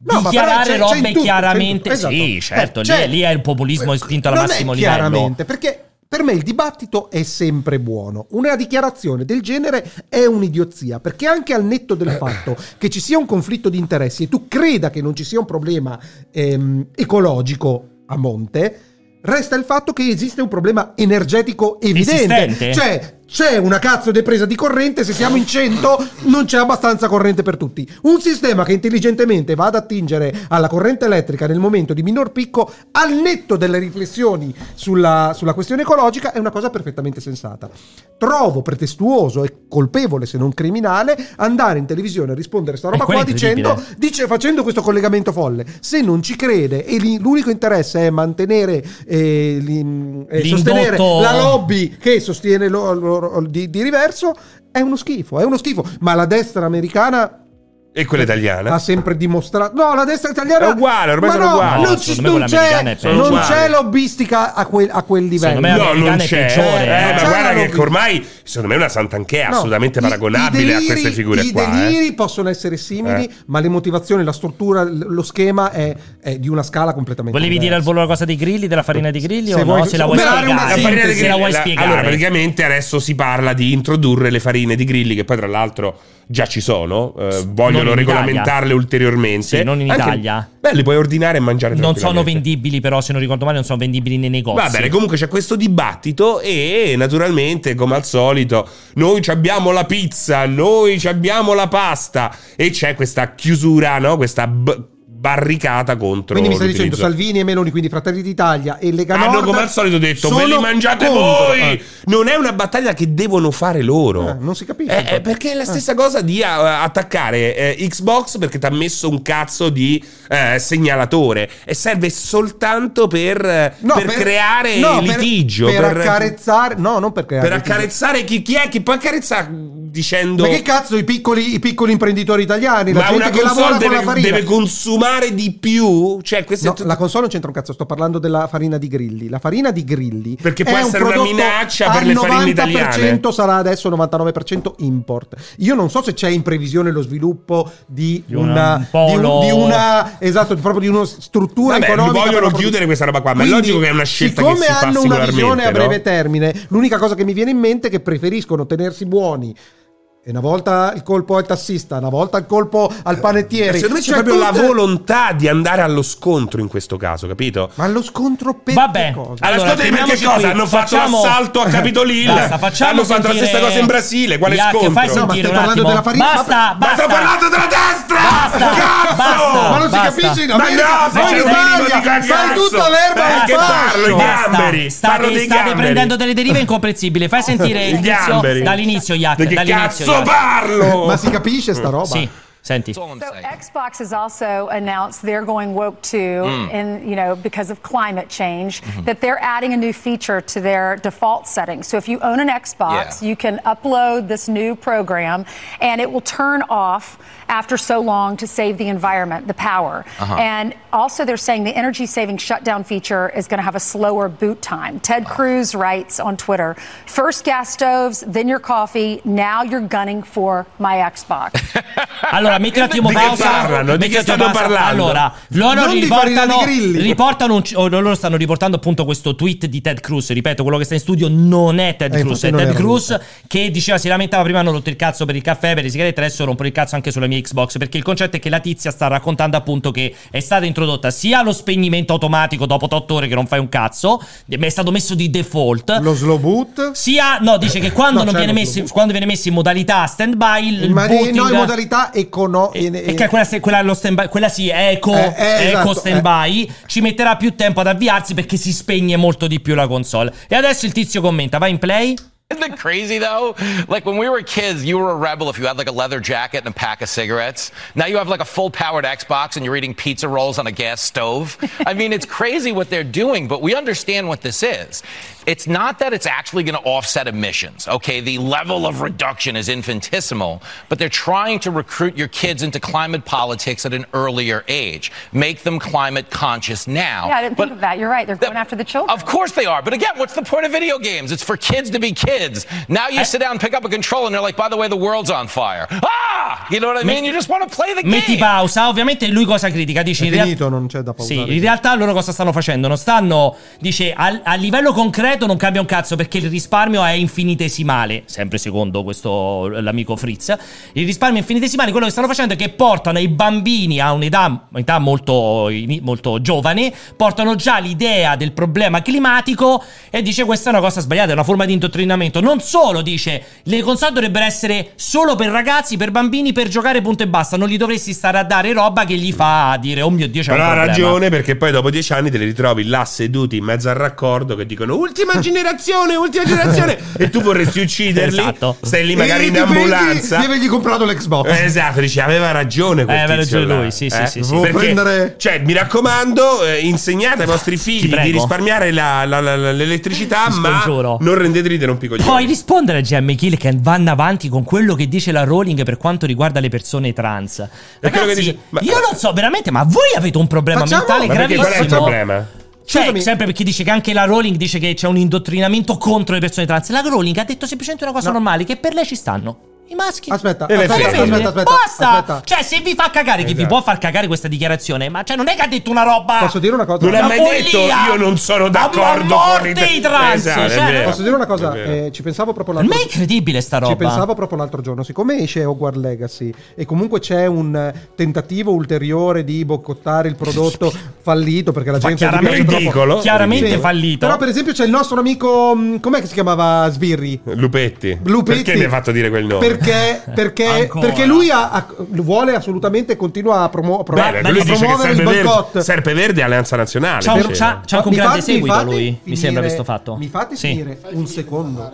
B: No, ma però
A: dichiarare
B: c'è- c'è in
A: robe
B: tutto, c'è in
A: chiaramente
B: tutto, esatto.
A: sì certo
B: Eh,
A: lì,
B: c'è-
A: lì è il populismo spinto al
B: non è
A: massimo livello
B: chiaramente, perché Per me il dibattito è sempre buono. Una dichiarazione del genere è un'idiozia, perché anche al
A: <coughs>
B: netto del fatto che ci sia un conflitto di interessi e tu creda che non ci sia un problema ehm, ecologico a monte, resta il fatto che esiste un problema energetico evidente.
A: Esistente?
B: Cioè, c'è una cazzo di presa di corrente, se siamo in 100 non c'è abbastanza corrente per tutti. Un sistema che intelligentemente va ad attingere alla corrente elettrica nel momento di minor picco, al netto delle riflessioni sulla, sulla questione ecologica, è una cosa perfettamente sensata. Trovo pretestuoso e colpevole, se non criminale, andare in televisione a rispondere a sta
A: Eh,
B: roba
A: quello
B: qua
A: è incredibile.
B: dicendo dice facendo questo collegamento folle se non ci crede e li- l'unico interesse è mantenere eh, li- eh,
A: L'indotto-
B: sostenere la lobby che sostiene lo- lo- di, di riverso è uno schifo è uno schifo ma la destra americana
C: E quella italiana.
B: ha sempre dimostrato no la destra italiana
C: È uguale, ormai
B: ma
C: sono
B: no,
C: uguali.
B: non,
A: No,
B: ci-
A: secondo me
B: non
A: quella americana è
B: c'è
A: peggio.
B: non
C: Uguali.
B: c'è lobbistica a quel, a quel livello
A: Secondo me-
C: No, non
A: americana è
C: c'è.
A: peggiore,
C: eh,
A: eh.
C: ma
B: C'è
C: guarda
B: una
C: che
B: lobby.
C: ormai, secondo me, è una santanchea
B: Cioè, No,
C: assolutamente
B: i-
C: paragonabile
B: i
C: a queste
B: deliri-
C: figure
B: I
C: qua. eh.
B: deliri possono essere simili,
C: Eh.
B: ma le motivazioni, la struttura, l- lo schema è, è di una scala completamente
A: Volevi dire al volo la cosa dei grilli, della farina di grilli
B: Se
A: o
B: vuoi-
A: no? Se la vuoi
B: Beh, era
A: spiegare.
B: una
C: La
B: sintesi.
C: farina di
A: se la
C: grilli-
A: vuoi
C: la-
A: spiegare.
C: Allora, praticamente adesso si parla di introdurre le farine di grilli, che poi tra l'altro già ci sono, eh, vogliono
A: in
C: regolamentarle
A: Italia.
C: ulteriormente.
A: Sì, non in Italia.
C: Beh, li puoi ordinare e mangiare
A: non sono
C: tranquillamente.
A: vendibili però, se non ricordo male, non sono vendibili nei negozi.
C: Va bene, comunque c'è questo dibattito e naturalmente, come al solito, noi ci abbiamo la pizza, noi ci abbiamo la pasta e c'è questa chiusura, no? questa b- barricata contro
B: Quindi mi stai dicendo
C: l'utilizzo.
B: Salvini e Meloni, quindi Fratelli d'Italia e Lega Nord
C: Hanno come al solito detto, ve li
B: sono
C: mangiate
B: contro".
C: voi!
B: Eh,
C: Non è una battaglia che devono fare loro.
B: eh, non si capisce.
C: Eh, eh,
B: infatti.
C: perché è la
B: Eh.
C: stessa cosa di eh, attaccare eh, Xbox perché ti ha messo un cazzo di eh, segnalatore e serve soltanto per, eh,
B: No,
C: per creare
B: no, per-
C: litigio.
B: Per, accarezzare... No, non per creare
C: per
B: litigio.
C: accarezzare chi, chi è che può accarezzare dicendo
B: Ma che cazzo i piccoli, i piccoli imprenditori italiani, la
C: ma
B: gente
C: una
B: che lavora
C: console
B: con la
C: deve,
B: farina.
C: deve consumare di più? Cioè, questo
B: No,
C: è tutto-
B: la console non c'entra un cazzo, sto parlando della farina di grilli. La farina di grilli
C: Perché può
B: è un
C: essere una
B: prodotto
C: minaccia
B: al
C: per le farine italiane.
B: 90% sarà adesso 99% import. Io non so se c'è in previsione lo sviluppo di,
A: Di una-
B: una,
A: un polo-
B: di, di una esatto, di- proprio di una struttura
C: Vabbè,
B: economica.
C: vogliono
B: per la produ-
C: chiudere questa roba qua, ma è
B: Quindi,
C: logico che è una scelta che
B: siccome
C: si fa
B: hanno una visione a
C: singolarmente,
B: breve
C: no?
B: termine, l'unica cosa che mi viene in mente è che preferiscono tenersi buoni e una volta il colpo al tassista, una volta il colpo al panettiere.
C: Eh, Secondo me c'è
B: Cioè,
C: proprio la
B: tutte-
C: volontà di andare allo scontro in questo caso, capito?
B: ma lo scontro per
A: Vabbè.
B: che cosa?
A: Allora,
C: Allora, ascoltami perché
A: fermiamoci
C: cosa?
A: qui.
C: Hanno fatto
A: Facciamo-
C: l'assalto a Capitol Hill.
A: <laughs> Basta, facciamo
C: Hanno fatto la
A: sentire-
C: stessa cosa in Brasile. Quale
A: Iacche,
C: scontro?
A: fai
B: No, ma
A: sentire
B: stai
A: un
B: parlando
A: attimo.
B: della farina?
A: Basta,
C: Ma
A: basta.
C: sto parlando della destra!
A: Basta,
C: Cazzo!
A: basta.
B: Ma non
A: Ah, basta.
B: si capisce in
C: Ma
B: America.
C: no,
A: ma
B: Fai
A: c'è un
B: l'Italia,
C: minimo di cazzo.
B: fai tutta l'erba
C: Ma
B: al
C: che parlo,
B: fascio.
C: i
A: Basta.
C: gamberi,
A: State,
C: parlo dei
A: state
C: gamberi.
A: prendendo delle
C: <laughs>
A: derive incomprensibili. Fai sentire
C: I
A: l'inizio-
C: gamberi.
A: dall'inizio, Iac.
C: Di che
A: dall'inizio,
C: cazzo
A: Iac.
C: parlo?
B: Ma si capisce sta roba?
A: Sì, senti.
E: So Xbox has also announced they're going woke too, and you know because of climate change, that they're adding a new feature to their default settings. So if you own an Xbox,
F: Yeah.
E: you can upload this new program, and it will turn off after so long to save the environment, the power. And also, they're saying the energy saving shutdown feature is going to have a slower boot time. Ted Cruz writes on Twitter: first gas stoves, then your coffee. Now you're gunning for my Xbox."
A: Allora, metti un attimo
C: Di che
A: pausa.
C: parlano? Di
A: Metti
C: che
A: un attimo
C: stanno
A: pausa.
C: parlando?
A: Allora, loro
B: Non di
A: riportano,
B: farina di grilli.
A: riportano un- o loro stanno riportando appunto questo tweet di Ted Cruz. Ripeto, quello che sta in studio non è Ted
B: Eh,
A: Cruz,
B: infatti
A: è
B: non
A: Ted
B: era
A: Cruz che diceva si lamentava prima hanno rotto il cazzo per il caffè, per le sigarette, adesso rompo il cazzo anche sulla mia Xbox, perché il concetto è che la tizia sta raccontando appunto che è stata introdotta sia lo spegnimento automatico dopo 8 ore che non fai un cazzo, ma è stato messo di default.
B: Lo slow boot?
A: sia, no, dice che quando,
B: No,
A: non
B: c'è
A: viene
B: lo
A: messo,
B: slow-mo.
A: quando viene messo in modalità stand-by, il,
B: Ma di-
A: booting-
B: no, in modalità econo...
A: e,
B: in-
A: e che quella, se- quella, lo stand-by- quella sì, è eco,
B: Eh, eh,
A: eco
B: esatto,
A: stand-by, ci metterà più tempo ad avviarsi perché si spegne molto di più la console. E adesso il tizio commenta, vai in play.
F: <laughs> Isn't it crazy though? Like when we were kids, you were a rebel if you had like a leather jacket and a pack of cigarettes. Now you have like a full powered Xbox and you're eating pizza rolls on a gas stove. I mean, it's crazy what they're doing, but we understand what this is. It's not that it's actually going to offset emissions, okay? The level of reduction is infinitesimal, but they're trying to recruit your kids into climate politics at an earlier age, make them climate conscious now.
E: Yeah, I didn't
F: But-
E: think of that. You're right. They're going after the children.
F: Of course they are. But again, what's the point of video games? It's for kids to be kids. Now you sit down, pick up a controller, and they're like, by the way, the world's on fire. Ah! You know what I mean? You just want to play the
A: Metti
F: game.
A: pausa, ovviamente lui cosa critica? Dice
B: È
A: in realtà-
B: finito, non c'è da pausare.
A: Sì, in realtà loro cosa stanno facendo? Non stanno, dice, al- a livello concreto effetto non cambia un cazzo perché il risparmio è infinitesimale, sempre secondo questo l'amico Fritz. Il risparmio è infinitesimale, quello che stanno facendo è che portano i bambini a un'età età molto, in- molto giovane, portano già l'idea del problema climatico e dice questa è una cosa sbagliata, è una forma di indottrinamento. Non solo dice le console dovrebbero essere solo per ragazzi, per bambini, per giocare punto e basta, non gli dovresti stare a dare roba che gli fa dire oh mio dio c'è
C: Però
A: un
C: ha
A: problema.
C: ragione perché poi dopo dieci anni te li ritrovi là seduti in mezzo al raccordo che dicono ultima generazione, ultima generazione
A: <laughs>
C: e tu vorresti ucciderli.
A: Esatto.
C: Sei lì magari in
B: Di
C: ambulanza.
B: avergli comprato l'Xbox.
C: <laughs> Eh, Esatto, dice, aveva ragione quel
A: Eh, aveva
C: tizio
A: ragione
C: là,
A: lui, sì,
C: eh.
A: sì, sì, sì.
B: Devo
C: Perché,
B: prendere-
C: Cioè, mi raccomando, eh, insegnate ai vostri figli di
A: prego.
C: risparmiare la- la- la- la- l'elettricità,
A: Ti
C: ma
A: scongiuro.
C: non rendeteli dei rompicoglioni.
A: Puoi rispondere a GM Kill che vanno avanti con quello che dice la Rowling per quanto riguarda le persone trans.
C: È quello che
A: Ragazzi,
C: dice- ma-
A: io non so veramente, ma voi avete un problema
B: Facciamo-
A: mentale
C: Ma perché
A: gravissimo.
C: qual è il problema?
A: Cioè,
B: Scusami.
A: sempre perché dice che anche la Rowling dice che c'è un indottrinamento contro le persone trans. La Rowling ha detto semplicemente una cosa normale, che per lei ci stanno i maschi.
B: Aspetta,
C: E le
B: aspetta,
A: Come
C: femmine.
B: aspetta,
A: vedi?
B: aspetta, aspetta,
A: Basta!
B: aspetta.
A: Cioè, se vi fa cagare, che vi
C: Esatto.
A: può far cagare questa dichiarazione? Ma cioè, non è che ha detto una roba.
B: Posso dire una cosa?
C: Non
A: Una
C: ha mai
A: follia.
C: detto io non sono
A: Ma- ma
C: d'accordo con
A: morte
C: i
A: i trans,
C: Esatto, è
A: cioè,
C: vero.
A: non-
B: Posso dire una cosa?
C: È vero.
B: Eh, ci pensavo proprio
A: Per
B: l'altro
A: me è incredibile sta roba.
B: Ci pensavo proprio l'altro giorno, siccome esce Hogwarts Legacy e comunque c'è un eh, tentativo ulteriore di boicottare il prodotto fallito perché la
A: Ma
B: gente...
A: chiaramente
B: gli piace troppo.
C: ridicolo.
A: chiaramente
C: Ridicolo.
A: fallito.
B: Però per esempio c'è il nostro amico, mh, com'è che si chiamava Sbirri?
C: Lupetti.
B: Lupetti.
C: Perché mi hai fatto dire quel nome?
B: Perché, perché,
A: Ancora.
B: perché lui ha- ha- vuole assolutamente continua a, promo- a promo-
A: Beh,
B: a
A: ma
C: lui dice che
B: promuovere il
C: Serpe Verde,
B: boicott.
C: Serpe Verde è Alleanza Nazionale.
A: C'ha un-
C: dice.
A: c'ha- c'ha anche un
B: Mi
A: grande
B: fate- mi
A: seguito
B: fate
A: lui, mi
B: finire-
A: sembra questo fatto.
B: Mi fate
A: Sì.
B: finire un secondo.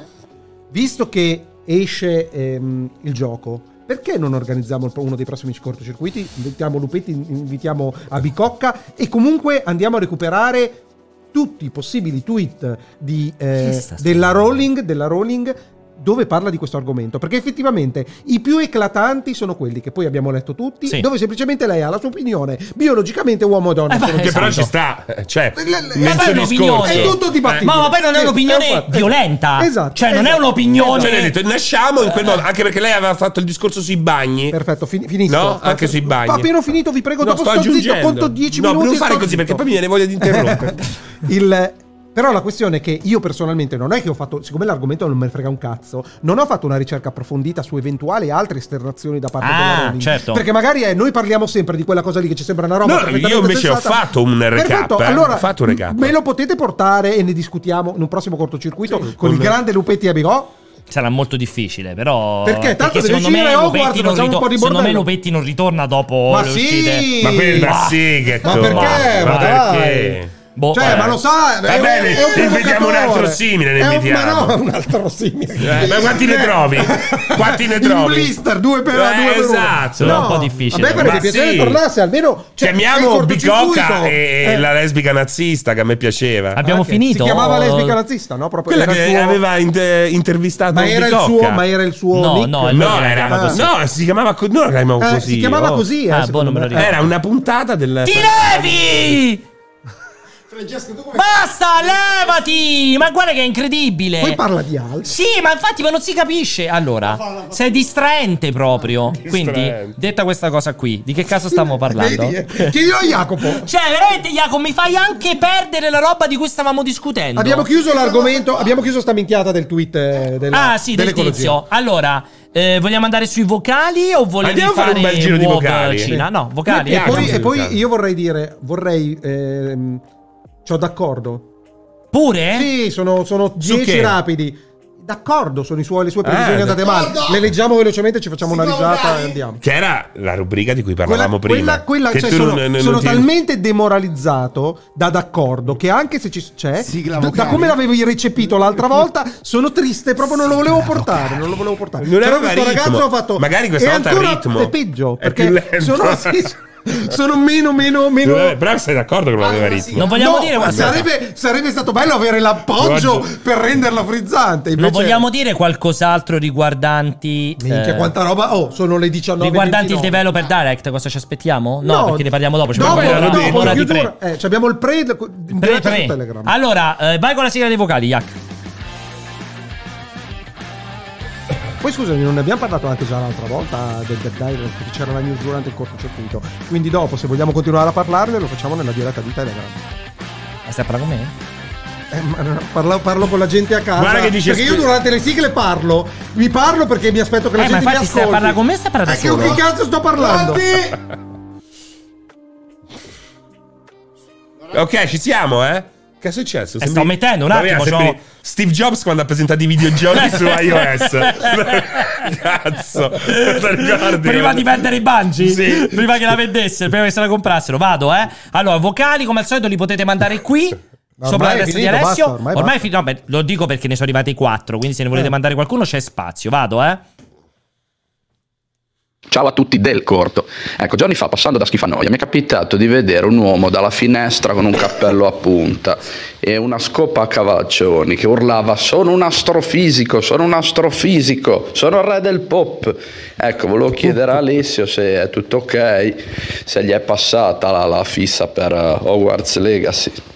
B: Visto che esce ehm, il gioco, perché non organizziamo il- uno dei prossimi cortocircuiti? Invitiamo Lupetti, in- invitiamo Abicocca e comunque andiamo a recuperare tutti i possibili tweet di, eh,
A: Chi sta
B: della
A: scrivendo?
B: Rowling, della Rowling dove parla di questo argomento. Perché effettivamente i più eclatanti sono quelli che poi abbiamo letto tutti,
A: Sì.
B: dove semplicemente lei ha la sua opinione, biologicamente uomo o donna.
A: Eh,
B: sono
A: beh,
C: Che però
A: Esatto.
C: ci sta, eh, cioè,
B: Le- le-
C: nel
A: Ma
C: suo
A: poi è un'opinione.
C: discorso. Eh,
B: è tutto dibattibile.
A: Eh. Ma, ma poi non è
B: Sì,
A: un'opinione
B: è un fatto.
A: violenta.
B: Esatto,
A: Cioè, non è
B: esatto.
A: un'opinione-
B: Esatto.
C: Cioè, lei ha detto, nasciamo in
A: Eh.
C: quel modo, anche perché lei aveva fatto il discorso sui bagni.
B: Perfetto, fin- finisco.
C: No, anche sui bagni.
B: Ho appena finito, vi prego,
C: No,
B: dopo sto, zitto, conto 10
C: no,
B: minuti.
C: Non
B: e
C: fare
B: sto
C: così perché
B: zitto.
C: poi mi viene voglia
B: <laughs>
C: di interrompere.
B: Il- però la questione è che io personalmente non è che ho fatto, siccome l'argomento non me ne frega un cazzo, non ho fatto una ricerca approfondita su eventuali altre esternazioni da parte
A: Ah,
B: della Rowling.
A: certo.
B: Perché magari eh, noi parliamo sempre di quella cosa lì che ci sembra una roba
C: No,
B: perfettamente
C: io invece
B: sensata.
C: ho fatto un recap,
B: Perfetto,
C: eh,
B: allora
C: ho fatto un recap.
B: me lo potete portare e ne discutiamo in un prossimo cortocircuito con, il
C: con-
B: grande Lupetti Abigò.
A: Sarà molto difficile, però.
B: Perché? Tanto deve
A: secondo
B: uscire
A: me
B: Hogwarts,
A: Lupetti non
B: facciamo un po' di
A: Secondo me
B: bordello.
A: Lupetti non ritorna dopo
B: Ma
A: le
B: sì!
A: uscite.
C: ma per
B: Ma-
C: ma sì che
B: ma
C: tu-
B: perché?
C: Ecco. Ma
A: Ma
B: dai!
C: perché?
A: Boh,
B: Cioè,
A: vabbè.
B: ma lo sa,
C: Va
B: è, un-
C: bene,
B: è un
C: ne invitiamo un
B: provocatore.
C: altro simile, ne
B: È un- Ma
C: invitiamo.
B: no, un altro simile.
C: Eh, ma quanti ne trovi? Quanti ne trovi?
B: Un blister, due per
C: Eh,
B: due per uno.
C: esatto.
A: Sono un po' difficile.
B: Vabbè, farebbe
C: Ma
B: piacere
C: sì.
B: tornasse, almeno cioè,
C: Chiamiamo
B: il cortocircuito.
C: Bicocca e
B: Eh,
C: e la lesbica nazista che a me piaceva.
A: Abbiamo
B: anche.
A: finito.
B: Si chiamava lesbica nazista, no? Proprio
C: Quella
B: era
C: che
B: il suo-
C: aveva in- eh, intervistato
B: ma era, il
C: Bicocca.
B: suo, ma era il suo
A: No,
B: nick?
A: no, è lui
C: No,
A: che
C: era,
A: era così.
C: no, si chiamava co- non la chiamavo
B: Eh,
C: così.
B: si chiamava
C: oh.
B: così, eh,
A: Ah, boh,
B: secondo
A: non me lo
B: me.
A: ricordo.
C: Era una puntata del
A: Ti levi!
D: Francesco, tu come
A: Basta, levati! Ma guarda che è incredibile.
B: Poi parla di altro.
A: Sì, ma infatti ma non si capisce. Allora, sei distraente proprio. Quindi,
C: Distraente.
A: detta questa cosa qui, di che caso stiamo parlando?
B: Vedi? eh. Chiedilo a Jacopo.
A: Cioè, veramente, Jacopo, mi fai anche perdere la roba di cui stavamo discutendo.
B: Abbiamo chiuso l'argomento, abbiamo chiuso sta minchiata del tweet eh, della,
A: Ah, sì, del
B: dell'ecologia.
A: tizio. Allora, eh, vogliamo andare sui vocali o volevi
C: Andiamo a fare un bel giro di
A: uova
C: vocali.
A: Cina? No, vocali.
B: E
C: piace.
A: ecco.
B: poi,
C: Piace.
B: e poi io vorrei dire, vorrei... Ehm, c'ho d'accordo.
A: Pure?
B: Sì, sono, sono
C: Su
B: 10
C: che?
B: d'accordo D'accordo, sono i suoi- le sue previsioni
A: Eh,
C: Ah,
B: andate male.
D: d'accordo.
B: Le leggiamo velocemente, ci facciamo
D: Sì,
B: una
D: no,
B: risata
D: dai.
B: e andiamo.
C: Che era la rubrica di cui
B: Quella,
C: parlavamo prima.
B: quella, quella-
C: che
B: cioè,
C: tu
B: sono,
C: non- non-
B: sono
C: non ti-
B: talmente demoralizzato da d'accordo che anche se ci c'è,
D: Sigla
B: da, da
D: vocale.
B: come l'avevi recepito l'altra volta, sono triste, proprio non lo volevo portare. Non lo volevo portare.
C: Non
B: Però
C: aveva
B: questo
C: ritmo.
B: ragazzo ha fatto.
C: Magari questa
B: e
C: volta ha
B: ancora
C: ritmo.
B: È peggio
C: È
B: perché
C: più lento. <laughs>
B: sono, sì, sono meno, meno, meno.
C: Vabbè, Eh, Però sei d'accordo che non aveva
D: Allora,
C: ritmo.
D: sì.
A: Non vogliamo
B: No,
A: dire qualcosa.
B: sarebbe, sarebbe stato bello avere l'appoggio
C: Oggi.
B: per renderla frizzante.
A: Non
B: Invece,
A: vogliamo dire qualcos'altro riguardanti.
B: Minchia,
A: eh,
B: quanta roba. Oh, sono le 19.
A: Riguardanti il
B: 29.
A: developer direct, cosa ci aspettiamo? No, perché ne parliamo dopo. Ci
B: dopo,
A: abbiamo
B: dopo,
A: ancora un'ora di
B: chiusura.
A: pre.
B: Eh, ci abbiamo il pre. in
A: Pre,
B: diretta su
A: pre.
B: Telegram.
A: Allora, eh, vai con la sigla dei vocali, Jack.
B: Poi scusami, non ne abbiamo parlato anche già l'altra volta del Dead Direct perché c'era la news durante il cortocircuito. Quindi dopo, se vogliamo continuare a parlarne, lo facciamo nella diretta di Telegram.
A: Eh, Stai parlando con me?
B: Eh, ma no, parlo, parlo con la gente a casa.
C: Guarda che dice
B: Perché io
C: spe-
B: durante le sigle parlo. Mi parlo perché mi aspetto che
A: Eh,
B: la
A: ma
B: gente mi
A: infatti
B: ascolti.
A: stai a parlare con me, stai a parlare
B: Eh,
A: da
B: che-
A: solo.
B: Che cazzo sto parlando?
C: Ok, ci siamo, eh? Che è successo?
A: Eh, sto mettendo un
C: Vabbè,
A: attimo,
C: sembri
A: c'ho-
C: Steve Jobs quando ha presentato i videogiochi
A: <laughs>
C: su iOS. Cazzo, te ricordi?
A: Prima di vendere i bangi?
C: Sì.
A: Prima che la vendessero, prima che se la comprassero. Vado, eh. Allora, vocali come al solito li potete mandare qui.
B: No,
A: sopra
B: ormai
A: la
B: è
A: testa di
B: finito,
A: Alessio.
B: basta, ormai
A: ormai
B: basta. Eh.
A: è finito. no, beh, lo dico perché ne sono arrivati quattro. Quindi se ne volete mandare qualcuno c'è spazio. Vado, eh.
G: Ciao a tutti del corto. Ecco, giorni fa passando da Schifanoia mi è capitato di vedere un uomo dalla finestra con un cappello a punta e una scopa a cavaccioni che urlava sono un astrofisico, sono un astrofisico, sono il re del pop. Ecco, volevo chiedere a Alessio se è tutto ok, se gli è passata la, la fissa per eh, Hogwarts Legacy.
B: <laughs>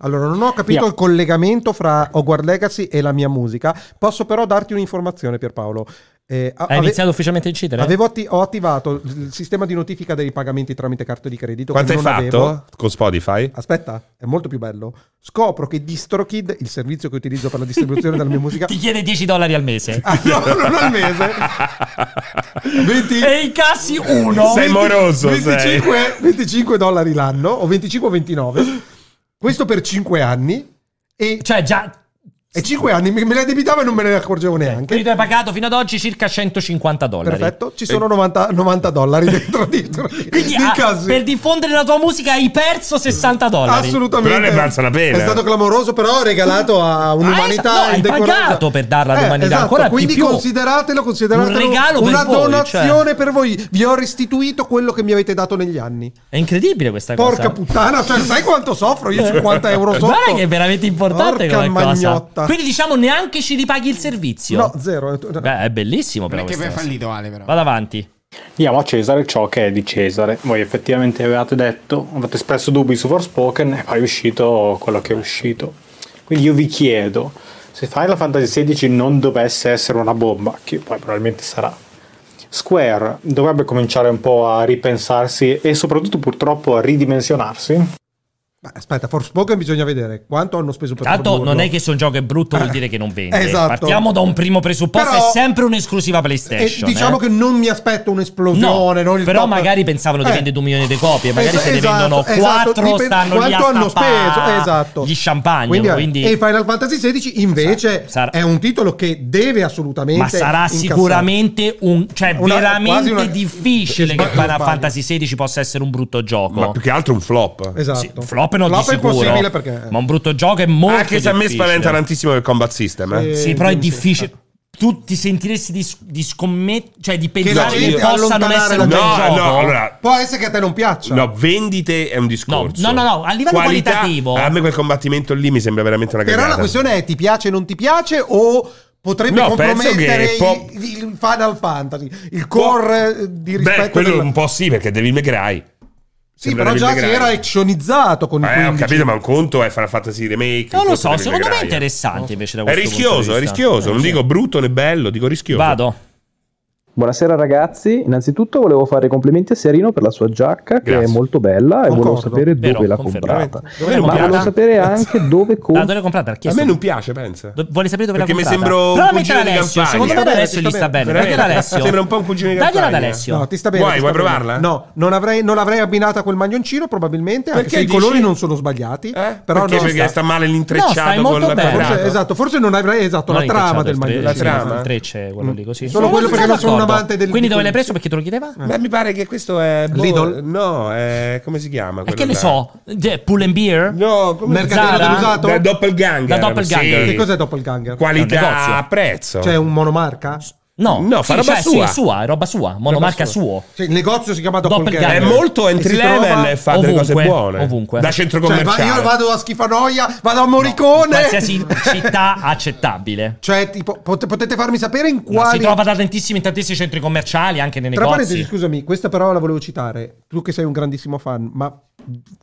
B: Allora, non ho capito
A: Yeah.
B: il collegamento fra Hogwarts Legacy e la mia musica. Posso però darti un'informazione, Pierpaolo. Eh, a-
A: Hai
B: ave-
A: iniziato ufficialmente a incidere?
B: Avevo atti- ho attivato il sistema di notifica dei pagamenti tramite carta di credito.
C: Quanto
B: che
C: hai
B: non
C: fatto
B: avevo.
C: con Spotify?
B: Aspetta, è molto più bello. Scopro che DistroKid, il servizio che utilizzo per la distribuzione della mia
C: <laughs>
B: musica,
A: Ti chiede 10 dollari al mese.
B: Ah, no, non al mese. 20,
A: E incassi uno.
C: Sei moroso, sei.
B: 25, 25 dollari l'anno, o 25 o 29. Questo per 5 anni. E,
A: Cioè, già.
B: e 5 anni me me le debitavo e non me ne accorgevo
A: Quindi
B: neanche.
A: tu hai pagato fino ad oggi circa 150 dollari.
B: Perfetto, ci sono 90, 90 dollari dentro, dentro
A: Quindi
B: nei
A: ah,
B: casi.
A: per diffondere la tua musica hai perso 60 dollari.
B: Assolutamente.
C: Però ne è valsa la pena.
B: È stato clamoroso, però ho regalato a
A: Ah, esatto,
B: un'umanità
A: no, hai
B: indecorata.
A: pagato per darla all'umanità,
B: esatto,
A: ancora di
B: quindi
A: più.
B: consideratelo, consideratelo
A: Un regalo per
B: una
A: voi,
B: donazione
A: cioè.
B: per voi. Vi ho restituito quello che mi avete dato negli anni.
A: È incredibile questa cosa.
B: Porca puttana, cioè, sai quanto soffro io 50 euro sotto?
A: <laughs> Guarda che è veramente importante
B: Porca
A: come cosa.
B: magnotta.
A: Quindi diciamo neanche ci ripaghi il servizio.
B: No, zero.
A: Beh, è bellissimo
H: Non
A: però
H: è che
A: questa
H: è
A: cosa.
H: fallito Ale però.
A: Vado avanti.
I: Diamo a Cesare ciò che è di Cesare. Voi effettivamente avevate detto, avete espresso dubbi su Forspoken e poi è uscito quello che è uscito. Quindi io vi chiedo, se Final Fantasy XVI non dovesse essere una bomba, che poi probabilmente sarà, Square dovrebbe cominciare un po' a ripensarsi e soprattutto purtroppo a ridimensionarsi?
B: Ma aspetta, Forspoken bisogna vedere quanto hanno speso per
A: Tanto
B: produrlo.
A: non è che se un gioco è brutto vuol dire che non vende.
B: Esatto.
A: Partiamo da un primo presupposto,
B: Però-
A: è sempre un'esclusiva
B: E
A: PlayStation.
B: diciamo
A: eh.
B: che non mi aspetto
A: No,
B: un'esplosione. non il
A: però
B: top-
A: magari pensavano che
B: Eh.
A: vende 2 milioni di copie, magari
B: Esa-
A: se ne
B: esatto,
A: vendono
B: esatto,
A: 4
B: dipende-
A: stanno lì a
B: quanto hanno
A: stappà
B: speso, esatto.
A: gli champagne,
B: Quindi,
A: quindi,
B: e Final Fantasy XVI invece
A: Sarà-
B: è un titolo che deve assolutamente
A: ma sarà
B: incassare.
A: sicuramente un cioè
B: Una- quasi
A: veramente
B: una-
A: difficile che
B: sbaglio,
A: Final
B: sbaglio.
A: Fantasy XVI possa essere un brutto gioco.
C: Ma più che altro un flop.
B: Esatto.
A: Sì, flop non
B: Flop
A: di
B: è possibile
A: sicuro,
B: perché
A: ma un brutto gioco è molto
C: Anche se a me
A: difficile.
C: spaventa tantissimo il combat system. Eh.
B: Sì.
A: Sì, però è
B: Sì, sì.
A: difficile. Tu ti sentiresti di, di scommettere, cioè di
B: la
A: pensare che,
B: gente
A: possa non
B: allontanare
A: essere
B: la
A: un bel
B: gente.
C: No,
A: gioco?
C: no, allora.
B: può essere che a te non piaccia.
C: No, vendite è un discorso.
A: no, no, no, a livello qualitativo-
C: A me quel combattimento lì mi sembra veramente una
B: Però
C: cagata.
B: la questione è ti piace o non ti piace o potrebbe
C: No, penso
B: compromettere
C: che
B: i-
C: po-
B: il, Final Fantasy, il core eh, di rispetto
C: Beh, quello
B: della-
C: un po' sì, perché Devil May Cry.
B: Sì,
C: Sembra
B: però
C: Devil
B: già
C: May
B: si
C: Cry.
B: era actionizzato con il
C: Eh, ho
B: 15.
C: capito, ma un conto è Final Fantasy Remake.
A: Non lo
C: un conto
A: so,
C: Devil May
A: secondo me è
C: Cry.
A: interessante invece da
C: È
A: questo punto
C: rischioso,
A: di
C: è
A: vista.
C: rischioso. Non
A: Sì.
C: dico brutto né bello, dico rischioso.
A: Vado.
J: Buonasera ragazzi, innanzitutto volevo fare i complimenti a Serino per la sua giacca che
C: Grazie.
J: è molto bella e
B: Concordo.
J: volevo sapere dove
A: Vero,
J: l'ha
A: confermo.
J: comprata.
A: Dove l'hai
J: Ma
A: comprata?
J: volevo sapere anche dove
A: Ah,
J: compra.
A: dove l'hai comprata? L'ha
C: A
A: chiesto.
C: me non piace, pensa.
A: Do- Vuole sapere dove l'ha
C: Perché mi
A: comprata?
C: sembra un
A: Prova a mettere
C: cugino di
A: Alessio,
C: campagna.
A: secondo me ad
B: Sta bene,
A: Alessio gli
B: sta
A: sta bene.
B: bene.
A: Dagliela ad
C: Veramente.
A: Alessio.
C: Sembra un po' un cugino di
A: Dagliela ad
C: campagna.
A: Alessio.
B: No, ti sta bene.
C: Vuoi-
B: ti
C: vuoi
B: sta bene.
C: provarla?
B: No, non avrei, non l'avrei abbinata a quel maglioncino probabilmente,
C: Perché
B: anche se i
C: dici?
B: colori non sono sbagliati.
C: Eh?
B: Però
C: perché,
B: no,
C: perché sta male
A: No, stai
C: l'intrecciato
A: molto
C: con la
A: bene.
C: Forse-
B: Forse,
A: Era.
B: esatto, forse non avrei esatto
A: Non
B: la
A: è
B: trama
A: intrecciato,
B: del
A: il
B: maglioncino.
A: tre-
C: La trama?
A: Il trecce, quello lì così.
B: Solo quello perché non sono un
A: d'accordo.
B: amante del-
A: Quindi dove l'hai
B: di-
A: preso? Perché te lo chiedeva?
C: Beh, mi pare che questo è. boh,
B: Lidl?
C: No, è- come si chiama?
A: E
C: quello
A: che ne
C: là?
A: so? De- Pull and beer?
C: No, come
B: Mercatino
A: Zara?
B: dell'usato?
C: Da doppelganger.
A: Da doppelganger.
C: sì.
B: Che cos'è doppelganger?
A: È un
C: Qualità
A: negozio.
C: a prezzo.
B: Cioè un monomarca?
A: No,
C: No,
A: sì,
C: fa roba
A: cioè,
C: sua.
A: sì, è sua, è roba sua, monomarca suo.
B: Cioè, il negozio si chiama doppelganger.
A: Doppelganger.
C: è molto entry
B: E si
C: level
B: trova-
C: e fa delle cose
A: ovunque,
C: buone.
A: ovunque.
C: Da centro
B: Cioè, va-
C: commerciale.
B: io vado a Schifanoia, vado a Morricone.
A: Qualsiasi
B: <laughs>
A: città accettabile.
B: Cioè, tipo, pot- potete farmi sapere
A: Ma
B: in
A: Si
B: quali
A: trova da tantissimi, in tantissimi centri commerciali, anche nei
B: Tra
A: negozi.
B: parentesi, scusami, questa parola la volevo citare. Tu che sei un grandissimo fan, ma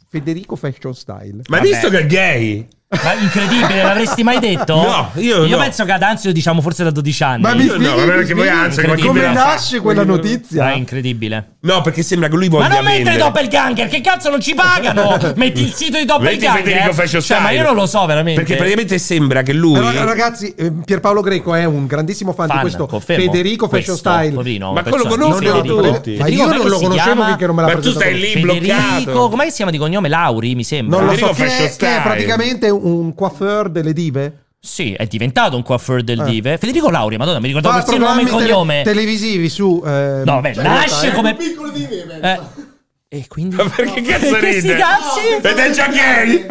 B: Federico Fashion Style.
C: Ma hai
A: Vabbè.
C: visto che è gay?
A: Ma incredibile, l'avresti mai detto?
C: No, io no.
A: penso che ad Anzio diciamo forse da 12 anni. Ah,
B: Ma mi
C: Io no,
B: spieghi,
C: ma non è
B: mi
C: che voi
B: spieghi
C: anzi,
A: qualcuno
B: come
A: me la fa.
B: nasce quella notizia?
A: Ah, è incredibile.
C: No, perché sembra che lui voglia
A: Ma non mettere
C: vendere.
A: Doppelganger, che cazzo non ci
B: <laughs>
A: pagano? Metti il sito di
C: Metti Federico
A: Doppelganger.
C: Fascio
A: Cioè, ma
C: Style.
A: io non lo so veramente.
C: Perché praticamente sembra che lui...
B: Però, ragazzi, eh, Pierpaolo Greco è un grandissimo fan,
A: Fan,
B: di questo
A: confermo.
B: Federico
A: Questo,
B: Fashion Style.
A: poverino,
C: Ma
A: persona-
C: quello conosco
A: Federico.
C: tutti.
B: Ma io
A: Federico,
B: non
A: come
B: lo
A: si
B: conoscevo
A: chiama?
B: finché non me l'ha
C: Ma tu
B: presentato.
C: stai lì
A: Federico,
C: bloccato.
A: com'è che si chiama di cognome? Lauri, mi sembra.
B: Non lo
C: Federico
B: so, che è, che
C: Fashion
B: è
C: Style.
B: praticamente un coiffeur delle dive.
A: Sì, è diventato un coiffeur del Dive. Federico Lauri, madonna, mi ricordavo
B: Fa
A: persino il nome e
B: Eh. programmi
A: il
B: tele-
A: cognome.
B: televisivi su... eh,
A: No, beh,
B: cioè,
A: nasce
B: eh,
A: come...
D: piccolo di me, pensa.
A: Eh, e quindi...
C: Ma <laughs> perché
A: <laughs>
C: cazzo
A: Perché sti
C: ride?
A: cazzi?
C: Ed è già gay!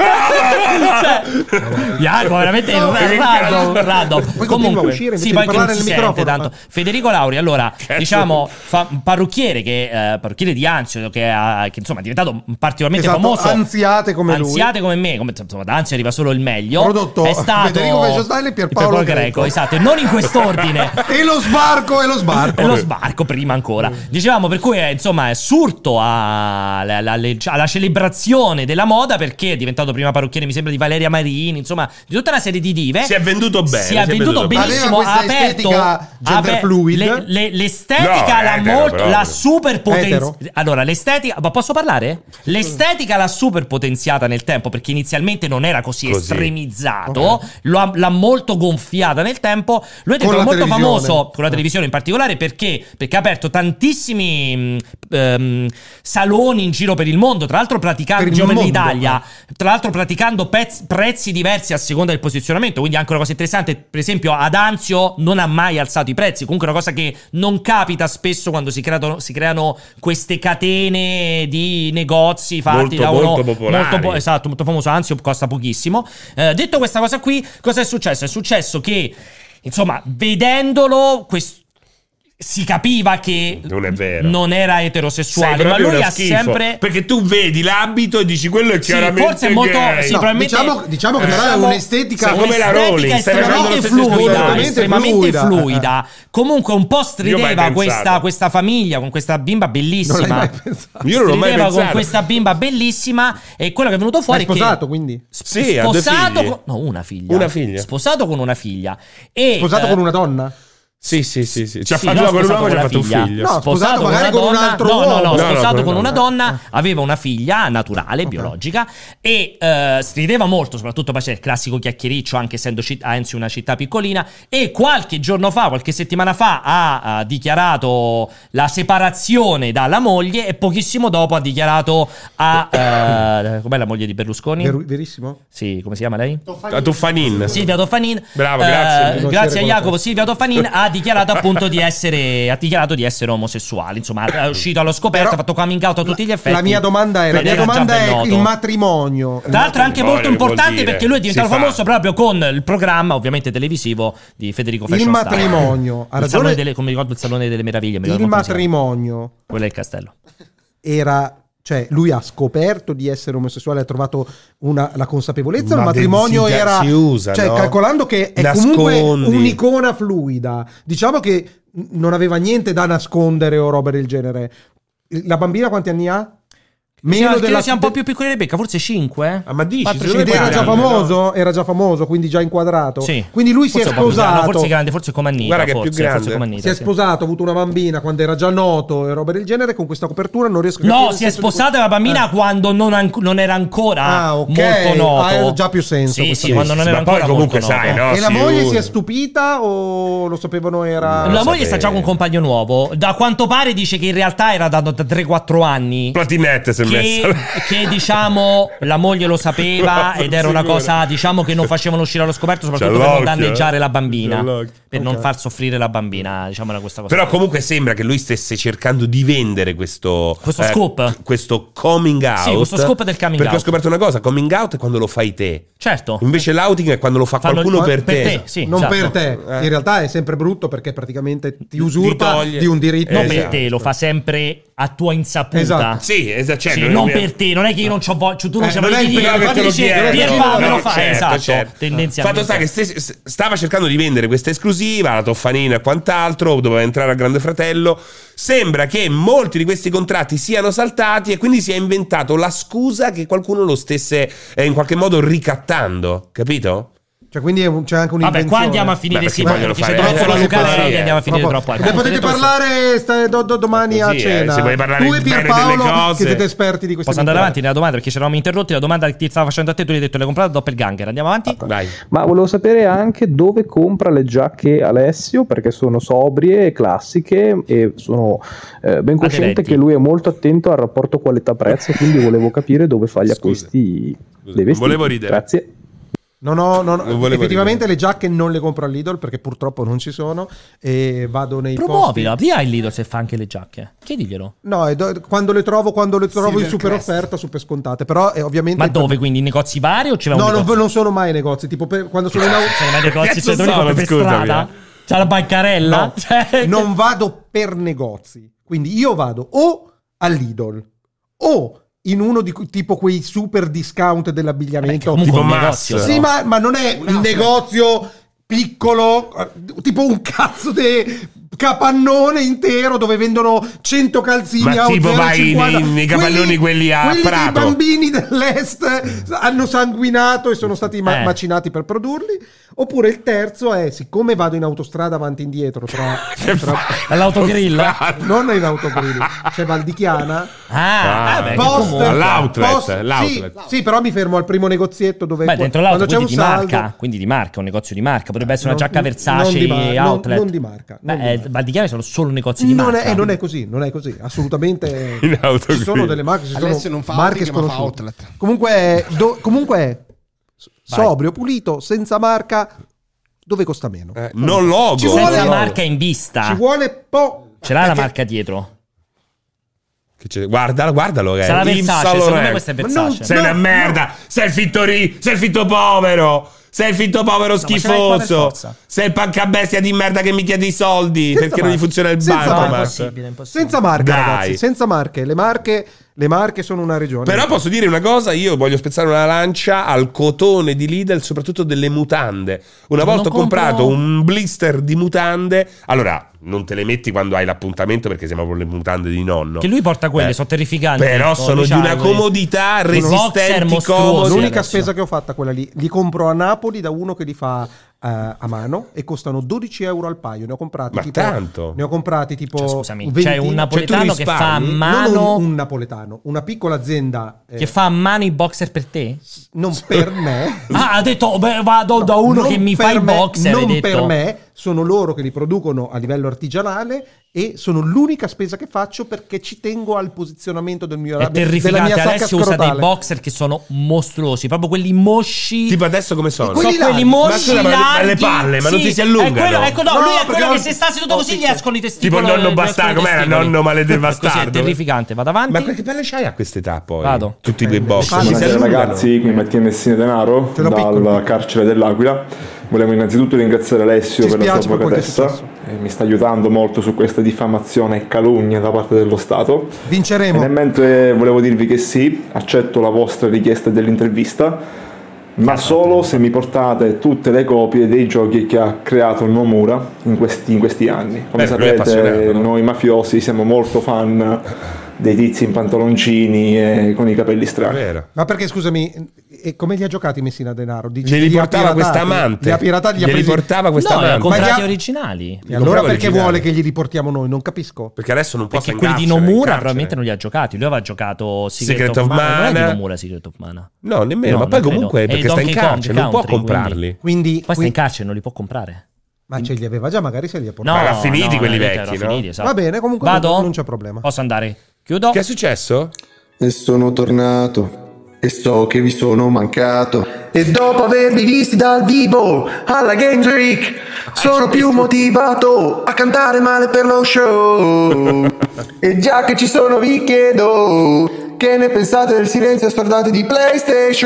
A: cioè, Iago, veramente
C: No,
A: è
C: che
A: random,
C: cazzo.
A: random.
B: Poi continua a
A: Comunque,
B: uscire,
A: sì, poi che
B: invece di
A: non
B: parlare
A: si
B: nel
A: sente
B: microfono. Certo.
A: tanto. Federico Lauri, allora, diciamo, fa un parrucchiere che eh, parrucchiere di Anzio che, ha- che, insomma è diventato particolarmente
B: Esatto,
A: famoso.
B: anziate come lui.
A: Anziate come me, come insomma, da Anzio arriva solo il meglio.
B: Prodotto
A: è stato
B: Federico Fascio Style e Pierpaolo
A: Greco.
B: Greco.
A: esatto, e non in quest'ordine.
B: <laughs> E lo sbarco, e lo sbarco.
A: E lo sbarco prima ancora. Dicevamo, per cui è, insomma, è surto a- alla, alla- alla celebrazione della moda perché è diventato prima parrucchiere, mi sembra, di Valeria Marini, insomma, di tutta una serie di dive.
C: Si è venduto bene,
A: Si è venduto
C: bene.
A: benissimo.
B: Aveva
A: Ha
B: questa
A: aperto
B: estetica gender fluid.
A: le- le- l'estetica,
C: No,
A: la,
C: etero
A: molto-
C: proprio.
A: la super
B: Etero.
A: potenziata. Allora, l'estetica. Ma posso parlare? L'estetica l'ha super potenziata nel tempo perché inizialmente non era così,
C: Così.
A: estremizzato. Lo ha- l'ha molto gonfiata nel tempo. Lui è
B: Con
A: diventato
B: la
A: molto
B: televisione.
A: famoso con la televisione in particolare perché, perché ha aperto tantissimi mh, ehm, saloni in giro per il mondo, tra l'altro praticando
B: Per
A: in
B: il
A: giro per
B: mondo. eh.
A: l'Italia, tra l'altro praticando pez- prezzi diversi a seconda del posizionamento, quindi anche una cosa interessante, per esempio ad Anzio non ha mai alzato i prezzi, comunque una cosa che non capita spesso quando si, creato- si creano queste catene di negozi fatti
C: Molto,
A: da uno
C: molto popolari.
A: molto po- esatto, molto famoso, anzi costa pochissimo. Eh, detto questa cosa qui, cosa è successo? È successo che, insomma, vedendolo, quest- si capiva che
C: Non è vero.
A: non era
C: Sei
A: eterosessuale, ma
C: proprio
A: lui
C: uno
A: ha
C: schifo.
A: sempre...
C: Perché tu vedi l'abito e dici quello è
A: Sì,
C: chiaramente
A: forse è molto-
C: gay.
A: sì,
B: No,
A: probabilmente-
B: diciamo, diciamo che però è
A: diciamo-
B: un'estetica...
C: Sì, come la
A: Un'estetica
C: Rowling, stai facendo lo
A: estremamente
C: stesso
A: fluida,
C: discorso.
A: estremamente
B: Estremamente fluida.
A: fluida. Comunque un po'
C: Io
A: strideva
C: mai
A: questa,
C: pensato.
A: questa famiglia con questa bimba
B: Non l'hai
A: bellissima.
B: mai pensato.
C: Io non l'ho mai
A: Strideva
C: pensato.
A: con questa bimba bellissima e quello che è venuto
B: Ma è
A: fuori è che
B: sposato, quindi.
C: Sì, ha due
A: sposato
C: figli.
A: con no, una figlia.
C: Una figlia.
A: Sposato con una figlia. E,
B: Sposato
A: eh,
B: con una donna?
C: Sì, sì, sì, sì. Ci ha
A: sì,
C: fatto
A: no,
C: con un
A: sposato
C: uomo e ci
A: con
C: ha
A: una
C: fatto un
A: figlia.
C: figlio.
B: No, sposato
A: con una
B: magari con un
A: donna-
B: altro
A: no, No, no,
B: uomo.
C: No, no,
A: sposato
C: con
A: con
C: una
A: una donna, aveva una figlia naturale, biologica, e eh, strideva molto, soprattutto poi c'è il classico chiacchiericcio, anche essendo citt- Anzi una città piccolina, e qualche giorno fa, qualche settimana fa, ha, ha dichiarato la separazione dalla moglie e pochissimo dopo ha dichiarato a... eh, <coughs> com'è la moglie di Berlusconi?
B: Ver- verissimo?
A: sì, come si chiama lei?
C: A Tuffanin.
A: Silvia Toffanin.
C: Bravo,
A: eh,
C: grazie.
A: grazie a
B: Conoscere
A: Jacopo.
B: qualcosa.
A: Silvia Toffanin ha dichiarato appunto di essere ha dichiarato di essere omosessuale. Insomma, è uscito allo scoperto,
B: Però
A: ha fatto coming out a tutti gli effetti.
B: La mia domanda è, la
A: Ed
B: mia
A: era già
B: domanda
A: ben
B: è
A: noto.
B: il matrimonio.
A: Tra l'altro è anche
C: Poi,
A: molto
C: che vuol
A: importante
C: dire?
A: perché lui è diventato
C: Si fa.
A: famoso proprio con il programma, ovviamente televisivo, di Federico
B: Il
A: Fashion Star.
B: matrimonio. Ha
A: Il salone
B: ragione-
A: delle- come ricordo il Salone delle Meraviglie. mi ricordo
B: Il
A: come si chiama.
B: matrimonio
A: Quello è il castello.
B: era... Cioè, lui ha scoperto di essere omosessuale, ha trovato una- la consapevolezza. il
C: Ma
B: matrimonio
C: che si-
B: era.
C: si usa,
B: cioè,
C: no?
B: calcolando che è
C: Nascondi.
B: comunque un'icona fluida. Diciamo che n- non aveva niente da nascondere o roba del genere. La bambina quanti anni ha?
A: Meno
B: della-
A: Diciamo sia un po' più piccoli di Rebecca, forse 5?
C: Ah, ma dici,
B: Ed
C: secondo
B: era
C: Quanti
B: già
C: anni,
B: famoso, era già famoso, quindi già inquadrato.
A: Sì.
B: Quindi lui si è
A: Forse un po' più grande,
B: sposato.
A: Forse grande, forse come Anita.
C: Guarda che è più
A: forse,
C: grande.
A: forse come Anita,
B: si è
A: sì.
B: sposato, ha avuto una bambina quando era già noto e roba del genere. Con questa copertura non riesco a capire
A: No,
B: il
A: si è
B: senso di
A: sposata
B: questo.
A: la bambina
B: Eh.
A: quando non, anc- non era ancora
B: Ah, ok.
A: molto noto.
B: Ah, era già più senso
A: Sì,
B: questo
A: sì,
B: qui.
A: quando non era
C: ma poi
A: ancora
C: comunque
A: molto
C: sai,
A: noto.
C: no?
B: e la
C: si
B: moglie
C: usa.
B: si è stupita o lo sapevano era...
A: La
C: Lo
A: moglie sta
C: sapevo.
A: già con un compagno nuovo. Da quanto pare dice che in realtà era da, da 3-4 anni.
C: Platinette si è
A: Che,
C: messa.
A: <laughs> che, diciamo la moglie lo
C: <laughs>
A: sapeva
C: Ma
A: ed era una
C: sicuro.
A: cosa diciamo che non facevano uscire allo scoperto soprattutto
C: C'ha
A: per non
C: l'occhio,
A: danneggiare
C: eh.
A: la bambina
C: C'ha
A: per
C: l'occhio.
A: non
B: Ok.
A: far soffrire la bambina diciamo era questa cosa
C: Però comunque sembra che lui stesse cercando di vendere questo
A: Questo scoop.
C: c- questo coming out.
A: Sì, questo scoop del coming
C: perché
A: out.
C: ho scoperto una cosa: coming out è quando lo fai te.
A: certo
C: Invece l'outing è quando lo fa
A: Fanno-
C: qualcuno per,
A: per
C: te.
A: te, sì,
B: non
A: esatto.
B: per te. In realtà è sempre brutto perché praticamente ti usurpa
C: Eh. toglie.
B: di un diritto.
A: non
C: Esatto.
A: per te lo fa sempre a tua insaputa
B: Esatto.
C: Sì, esatto. Cioè,
A: Sì,
C: noi
A: non
C: abbiamo-
A: per te, non è che io non c'ho voglia, tu non
B: Eh,
A: ci
B: non
A: avevi
B: è il
A: dire,
B: perché
A: infatti
B: te lo
A: dice,
B: chiedo,
A: Pier
B: no,
A: Paolo
B: no,
A: lo fa,
C: certo,
A: esatto,
C: certo.
A: tendenzialmente.
C: Fatto sta che stes- s- stava cercando di vendere questa esclusiva, la Toffanina e quant'altro, doveva entrare a Grande Fratello. Sembra che molti di questi contratti siano saltati e quindi si è inventato la scusa che qualcuno lo stesse eh, in qualche modo ricattando, capito?
B: Cioè, quindi è un- c'è anche un'invenzione.
A: Vabbè, qua andiamo a
C: Beh,
A: finire
C: perché
A: sì,
C: vogliono
A: perché c'è
C: fare-
A: troppo la
C: eh,
A: Lucana
C: sì,
A: e
C: eh.
A: andiamo a finire
B: Proprio-
A: troppo.
B: Ne potete parlare sta- do- do- domani
C: Così,
B: a
C: eh,
B: cena.
C: se vuoi parlare
B: tu e
C: bene delle
B: Pierpaolo
C: cose.
B: che siete esperti di queste
A: Posso andare
B: minchiate.
A: avanti nella domanda perché ci eravamo interrotti. La domanda che ti stava facendo a te, tu gli hai detto l'hai comprata Doppelganger. Andiamo avanti.
C: Vai.
J: Ma volevo sapere anche dove compra le giacche Alessio, perché sono sobrie, classiche e sono eh, ben
A: Aderenti.
J: cosciente che lui è molto attento al rapporto qualità-prezzo, quindi volevo capire dove fa gli
C: Scusa.
J: acquisti
C: Scusa,
J: dei
C: non
J: vestiti.
C: volevo ridere.
J: Grazie.
B: No, no, no, no.
C: Non volevo
B: effettivamente le giacche non le compro all'Idol perché purtroppo non ci sono e vado nei
A: Promuovila, via il Lido se fa anche le giacche. Chiediglielo.
B: posti. No, e do- quando le trovo, quando le trovo in
D: Silver
B: super
D: Crest.
B: offerta, super scontate, però eh, ovviamente
A: Ma dove quindi? In negozi vari o ci va
B: No,
A: un
B: non,
A: negozio?
B: non sono mai i negozi, tipo per- quando sono in
A: Sono mai
B: auto
A: negozi
C: Cazzo
A: cioè, dove li
C: sono,
A: compri per
C: scusami,
A: strada? C'è la bancarella?
B: No,
A: Cioè-
B: <laughs> non vado per negozi. Quindi io vado o all'Idol o in uno di que- tipo quei super discount
A: Perché
B: dell'abbigliamento.
A: comunque
C: tipo
A: un
C: Mass.
A: negozio.
B: Sì,
A: però.
B: ma, ma non è il negozio piccolo, eh, tipo un cazzo di capannone intero dove vendono 100 calzini
C: Ma
B: a
C: tipo
B: 0,50.
C: vai nei- nei capannoni quelli a
B: quelli
C: Prato.
B: dei bambini dell'est hanno sanguinato e sono stati ma-
A: Eh.
B: macinati per produrli. Oppure il terzo è, siccome vado in autostrada avanti e indietro,
C: <laughs>
B: tra, tra-
A: All'autogrill?
B: non in autogrill, c'è Valdichiana,
A: Ah,
C: Ah,
A: vabbè, che
C: post-
A: comunque-
C: all'outlet,
B: post-
C: l'outlet.
B: Sì, sì, però mi fermo al primo negozietto dove
A: Beh, dentro l'auto,
B: quando
A: quindi
B: c'è
A: di
B: un saldo-
A: marca, quindi di marca, un negozio di marca, potrebbe essere una
B: Non-
A: giacca
B: non-
A: Versace
B: non di mar- non-
A: outlet.
B: non di marca,
A: Beh,
B: non di
A: eh,
B: marca.
A: ma di chiave sono solo negozi di
B: Non
A: marca.
B: è, eh, non è così, non è così, assolutamente.
C: <laughs> In autogrill.
B: ci sono delle marche, ci
D: Alessio
B: sono
D: non fa
B: marche
D: outing, ma fa
B: sconosciute.
D: outlet.
B: Comunque, è- do- comunque è
A: Vai.
B: sobrio, pulito, senza marca, dove costa meno.
C: Eh, non logo.
B: Ci
A: Senza
B: vuole-
C: Non logo.
A: marca in vista.
B: Ci vuole po'.
A: Ce l'ha la
B: perché-
A: marca dietro.
C: Che c'è- Guardalo, guardalo. eh. Che
A: Sarà
C: è. Yves
A: Versace,
C: Saint
A: secondo
C: Laurent.
A: me questa è
B: Ma
A: Versace.
B: non-
C: Sei
B: No,
C: una
B: no.
C: merda! Sei il fitto ri- sei il fitto povero! Sei il fitto povero
A: ce l'hai qua per
C: schifoso!
A: forza.
C: sei il pancabestia di merda che mi chiede i soldi
B: Senza
C: perché non gli
B: marca.
C: funziona il
B: Senza
C: banco.
B: marca.
A: Impossibile, impossibile.
B: Senza marca,
C: Dai.
B: ragazzi, senza marche. Le marche, le marche sono una regione.
C: Però posso dire una cosa, io voglio spezzare una lancia al cotone di Lidl, soprattutto delle mutande. Una
A: Non
C: volta ho
A: compro-
C: comprato un blister di mutande. Allora, non te le metti quando hai l'appuntamento perché siamo proprio le mutande di nonno.
A: Che lui porta quelle,
C: Eh,
A: sono terrificanti.
C: Però
A: Con
C: sono
A: i
C: di una
A: ciauli.
C: comodità
A: Sono boxer
C: resistenti,
A: mostruosi.
C: comodi.
B: L'unica
A: adesso.
B: spesa che ho fatta quella lì, li compro a Napoli da uno che li fa eh, a mano e costano 12 euro al paio. Ne ho comprati
C: Ma
B: tipo,
C: tanto?
B: Ne ho comprati tipo.
A: Cioè, scusami,
B: 20
A: c'è un napoletano
C: Cioè, tu
A: che fa a
C: risparmi?
A: mano
B: Non un, un napoletano, una piccola azienda eh,
A: che fa a mano i boxer per te?
B: non
A: <laughs>
B: per me.
A: Ah, ha detto "Oh, beh, vado da uno
B: Non
A: che mi fa
B: per
A: i
B: me,
A: boxer, hai
B: Non
A: detto.
B: per me, sono loro che li producono a livello artigianale e sono l'unica spesa che faccio perché ci tengo al posizionamento del mio
A: È
B: della
A: terrificante.
B: mia sacca
A: Adesso usa dei
B: scrotale.
A: boxer che sono mostruosi, proprio quelli mosci.
C: Tipo adesso come sono?
A: sono
B: quelli
A: quelli
B: larghi.
C: Ma
A: mosci
C: scusa, ma- ma
A: larghi.
C: le palle, ma non
A: Sì,
C: ti si
A: È quello,
C: allungano?
A: ecco, no,
B: No,
A: lui è
B: perché
A: quello che
B: non-
A: se sta seduto così gli escono i testicoli.
C: Tipo il nonno
A: gli
C: bastardo,
A: escono i
C: com'era?
A: testicoli.
C: Nonno maledetto
A: Così
C: bastardo.
A: è terrificante. Vado avanti.
C: Ma che pelle c'hai a quest'età poi?
A: Vado.
C: Tutti quei box.
B: Buonasera,
C: Mi si allungano.
H: ragazzi, qui Mattia Messina Denaro
B: Ce l'ho
H: dal
B: piccolo.
H: carcere dell'Aquila. Volevo innanzitutto ringraziare Alessio
B: Ci
H: per la
B: spiace
H: sua
B: per
H: poca
B: quel che è
H: testa, eh, mi sta aiutando molto su questa diffamazione e calunnia da parte dello Stato. E nel
B: Vinceremo.
H: mentre volevo dirvi che sì, accetto la vostra richiesta dell'intervista, ma solo se mi portate tutte le copie dei giochi che ha creato Nomura in questi, in questi anni. Come
C: Eh, lui è appassionato,
H: sapete,
C: no?
H: noi mafiosi siamo molto fan dei tizi in pantaloncini e con i capelli
C: È
H: strani.
C: vero.
B: Ma perché scusami, e come li ha giocati Messina Denaro? Dici,
C: Glieli
B: li ha
C: portava
B: piratati?
C: questa amante.
B: Li ha piratati, li ha
C: Glieli
B: presi-
C: portava questa
A: No, li ha
C: amante.
A: comprati
B: Ma gli ha-
A: originali.
B: E allora
C: Comprava
B: perché
C: originale.
B: vuole che gli riportiamo noi? Non capisco.
C: Perché adesso non posso
A: Perché quelli di
C: in carcere, in
A: Nomura
C: carcere.
A: probabilmente non li ha giocati. Lui aveva giocato Secret,
C: Secret
A: of,
C: of
A: Mana. Non è di
C: Mana.
A: Nomura Secret of Mana.
C: No,
A: No, non
C: nemmeno. ma poi
A: credo.
C: comunque
A: E
C: perché sta in
A: Donkey Kong
C: carcere, non può
A: Country,
C: comprarli.
B: Quindi,
A: Poi sta in
B: quindi-
A: carcere, non li può comprare.
B: ma ce li aveva già, magari se li ha portati.
C: Ma erano finiti quelli vecchi, no?
A: esatto.
B: Va bene, comunque
A: Vado?
B: non- non c'è problema.
A: Posso andare? Chiudo.
C: Che è successo?
K: E sono tornato e so che vi sono mancato. E dopo avervi visti dal vivo alla Games Week, sono più motivato a cantare male per lo show. e già che ci sono vi chiedo che ne pensate del silenzio assordante di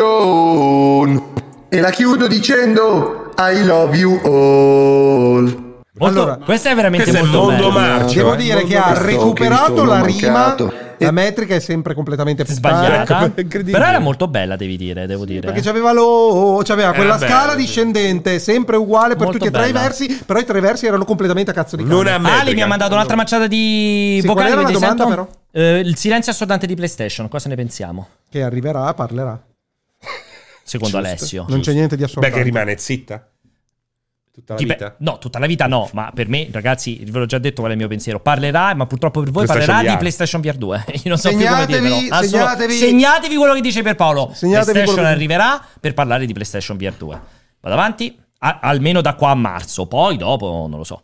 K: PlayStation. E la chiudo dicendo I love you all.
A: Molto-
B: Allora,
A: questa è veramente
C: questo è
A: molto
C: mondo
A: bella.
C: marcio.
B: Devo
C: eh.
B: dire che
K: Molto
B: ha
K: presto che vi
B: recuperato
K: sono
B: la
K: mancato.
B: rima La metrica è sempre completamente
A: sbagliata.
B: puttana.
A: Però era molto bella, devi dire, devo dire.
B: Perché c'aveva, lo, c'aveva
C: Eh,
A: Era
B: quella
A: bello,
B: scala
A: sì.
B: discendente, sempre uguale per
A: Molto
B: tutti e tre i
A: bella.
B: versi, però i tre versi erano completamente a cazzo di cane.
A: Ali mi ha mandato un'altra manciata di
B: Sì,
A: vocali.
B: qual era la
A: vedete,
B: domanda,
A: sento? Eh, il silenzio assordante di PlayStation, cosa ne pensiamo?
B: Che arriverà, parlerà.
A: Secondo
B: Giusto.
A: Alessio.
B: Non c'è niente di
C: Beh,
B: assordante.
C: che rimane zitta. Tutta la
A: Dipe- <laughs>
C: vita.
A: No, tutta la vita no, ma per me, ragazzi, ve l'ho già detto qual è il mio pensiero. Parlerà, ma purtroppo per voi
C: PlayStation
A: parlerà
C: VR.
A: di PlayStation VR 2. <laughs> Io non so più
B: Segnatevi,
A: come dirvelo. Assolut-
B: segnatevi.
A: segnatevi quello che dice per Paolo.
B: Segnatevi
A: PlayStation
B: quello che-
A: arriverà per parlare di PlayStation VR 2. Vado avanti, a- almeno da qua a marzo, poi dopo non lo so.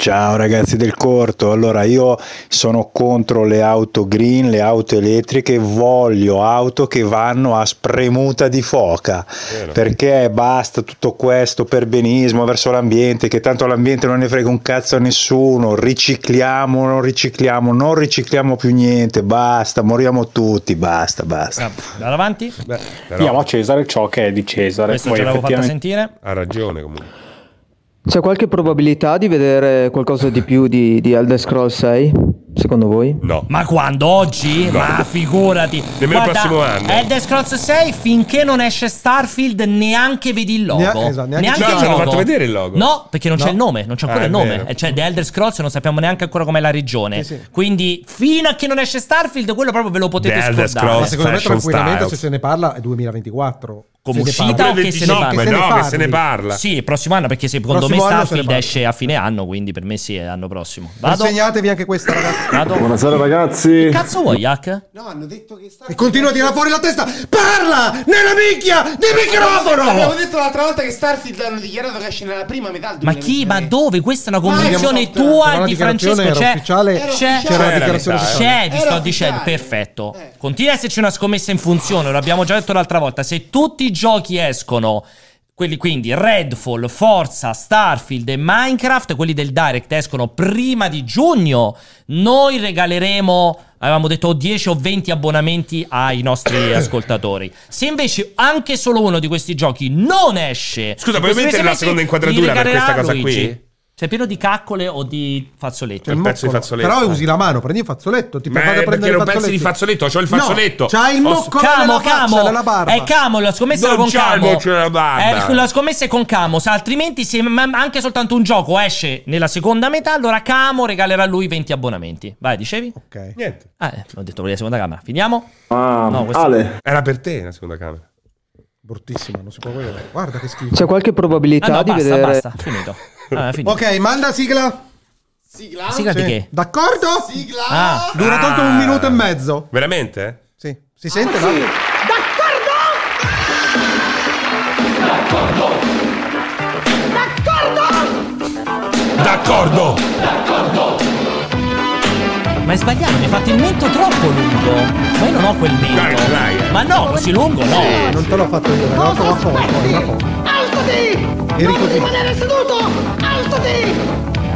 L: Ciao ragazzi del corto, allora io sono contro le auto green, le auto elettriche, voglio auto che vanno a spremuta di foca, perché basta tutto questo perbenismo verso l'ambiente, che tanto l'ambiente non ne frega un cazzo a nessuno, ricicliamo, non ricicliamo, non ricicliamo più niente, basta, moriamo tutti, basta, basta.
A: Vado avanti.
I: Diamo a Cesare ciò che è di Cesare.
A: Questo
I: Poi
A: ce l'avevo fatta
I: effettivamente-
A: sentire.
C: Ha ragione comunque.
M: C'è qualche probabilità di vedere qualcosa di più di, di Elder Scrolls 6? Secondo voi?
C: No.
A: Ma quando? Oggi? Ma figurati.
M: Nemmeno il
A: Guarda,
M: prossimo anno.
A: Elder Scrolls 6 finché non esce Starfield neanche vedi il logo.
C: Nea- esatto, neanche ci- No,
A: il
C: ci hanno
A: logo.
C: fatto vedere il logo.
A: No, perché non c'è
C: No.
A: il nome, non c'è ancora
C: Ah,
A: il
C: è
A: nome.
C: vero.
A: Eh, Cioè, The Elder Scrolls non sappiamo neanche ancora com'è la regione.
B: Sì, sì.
A: Quindi fino a che non esce Starfield quello proprio ve lo potete
C: The Elder
A: scordare.
C: Scrolls
B: Ma secondo me
C: Fashion
B: tranquillamente
C: Styles.
B: se se ne parla è 2024.
A: Come
B: Se ne
A: uscita
B: parla.
A: o che se ne parla?
B: Sì.
A: Sì, il prossimo anno perché secondo
B: Prossimo
A: me
B: anno se ne
A: Starfield
B: parla.
A: esce a fine anno, quindi per me sì, è l'anno prossimo. Vado.
B: Consegnatevi anche questa ragazzi.
H: Buonasera ragazzi.
A: Che cazzo vuoi, Hack?
B: <laughs> E continua a tirare fuori la testa. Parla nella minchia di
D: Abbiamo
B: microfono.
D: detto l'altra volta che Starfield hanno dichiarato che esce nella prima metà del
A: Ma chi?
D: 2023.
A: Ma dove? Questa è una convinzione
D: Microsoft.
A: tua
D: Ma
A: e
D: la
A: di
D: dichiarazione
A: Francesco.
D: era
A: C'è,
D: ufficiale?
A: c'è,
D: Era
A: c'è,
D: ufficiale.
A: c'è,
D: Era ufficiale.
A: ti sto
D: Era
A: dicendo,
D: ufficiale. Eh.
A: perfetto. Continua ad esserci una scommessa in funzione, l'abbiamo già detto l'altra volta. Se tutti i giochi escono. Quelli quindi Redfall, Forza, Starfield e Minecraft, quelli del Direct escono prima di giugno. Noi regaleremo, avevamo detto, o 10 o 20 abbonamenti ai
C: <coughs>
A: nostri ascoltatori. Se invece anche solo uno di questi giochi non esce,
C: Scusa,
A: in
C: puoi
A: questi
C: mettere la
A: mesi,
C: seconda
A: li
C: inquadratura per
A: regalerà
C: questa cosa qui?
A: Luigi. Cioè, pieno di caccole o di fazzoletti?
C: Un pezzo di fazzoletto.
B: Cioè, Però usi la mano, prendi il fazzoletto, ti
C: Ma
B: prepara a
C: è
B: prendere
C: perché
B: il
C: non
B: fazzoletto.
C: pensi di fazzoletto? C'ho il fazzoletto.
B: No, c'hai il
C: Ho-
B: mocco
A: Oh, Camo,
B: nella faccia,
A: Camo,
B: nella barba.
A: è Camo, la scommessa
C: Non
A: era con
C: c'ha il
A: Camo.
C: moccio nella barba.
A: Eh, la scommessa è con Camo, sa, altrimenti se ma- anche soltanto un gioco esce nella seconda metà, allora Camo regalerà a lui 20 abbonamenti. Vai, dicevi?
B: Ok.
C: Niente.
A: Ah, eh, ho detto quella seconda camera. Finiamo?
H: Ah,
A: No, questo-
H: Ale.
C: Era per te la seconda camera.
B: Bruttissima, non si può vedere. Guarda che schifo.
M: C'è qualche probabilità
A: Ah, no,
M: di
A: basta,
M: vedere...
A: basta, finito. Ah, è finito.
B: Ok, manda sigla.
D: Sigla?
A: Sigla di
B: Sì.
A: che?
B: D'accordo?
D: Sigla?
A: Ah.
B: Dura
C: Ah.
B: tanto un minuto e mezzo.
C: Veramente?
B: Sì. Si sente? no?
C: D'accordo!
A: Ma è sbagliato, mi hai fatto il mento troppo lungo. Ma io non ho quel mento.
C: Dai, ce l'hai, eh.
A: Ma no, così lungo no.
B: Eh, non te l'ho fatto io, l'ho fatto la foto. la foto.
N: Alzati!
B: Enrico
N: non
B: Di-
N: rimanere seduto! Alzati!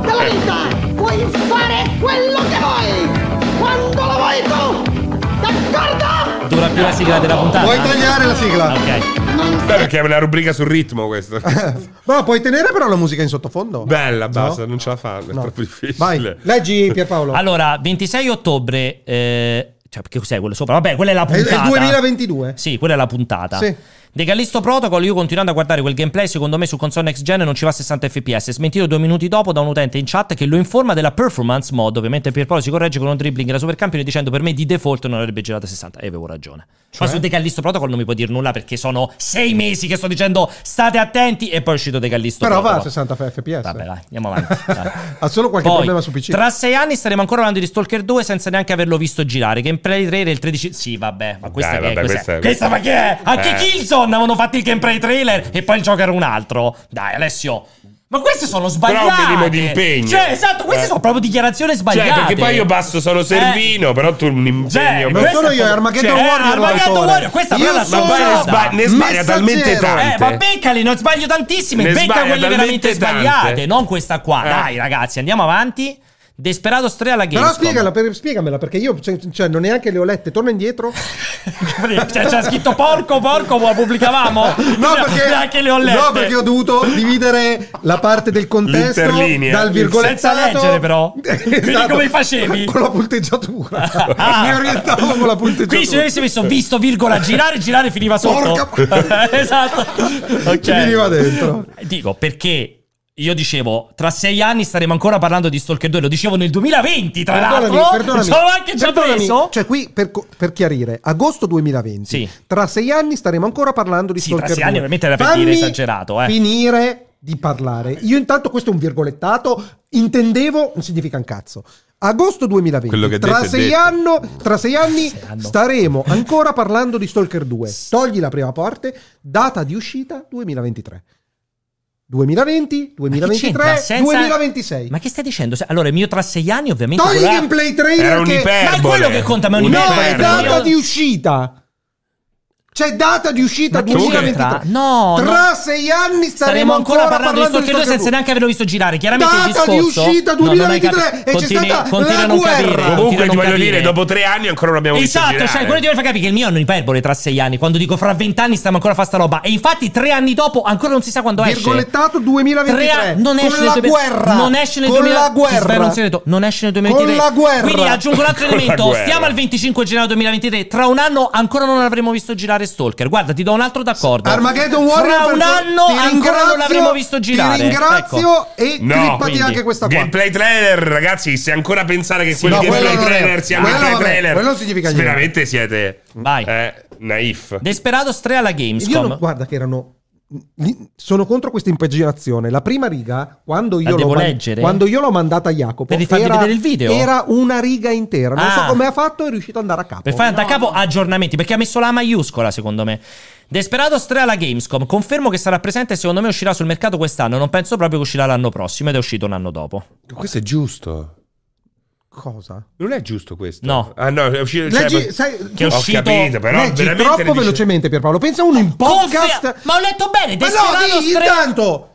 N: Nella vita puoi fare quello che vuoi! Quando lo vuoi tu! D'accordo?
A: Dura più la sigla della puntata.
B: Puoi tagliare la sigla.
A: Ah, Ok.
C: Beh, perché è una rubrica sul ritmo questa.
B: <laughs> Ma puoi tenere però la musica in sottofondo?
C: Bella, basta, non ce la fa, è
B: No.
C: troppo difficile. Cioè,
B: Vai, leggi Pierpaolo.
A: Allora, 26 ottobre. eh, cioè, che cos'è quello sopra? Vabbè, quella è la
B: È- è
A: puntata.
B: il 2022.
A: Sì, quella è la puntata.
B: Sì.
A: De Callisto Protocol, io continuando a guardare quel gameplay, secondo me su console next gen non ci va a 60 fps. Smentito due minuti dopo da un utente in chat che lo informa della performance mod. Ovviamente Pierpaolo si corregge con un dribbling da supercampione dicendo per me di default non avrebbe girato a 60. E avevo ragione.
B: Cioè?
A: Ma su De Callisto Protocol non mi puoi dire nulla perché sono sei mesi che sto dicendo state attenti e poi è uscito De Callisto
B: Però va
A: Protocol.
B: a 60 fps.
A: Vabbè, dai, andiamo avanti. dai.
B: <laughs> Ha solo qualche
A: Poi,
B: problema su PC.
A: Tra sei anni staremo ancora parlando di Stalker 2 senza neanche averlo visto girare. Gameplay 3 del 13. Sì, vabbè, ma questa
C: Dai,
A: che è?
C: vabbè,
A: Questa,
C: questa
A: è-
C: è-
A: questa ma che è? Anche
C: Eh.
A: Killzone avevano fatto il gameplay trailer e poi il gioco era un altro. Dai, Alessio. Ma queste sono sbagliate.
C: minimo di impegno.
A: Cioè, esatto, queste
C: Eh.
A: sono proprio dichiarazioni sbagliate. Eh.
C: Cioè, perché poi io passo solo Servino, però tu un impegno.
A: Cioè,
C: proprio-
B: Non sono io, è Armageddon
A: Cioè,
B: Warrior.
A: Armageddon
B: l'autore.
A: Warrior, questa però
B: Io
A: è la
B: sono
A: sbagliata.
C: Ne sbaglia- ne sbaglia talmente
B: messaggero.
C: tante.
A: Eh, ma beccali, non sbaglio tantissime.
C: Ne
A: Becca
C: sbaglia
A: quelle
C: talmente
A: veramente
C: tante.
A: sbagliate, non questa qua.
C: Eh.
A: Dai, ragazzi, andiamo avanti. Desperados 3 alla
B: Però
A: Gamescom.
B: spiegamela, per- spiegamela, perché io cioè, cioè, non neanche le ho lette. Torna indietro.
A: Cioè, c'è scritto porco, porco, ma pubblicavamo?
B: No perché,
A: Neanche le ho lette.
B: no, perché ho dovuto dividere la parte del contesto
A: L'interlinea.
B: dal virgolettato. Esatto.
A: Senza leggere,
B: <laughs>
A: però. Quindi come facevi?
B: Con la punteggiatura.
A: Ah.
B: <laughs> Mi orientavo con la punteggiatura.
A: Qui se avessi messo visto, virgola, girare, girare, finiva <laughs> sotto. esatto. Ok.
B: Ci finiva dentro.
A: Dico, perché... Io dicevo, tra sei anni staremo ancora parlando di Stalker 2. Lo dicevo nel 2020, tra l'altro. <laughs> Sono anche già
B: perdonami.
A: preso.
B: Cioè, qui per, co- per chiarire, agosto 2020, tra sei anni staremo ancora parlando di
A: Sì,
B: Stalker
A: tra sei
B: 2.
A: anni ovviamente era per dire
B: Fammi
A: esagerato, eh.
B: Finire di parlare. Io intanto questo è un virgolettato, intendevo, non significa un cazzo. Agosto 2020,
C: Quello che ha
B: tra,
C: detto è
B: sei
C: detto.
B: anno- tra sei anni
A: anno.
B: staremo ancora parlando di Stalker 2. Togli la prima parte, data di uscita 2023. 2020,
A: Ma che
B: 2023,
A: c'entra? Senza-
B: 2026.
A: Ma che stai dicendo? Se- Allora, il mio tra sei anni, ovviamente.
B: Togli il
A: quella-
B: gameplay trailer
C: Era
B: che...
C: un'iperbole.
A: Ma è quello che conta, ma è
B: No,
A: un'iperbole.
B: è data di uscita. C'è data di uscita
A: Ma che
B: 2023.
A: c'entra? No,
B: tra
A: no.
B: sei anni
A: Staremo
B: staremo
A: ancora parlando di Stalker 2
B: Stalker
A: senza
B: due.
A: neanche averlo visto girare. Chiaramente il
B: Data di
A: discorso
B: uscita
A: No, non hai
B: 2023
A: capito.
B: e c'è
A: Continui-
B: stata
A: continui
B: la
A: a non
B: guerra.
A: capire, continui a
C: Comunque ti
A: non
C: voglio
A: capire.
C: dire, dopo tre anni ancora non abbiamo visto
A: Esatto,
C: girare.
A: cioè quello ti voglio far capire che il mio è un'iperbole tra sei anni, quando dico fra vent'anni stiamo ancora a fare sta roba. E infatti tre anni dopo ancora non si sa quando esce.
B: Virgolettato
A: Tre
B: 2023.
A: anni- non
B: con
A: esce
B: la
A: nel 2000
B: guerra.
A: Non esce nel
B: con
A: 2000
B: la
A: ti spero
B: guerra.
A: un segreto, non esce nel 2023.
B: Con la guerra.
A: Quindi aggiungo un
B: <laughs>
A: altro
C: Con la
A: elemento.
C: guerra.
A: Stiamo al 25 gennaio 2023. Tra un anno ancora non avremo visto girare Stalker. Guarda, ti do un altro d'accordo.
B: Armageddon Warrior
A: Fra un
B: perché
A: anno
B: ti
A: ancora non
B: ringrazio-
A: l'avremo visto girare. Ecco.
B: Ti ringrazio e
C: No,
B: clippati anche questa qua.
C: gameplay trailer, ragazzi, se ancora pensate che quel
B: no,
C: gameplay
B: quello non è-
C: trailer sia un
B: quello
C: gameplay
B: vabbè,
C: trailer,
B: quello non significa niente.
C: veramente siete
A: Vai.
C: eh, naif.
A: Desperados 3 alla
B: Io
A: Gamescom.
B: non, guarda che erano li- sono contro questa impaginazione. La prima riga, quando
A: La
B: io, l'ho,
A: devo
B: man-
A: leggere?
B: quando io l'ho mandata a Jacopo,
A: Per rifargli
B: era,
A: vedere il video?
B: era una riga intera. Non
A: Ah.
B: so come ha fatto, è riuscito ad andare a capo.
A: Per fare da capo aggiornamenti, perché ha messo la maiuscola, secondo me. Desperados 3 alla Gamescom. Confermo che sarà presente e secondo me uscirà sul mercato quest'anno. Non penso proprio che uscirà l'anno prossimo ed è uscito un anno dopo.
C: Questo è giusto.
B: Cosa?
C: Non è giusto questo.
A: No.
C: Ah no, è uscito cioè,
B: Leggi,
C: ma-
B: sai,
C: che è
B: ho
C: uscito
B: capito,
C: però
B: leggi
C: veramente
B: troppo
C: ne dice-
B: velocemente, Pierpaolo. Pensa uno in podcast.
A: Confer- Ma ho letto bene,
B: Ma no,
A: Desperados
B: di-
A: 3
B: intanto,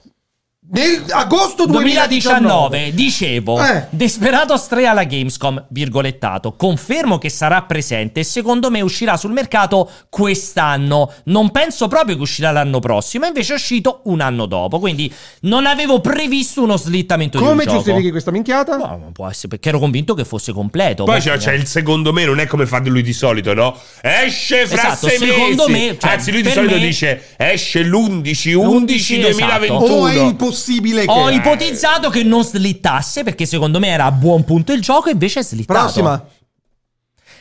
B: nel agosto 2019,
A: 2019, dicevo,
B: Eh.
A: Desperados 3 alla Gamescom, virgolettato, confermo che sarà presente e secondo me uscirà sul mercato quest'anno. Non penso proprio che uscirà l'anno prossimo, invece è uscito un anno dopo, quindi non avevo previsto uno slittamento di un
B: come
A: gioco.
B: giustifichi questa minchiata?
A: No, ma può essere perché ero convinto che fosse completo.
C: Poi
A: ma-
C: c'è, c'è il secondo me, non è come fa lui di solito, no? Esce fra
A: Esatto,
C: sei
A: secondo
C: mesi.
A: me, cioè,
C: Anzi, lui di
A: per
C: solito
A: me-
C: dice esce l'11-11-2021.
B: O è
A: esatto.
B: impossibile che
A: Ho ipotizzato che non slittasse perché secondo me era a buon punto il gioco, invece è slittato.
B: Prossima.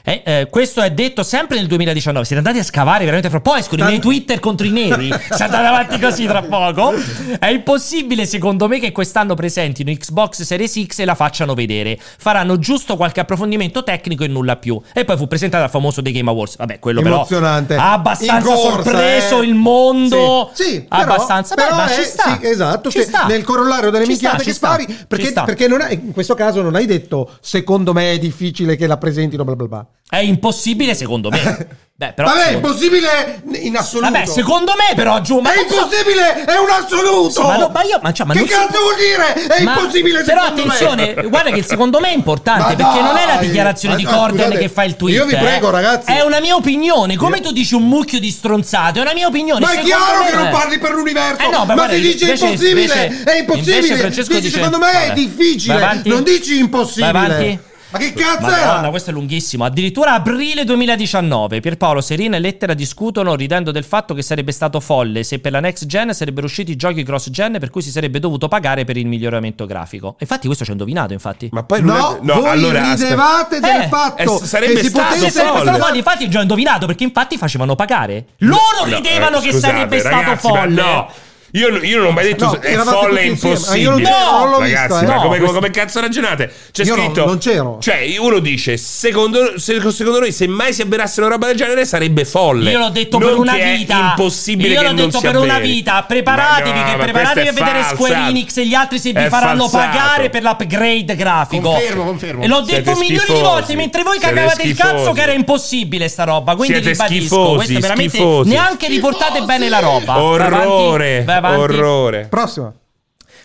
A: Eh, eh, questo è detto sempre nel 2019. Siete andati a scavare veramente fra poi escono i
B: Tan-
A: miei Twitter contro i neri. <laughs> Siete andati avanti così tra poco. È impossibile, secondo me, che quest'anno presentino Xbox Series X e la facciano vedere. Faranno giusto qualche approfondimento tecnico e nulla più. E poi fu presentata al famoso The Game Awards. Vabbè, quello
B: Emozionante.
A: però ha abbastanza
B: In corsa,
A: sorpreso
B: eh.
A: il mondo.
B: Sì, sì, però-
A: abbastanza. Beh,
B: però
A: ma
B: è-
A: ci sta.
B: sì, esatto,
A: Ci
B: che
A: sta.
B: nel corollario delle
A: Ci
B: minchiate
A: sta,
B: che
A: ci sta,
B: spari,
A: ci
B: perché,
A: sta.
B: perché non hai- in questo caso non hai detto secondo me è difficile che la presentino bla bla bla.
A: È impossibile, secondo
B: <laughs>
A: me. Beh, però,
B: Vabbè, è
A: secondo-
B: impossibile in assoluto.
A: Vabbè, secondo me, però, giù. Ma
B: è
A: non so-
B: impossibile, è un assoluto.
A: Ma no, ma io- ma cioè, ma
B: che
A: non si-
B: cazzo vuol dire? È
A: Ma-
B: impossibile
A: Però
B: secondo me.
A: attenzione, guarda che il secondo me è importante
B: Ma
A: perché non è la
B: dai!
A: dichiarazione
B: Ma
A: di
B: no,
A: Corden
B: scusate,
A: che fa il tweet.
B: io vi
A: eh.
B: prego, ragazzi.
A: È una mia opinione. Come tu dici un mucchio di stronzate, è una mia opinione.
B: Ma è
A: secondo
B: chiaro
A: me
B: che non
A: è.
B: parli per l'universo,
A: Eh no,
B: ma,
A: guarda,
B: ti dici
A: invece-
B: impossibile,
A: invece-
B: è impossibile,
A: invece Francesco
B: dici
A: dice-
B: secondo me
A: vabbè.
B: è difficile,
A: Vai avanti.
B: non dici impossibile.
A: Vai avanti.
B: Ma che cazzo
A: Madonna,
B: è?
A: questo è lunghissimo. Addirittura aprile 2019, Pierpaolo Serina e Lettera discutono ridendo del fatto che sarebbe stato folle se per la next gen sarebbero usciti i giochi cross gen per cui si sarebbe dovuto pagare per il miglioramento grafico. Infatti questo ci ha indovinato, infatti.
C: Ma poi non
B: No,
C: è- no,
B: voi
C: allora, aspetta.
B: ridevate del
A: Eh,
B: fatto
C: eh, sarebbe
B: che si
C: stato
A: Sì,
B: potesse
A: sì,
C: folle.
A: sono folli. infatti già ho indovinato perché infatti facevano pagare. Loro
C: No,
A: ridevano
C: eh,
A: che
C: scusate,
A: sarebbe stato
C: ragazzi, ma
A: folle.
C: No. Io, io non ho mai detto
B: No,
C: è
B: eravate
C: folle
B: tutti insieme.
C: impossibile.
B: Ah, io non-
A: No,
B: non l'ho visto,
C: ragazzi,
B: eh.
C: ma
A: No,
C: come,
A: questo-
C: come cazzo ragionate? C'è
B: Io no,
C: scritto
B: non c'ero.
C: Cioè, uno dice secondo, se- secondo noi se mai si avverasse una roba del genere sarebbe folle.
A: Io l'ho detto
C: Non
A: per una
C: che è
A: vita.
C: impossibile
A: Io
C: che
A: l'ho
C: non
A: detto
C: si
A: per una
C: avveri.
A: vita.
C: Ma
A: Preparatevi,
C: no,
A: che
C: ma
A: preparatevi a
C: questo è
A: vedere
C: falsato.
A: Square Enix e gli altri se vi
C: È
A: faranno
C: falsato.
A: pagare per l'upgrade grafico.
D: Confermo, confermo.
A: E l'ho
C: Siete
A: detto milioni di
C: schifosi.
A: volte mentre voi
C: Siete
A: cagavate il cazzo
C: schifosi.
A: che era impossibile sta roba. Quindi
C: Siete
A: ribadisco,
C: schifosi,
A: questo è veramente
C: schifosi.
A: neanche riportate bene la roba. Vai avanti,
C: Orrore,
A: vai avanti.
C: orrore.
B: Prossima.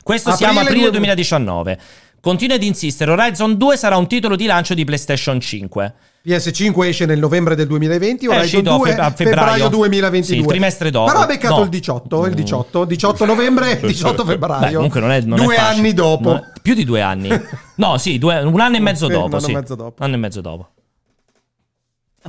A: Questo
B: Aprile
A: siamo aprile
B: due-
A: 2019. Continua ad insistere, Horizon 2 sarà un titolo di lancio di PlayStation 5.
B: PS5 esce nel novembre del 2020, Horizon
A: uscito a
B: 2
A: feb- a febbraio.
B: febbraio. 2022.
A: Sì, il trimestre dopo.
B: Però ha beccato
A: No.
B: il 18, il 18, 18 novembre e 18 febbraio.
A: Beh, comunque non è, non è
B: Due
A: facile.
B: anni dopo.
A: Non è- più di due anni. No, sì, due- un anno e mezzo
B: Sì,
A: dopo.
B: un anno e
A: sì.
B: mezzo dopo.
A: Un anno e mezzo dopo.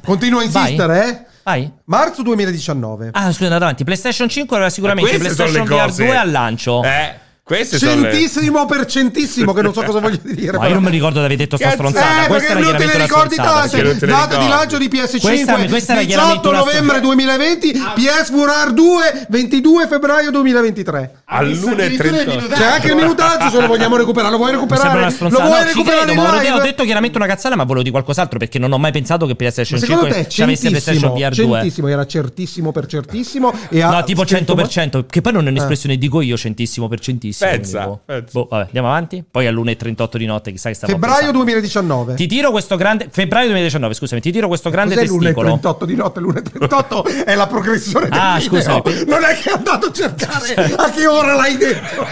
B: Continua a
A: Vai.
B: insistere, eh?
A: Vai.
B: Marzo 2019.
A: Ah, scusa, andate avanti. PlayStation 5 era sicuramente
B: Ma queste sono
A: PlayStation
B: le
A: VR
B: cose.
A: 2 al lancio.
C: Eh, queste
B: Centissimo per centissimo, che non
A: <laughs>
B: so cosa voglio dire.
A: Ma io non mi ricordo di aver detto sta
B: Cazzo,
A: stronzata.
B: eh,
A: Questa
B: perché
A: era
B: non te
A: chiaramente
B: ne
A: una
B: ricordi
A: stronzata.
B: tante. Data di lancio di PS5
A: Questa, questa era chiaramente
B: 18
A: una
B: novembre 2020, PSVR 2 22 febbraio 202023.
A: All'1.38.
B: C'è anche il minutaggio se lo vogliamo recuperare, lo vuoi
A: Mi
B: recuperare?
A: sembra una
B: Lo
A: stronzata.
B: vuoi
A: No, ci
B: recuperare
A: credo,
B: in
A: ma volevo-
B: live?
A: ho detto chiaramente una cazzata, ma volevo di qualcos'altro perché non ho mai pensato che PlayStation
B: Ma secondo
A: 5
B: te
A: ci avesse PlayStation
B: centissimo,
A: VR 2.
B: centissimo era certissimo per certissimo e ha
A: No, tipo
B: Ah, scritto-
A: 100%, che poi non è un'espressione,
B: Eh.
A: dico io centissimo per centissimo.
B: Pensa,
A: quindi, boh. Boh, vabbè, andiamo avanti. Poi all'1.38 di notte, chissà che stavo
B: Febbraio 2019.
A: Ti tiro questo grande. Febbraio 2019, scusami, ti tiro questo grande
B: Cos'è
A: testicolo.
B: l'1.38 di notte? L'1.38 è la progressione del
A: Ah,
B: video.
A: scusa.
B: Non è che è andato
A: <laughs>
B: a cercare a che ora l'hai detto.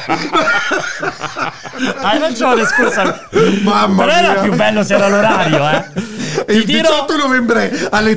A: Hai ragione, scusami.
B: Mamma
A: Però era
B: mia.
A: più bello se era l'orario, eh.
B: Il 18 novembre alle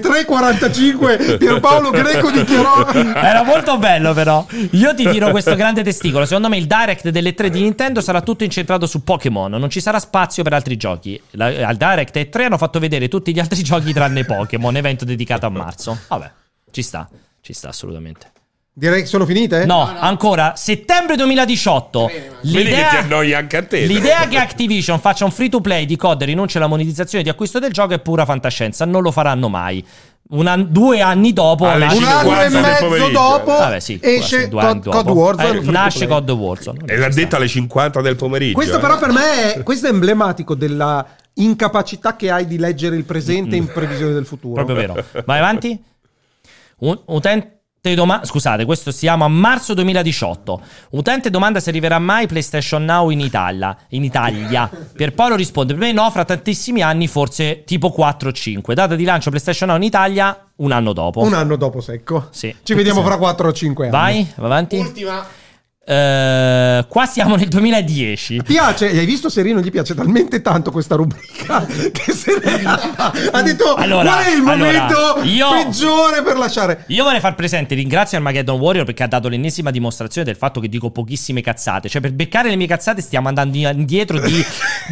B: 3.45 Pierpaolo Greco dichiarò
A: Era molto bello, però. Io ti tiro questo grande testicolo. Secondo me il direct delle 3 di Nintendo sarà tutto incentrato su Pokémon. Non ci sarà spazio per altri giochi. La- al direct e 3 hanno fatto vedere tutti gli altri <laughs> giochi tranne Pokémon. Evento dedicato a marzo. Vabbè, ci sta, ci sta assolutamente.
B: Direi che sono finite?
A: Eh, No, ancora settembre 2018.
C: Vedi che ti
A: L'idea,
C: annoia anche a te.
A: l'idea che Activision faccia un free to play di COD e rinuncia alla monetizzazione di acquisto del gioco è pura fantascienza. Non lo faranno mai. Un an- due anni dopo,
B: Alle
A: nasce-
B: un anno e mezzo dopo
A: Vabbè, sì,
B: esce
A: due anni
B: Cod,
A: dopo.
B: Cod Warzone.
A: Eh, nasce COD Warzone.
C: E l'ha detto alle 50 del pomeriggio.
B: Questo
C: eh.
B: però per me è, questo è emblematico della incapacità che hai di leggere il presente in previsione del futuro.
A: Mm. Proprio vero. Vai avanti. Un- utente domanda. Scusate, questo siamo a marzo 2018. Utente domanda se arriverà mai PlayStation Now in Italia. In Italia. Pierpaolo risponde: Per me no, fra tantissimi anni, forse tipo 4 o 5. Data di lancio PlayStation Now in Italia, un anno dopo.
B: Un anno dopo secco.
A: Sì.
B: Ci vediamo fra 4 o 5 anni.
A: Vai, va avanti.
D: Ultima.
A: Eh, qua siamo nel 2010.
B: Piace, hai visto Serino? Gli piace talmente tanto questa rubrica <laughs> che se ne
A: <laughs>
B: ha detto
A: Allora,
B: qual è il
A: allora,
B: momento
A: io-
B: peggiore per lasciare.
A: Io vorrei far presente, ringrazio Armageddon Warrior perché ha dato l'ennesima dimostrazione del fatto che dico pochissime cazzate. Cioè, per beccare le mie cazzate stiamo andando in- indietro
B: <laughs>
A: di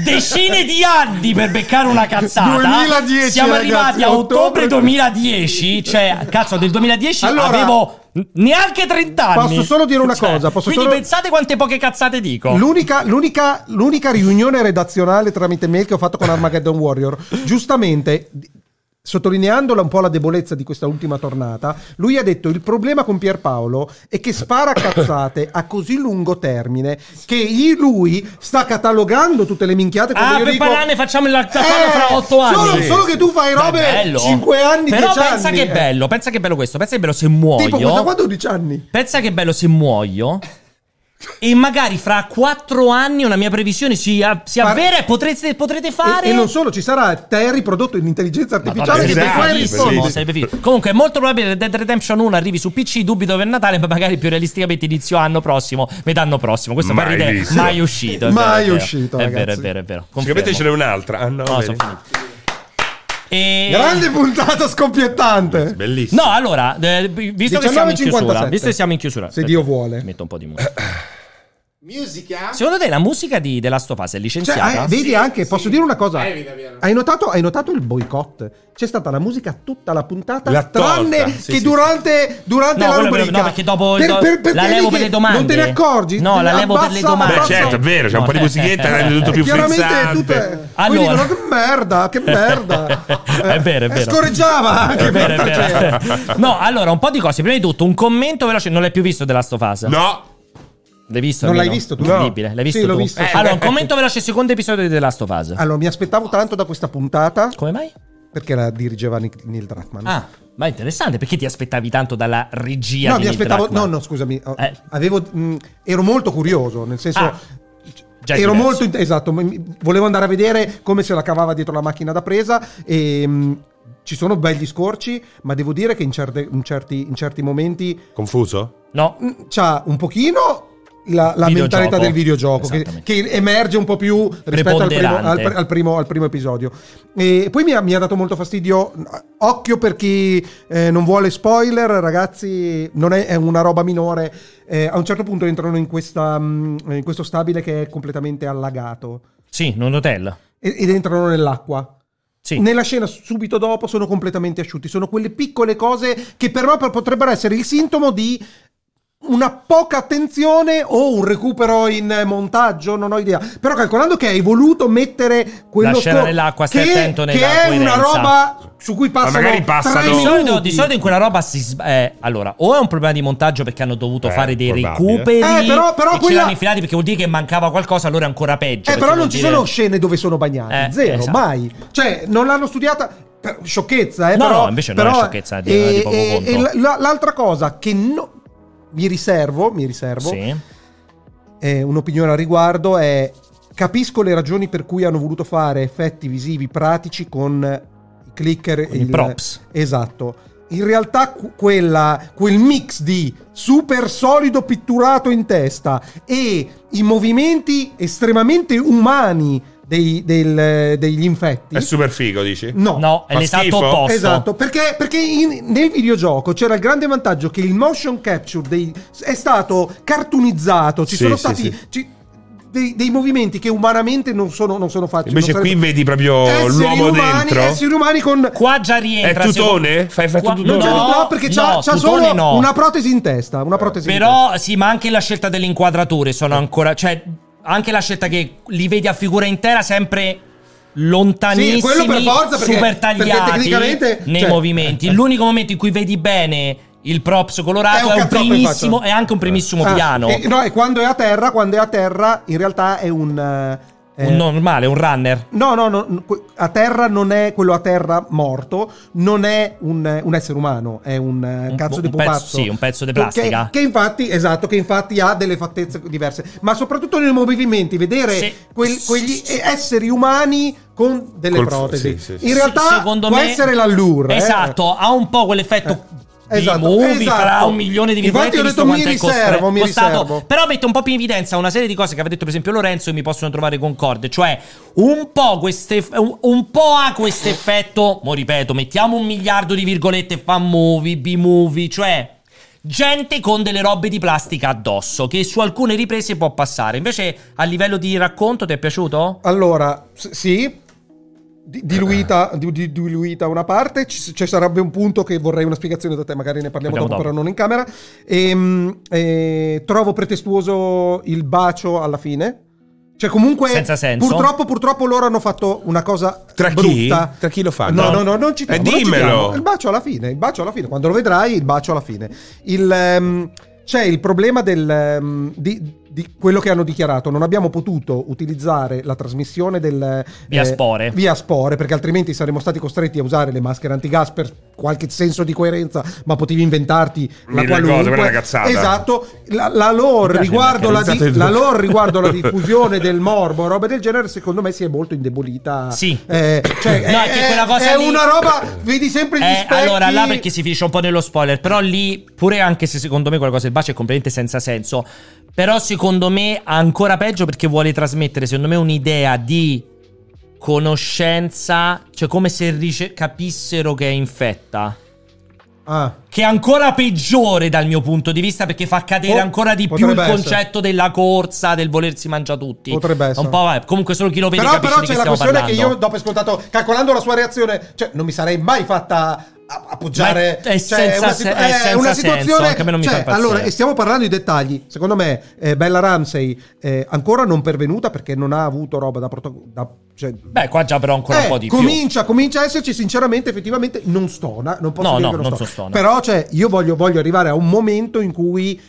A: decine di anni per beccare una cazzata.
B: 2010,
A: Siamo
B: ragazzi,
A: arrivati a ottobre
B: ottobre
A: 2010. Cioè, cazzo, del 2010
B: Allora,
A: avevo neanche 30 anni.
B: Posso solo dire una
A: Cioè,
B: cosa, posso
A: quindi
B: solo-
A: pensate quante poche cazzate dico.
B: L'unica, l'unica- l'unica riunione redazionale tramite mail che ho fatto con Armageddon Warrior, giustamente di- sottolineandola un po' la debolezza di questa ultima tornata, lui ha detto il problema con Pierpaolo è che spara cazzate a così lungo termine che i- lui sta catalogando tutte le minchiate quando
A: Ah,
B: io
A: per
B: dico-
A: parlarne facciamo il
B: Eh,
A: tapparlo fra 8 anni.
B: solo-
A: Sì.
B: solo che tu fai
A: Beh,
B: robe
A: bello.
B: 5 anni,
A: Però
B: 10
A: pensa
B: anni,
A: che
B: eh.
A: bello, pensa che bello questo, pensa che bello se muoio.
B: Tipo questa qua 12 anni.
A: Pensa che bello se muoio. E magari fra quattro anni una mia previsione si, a- si
B: Fare-
A: avvera e potrete, potrete fare.
B: E, e non solo, ci sarà te riprodotto in intelligenza
A: Madonna,
B: artificiale diciamo che
A: sarebbe
B: tu fai
A: fighissimo,
B: rispondi.
A: sarebbe fighissimo. Comunque è molto probabile che Dead Redemption 1 arrivi su PC, dubito per Natale, ma magari più realisticamente inizio anno prossimo, metà prossimo. Questo fa
C: Mai
A: ridere,
C: visto.
A: mai uscito. è
B: Mai
A: vero, è vero.
B: uscito,
A: È vero, è
B: ragazzi.
A: vero, è vero.
C: Sicuramente
A: Confermo.
C: ce n'è un'altra. Ah, no,
A: No,
C: vedi.
A: sono finito. E...
B: Grande puntata scoppiettante.
C: Bellissimo.
A: No, allora, eh, visto che siamo in chiusura,
B: 19,57.
A: visto che siamo in chiusura,
B: Se Dio vuole.
A: metto un po' di musica.
D: Musica?
A: Secondo te la musica di The Last of Us è
B: Cioè,
A: licenziata?
B: eh, vedi anche, posso dire una cosa?
D: Evita, via.
B: Hai notato, hai notato il boicott? C'è stata la musica tutta la puntata,
C: L'ha tolta.
B: tranne
C: Sì,
B: che
C: sì,
B: durante,
A: No,
B: durante la
A: quello-
B: rubrica.
A: no, perché dopo il do- la
B: vedi
A: levo per
B: che
A: le domande.
B: Non te ne accorgi?
A: No, la
B: Abbassa-
A: levo per le domande.
C: Beh,
B: abbassa-
C: certo, è vero, c'è un po' di musichetta, rende tutto più
B: Chiaramente
C: frizzante.
B: tutto è...
A: <laughs> Allora.
B: Poi dicono che
A: <laughs>
B: merda, che merda.
A: è vero, è
B: Eh,
A: vero.
B: scorreggiava anche,
A: È vero, è
B: porca
A: vero. Cioè, No, allora, un po' di cose. Prima di tutto, un commento veloce. Non l'hai più visto The Last of Us?
C: No,
A: L'hai visto?
B: Non l'hai
A: Mino?
B: visto tu?
A: Incredibile. L'hai
B: Sì,
A: visto
B: l'ho
A: tu?
B: visto. Ah.
A: Eh, Allora, un commento veloce. Secondo episodio di The Last of Us.
B: Allora, mi aspettavo tanto da questa puntata
A: Come mai?
B: perché la dirigeva Nick- Neil Druckmann.
A: Ah, ma è interessante. Perché ti aspettavi tanto dalla regia
B: No,
A: di
B: mi
A: Neil
B: aspettavo. No,
A: Druckmann?
B: no, scusami. ho-
A: Eh.
B: avevo- mh, ero molto curioso, nel senso.
A: Ah, Già è
B: ero
A: diverso.
B: molto. in- Esatto, mi- mi- volevo andare a vedere come se la cavava dietro la macchina da presa. E. mh, ci sono belli scorci, ma devo dire che in, certe- in certi, in certi momenti
C: confuso?
A: No,
B: mh, c'ha un Mm, pochino la, la
A: Videogioco.
B: mentalità del videogioco che, che emerge un po' più rispetto al primo, al-
A: Preponderante.
B: al primo- al primo episodio. E poi mi ha, mi ha dato molto fastidio. Occhio per chi eh, non vuole spoiler, ragazzi, non è, è una roba minore. Eh, a un certo punto entrano in, questa, mh, in questo stabile che è completamente allagato
A: Sì, in un hotel.
B: e- ed entrano nell'acqua.
A: Sì.
B: Nella scena subito dopo sono completamente asciutti. Sono quelle piccole cose che però per- potrebbero essere il sintomo di una poca attenzione o un recupero in eh, montaggio, non ho idea. Però calcolando che hai voluto mettere quello
A: La scena
B: sco-
A: nell'acqua,
B: che,
A: stai attento
B: che
A: nella
B: è una
A: coerenza.
B: roba su cui passano
C: magari
B: tre
A: Di
B: minuti.
A: solito, di solito in quella roba si s- eh, allora, o è un problema di montaggio perché hanno dovuto fare dei
B: probabile.
A: recuperi.
B: Eh, però- però
A: e ce
B: quella-
A: l'hanno infilati perché vuol dire che mancava qualcosa, allora è ancora peggio.
B: Eh,
A: perché
B: però
A: vuol
B: non ci
A: dire-
B: sono scene dove sono bagnati,
A: Eh,
B: zero,
A: esatto.
B: mai. Cioè, non l'hanno studiata. per- Sciocchezza, eh,
A: No,
B: però,
A: no, invece non
B: però-
A: è sciocchezza, è di-
B: e-
A: di poco
B: e-
A: conto.
B: e la- la- l'altra cosa che no- mi riservo, mi riservo
A: Sì.
B: eh, un'opinione al riguardo è capisco le ragioni per cui hanno voluto fare effetti visivi pratici con i clicker e
A: Con i props.
B: Esatto. In realtà qu- quella- quel mix di super solido pitturato in testa e i movimenti estremamente umani dei- del- degli infetti
C: È super figo, dici?
B: No.
A: No, è
C: Fa
A: l'esatto
C: schifo?
A: opposto.
B: Esatto, perché, perché in- nel videogioco c'era il grande vantaggio che il motion capture dei- è stato cartoonizzato, ci
C: Sì,
B: sono
C: sì,
B: stati
C: sì.
B: ci- dei, dei movimenti che umanamente non sono, non sono facili.
C: Invece
B: non
C: qui
B: sarebbero-
C: vedi proprio
B: Esseri
C: l'uomo
B: umani-
C: dentro.
B: Esseri umani con...
A: Qua già rientra.
C: È tutone? Fai effetto
A: Qua-
C: tutone?
A: No,
B: No, perché c'ha,
A: no,
B: c'ha
A: tutone
B: solo
A: no.
B: una protesi in testa, una protesi in testa.
A: Però sì, ma anche la scelta delle inquadrature sono ancora. Cioè, anche la scelta che li vedi a figura intera sempre lontanissimi,
B: Sì, quello per forza, perché-
A: super
B: perché
A: tagliati
B: tecnicamente-
A: nei
B: cioè-
A: movimenti. L'unico momento in cui vedi bene il props
B: È
A: colorato
B: un
A: è, un
B: cazzotto in
A: primissimo-
B: faccia.
A: è anche un primissimo
B: Ah,
A: piano.
B: E, no, e quando è a terra, quando è a terra, in realtà è un... eh,
A: un normale, un runner.
B: No, no, no, no, que- a terra non è quello a terra morto, non è un, un essere umano, è un, eh, cazzo di
A: un pezzo-
B: pupazzo.
A: sì, un pezzo di
B: Che-
A: plastica.
B: Che, infatti, esatto, che infatti ha delle fattezze diverse, ma soprattutto nei movimenti, vedere
A: Sì.
B: quel- quegli esseri umani con delle
C: Col-
B: protesi.
C: sì, sì, sì.
B: In realtà
A: Se- secondo
B: può
A: me-
B: essere l'allure. eh.
A: Esatto, ha un po' quell'effetto. Di
B: Esatto,
A: movie
B: esatto.
A: fra un milione di
B: Infatti
A: virgolette
B: ho
A: visto
B: detto mi
A: quanto è
B: riservo,
A: costre-
B: mi
A: costato.
B: riservo.
A: Però mette un po' più in evidenza una serie di cose che aveva detto per esempio Lorenzo e mi possono trovare concorde Cioè un po' queste, un, un po' ha questo effetto Mo ripeto, mettiamo un miliardo di virgolette fan movie, B-movie Cioè gente con delle robe di plastica addosso Che su alcune riprese può passare Invece a livello di racconto ti è piaciuto?
B: Allora, s- sì, di-
A: Eh.
B: diluita, di- di- diluita una parte, ci, ci sarebbe un punto che vorrei una spiegazione da te, magari ne parliamo dopo,
A: Parliamo dopo.
B: però non in camera. Ehm, eh, trovo pretestuoso il bacio alla fine. Cioè, comunque,
A: Senza senso.
B: purtroppo, purtroppo loro hanno fatto una cosa
C: Tra chi?
B: brutta.
C: Tra chi lo fanno?
B: No, no, no, non ci
C: Eh,
B: diamo, non ci
C: dimmelo.
B: diamo. Il bacio alla fine, il bacio alla fine. Quando lo vedrai, il bacio alla fine. Il, ehm, c'è il problema del, ehm, di, di quello che hanno dichiarato. Non abbiamo potuto utilizzare la trasmissione del... eh,
A: Via spore.
B: Via spore, perché altrimenti saremmo stati costretti a usare le maschere antigas per qualche senso di coerenza, ma potevi inventarti la
C: Mille
B: qualunque.
C: cose, quella è una cazzata.
B: Esatto. La, la lore
A: Mi piace
B: riguardo la,
A: perché
B: di-
C: pensate
B: la
C: due.
B: lore
A: <laughs>
B: riguardo la diffusione del morbo, roba del genere, secondo me si è molto indebolita.
A: Sì.
B: Eh, cioè,
A: No,
B: è,
A: è che quella
B: è-
A: cosa
B: è
A: lì-
B: una roba, vedi sempre gli
A: Eh,
B: specchi.
A: allora, là perché si finisce un po' nello spoiler. Però lì, pure anche se secondo me quella cosa del bacio è completamente senza senso. Però secondo me ancora peggio perché vuole trasmettere, secondo me, un'idea di conoscenza. Cioè, come se rice- capissero che è infetta.
B: Ah,
A: Che è ancora peggiore dal mio punto di vista perché fa cadere
B: Oh,
A: ancora di più il
B: potrebbe essere.
A: concetto della corsa, del volersi mangiare tutti.
B: Potrebbe
A: È
B: essere.
A: Un po', vabbè, comunque solo chi lo vede
B: però,
A: capisce
B: però
A: di
B: c'è
A: che
B: la
A: stiamo
B: questione
A: parlando.
B: che io dopo ascoltato, calcolando la sua reazione, cioè non mi sarei mai fatta a- appoggiare.
A: Ma è- è
B: cioè,
A: senza
B: una
A: se- è senza
B: una
A: senso, anche a me non mi fa
B: cioè,
A: impazzire.
B: allora, e stiamo parlando di dettagli. Secondo me, eh, Bella Ramsey eh, ancora non pervenuta perché non ha avuto roba da protagonista. Cioè,
A: Beh, qua già però ancora
B: Eh,
A: un po' di più.
B: comincia, comincia a esserci, sinceramente, effettivamente non stona. Non posso
A: No,
B: dire
A: no,
B: che non,
A: non
B: stona.
A: so stona.
B: Però, cioè, io voglio, voglio arrivare a un momento in cui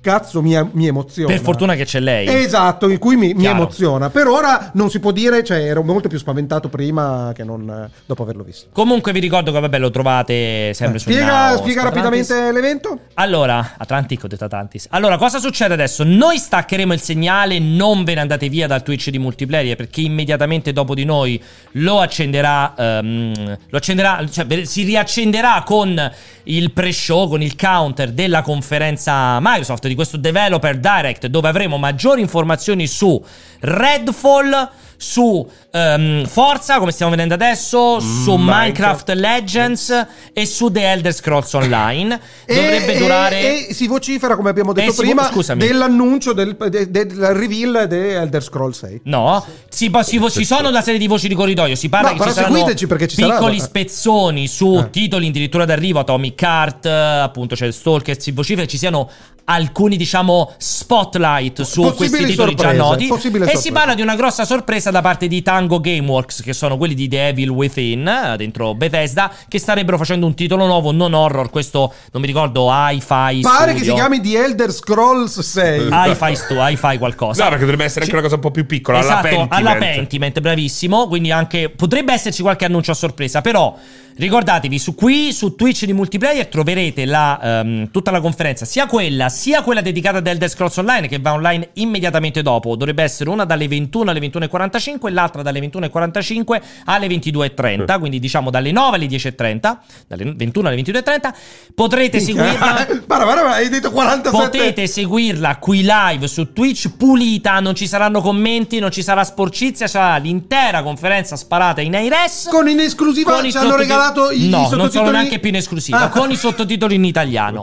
B: cazzo mi, mi emoziona.
A: Per fortuna che c'è lei.
B: Esatto, in cui mi, mi
A: Chiaro.
B: emoziona. Per ora non si può dire, cioè, ero molto più spaventato prima che non eh, dopo averlo visto.
A: Comunque vi ricordo che vabbè lo trovate sempre su
B: Eh, Spiega,
A: Now,
B: spiega
A: su Atlantis.
B: rapidamente l'evento.
A: Allora, Atlantic, ho detto Atlantis. Allora, cosa succede adesso? Noi staccheremo il segnale, non ve ne andate via dal Twitch di multiplayer perché immediatamente dopo di noi lo accenderà, ehm, lo accenderà, cioè ve- si riaccenderà con il pre-show, con il counter della conferenza Microsoft di questo Developer Direct dove avremo maggiori informazioni su Redfall, su ehm, Forza, come stiamo vedendo adesso, su Minecraft,
B: Minecraft.
A: Legends e su The Elder Scrolls Online. Dovrebbe
B: e,
A: durare...
B: e, e si vocifera come abbiamo detto
A: Eh, si vo-
B: prima
A: scusami.
B: dell'annuncio del, de- de- del reveal di Elder Scrolls 6
A: No, si, po- si vo- ci sono una serie di voci di corridoio. Si parla
B: No,
A: che
B: però
A: ci saranno
B: seguiteci perché ci eh. sarà-
A: piccoli spezzoni su titoli addirittura d'arrivo. Atomic Heart, eh, appunto, c'è Stalker, si vocifera che ci siano alcuni, diciamo, spotlight su
B: Possibili
A: questi titoli già
B: sorprese,
A: noti. E
B: possibili
A: si
B: sorprese.
A: parla di una grossa sorpresa da parte di Tango Gameworks, che sono quelli di The Evil Within, eh, dentro Bethesda, che starebbero facendo un titolo nuovo, non horror. Questo non mi ricordo, hi-fi.
B: pare che si
A: Studio. Ah,
B: chiami The Elder Scrolls 6
A: Hi-fi, stu- hi-fi qualcosa.
C: No, perché dovrebbe essere anche una cosa un po' più piccola.
A: esatto,
C: alla Pentiment.
A: alla Pentiment, bravissimo. Quindi anche potrebbe esserci qualche annuncio a sorpresa. Però ricordatevi, su qui su Twitch di multiplayer troverete la, ehm, tutta la conferenza, sia quella, sia quella dedicata ad Elder Scrolls Online, che va online immediatamente dopo. Dovrebbe essere una dalle 21 alle 21.45, l'altra dalle 21.45 alle 22.30.
C: Eh.
A: Quindi diciamo dalle 9 alle 10.30, dalle 21 alle 22.30. Potrete seguirla.
B: Eh, <laughs> Guarda, guarda, hai detto 47
A: Potete seguirla qui live su Twitch pulita, non ci saranno commenti, non ci sarà sporcizia, sarà l'intera conferenza sparata in Aires.
B: con in esclusiva
A: con i
B: ci hanno
A: sottotitoli-
B: regalato i
A: No, non
B: sottotitoli
A: sono neanche più in esclusiva,
B: Ah.
A: con i sottotitoli in
B: <laughs>
A: italiano.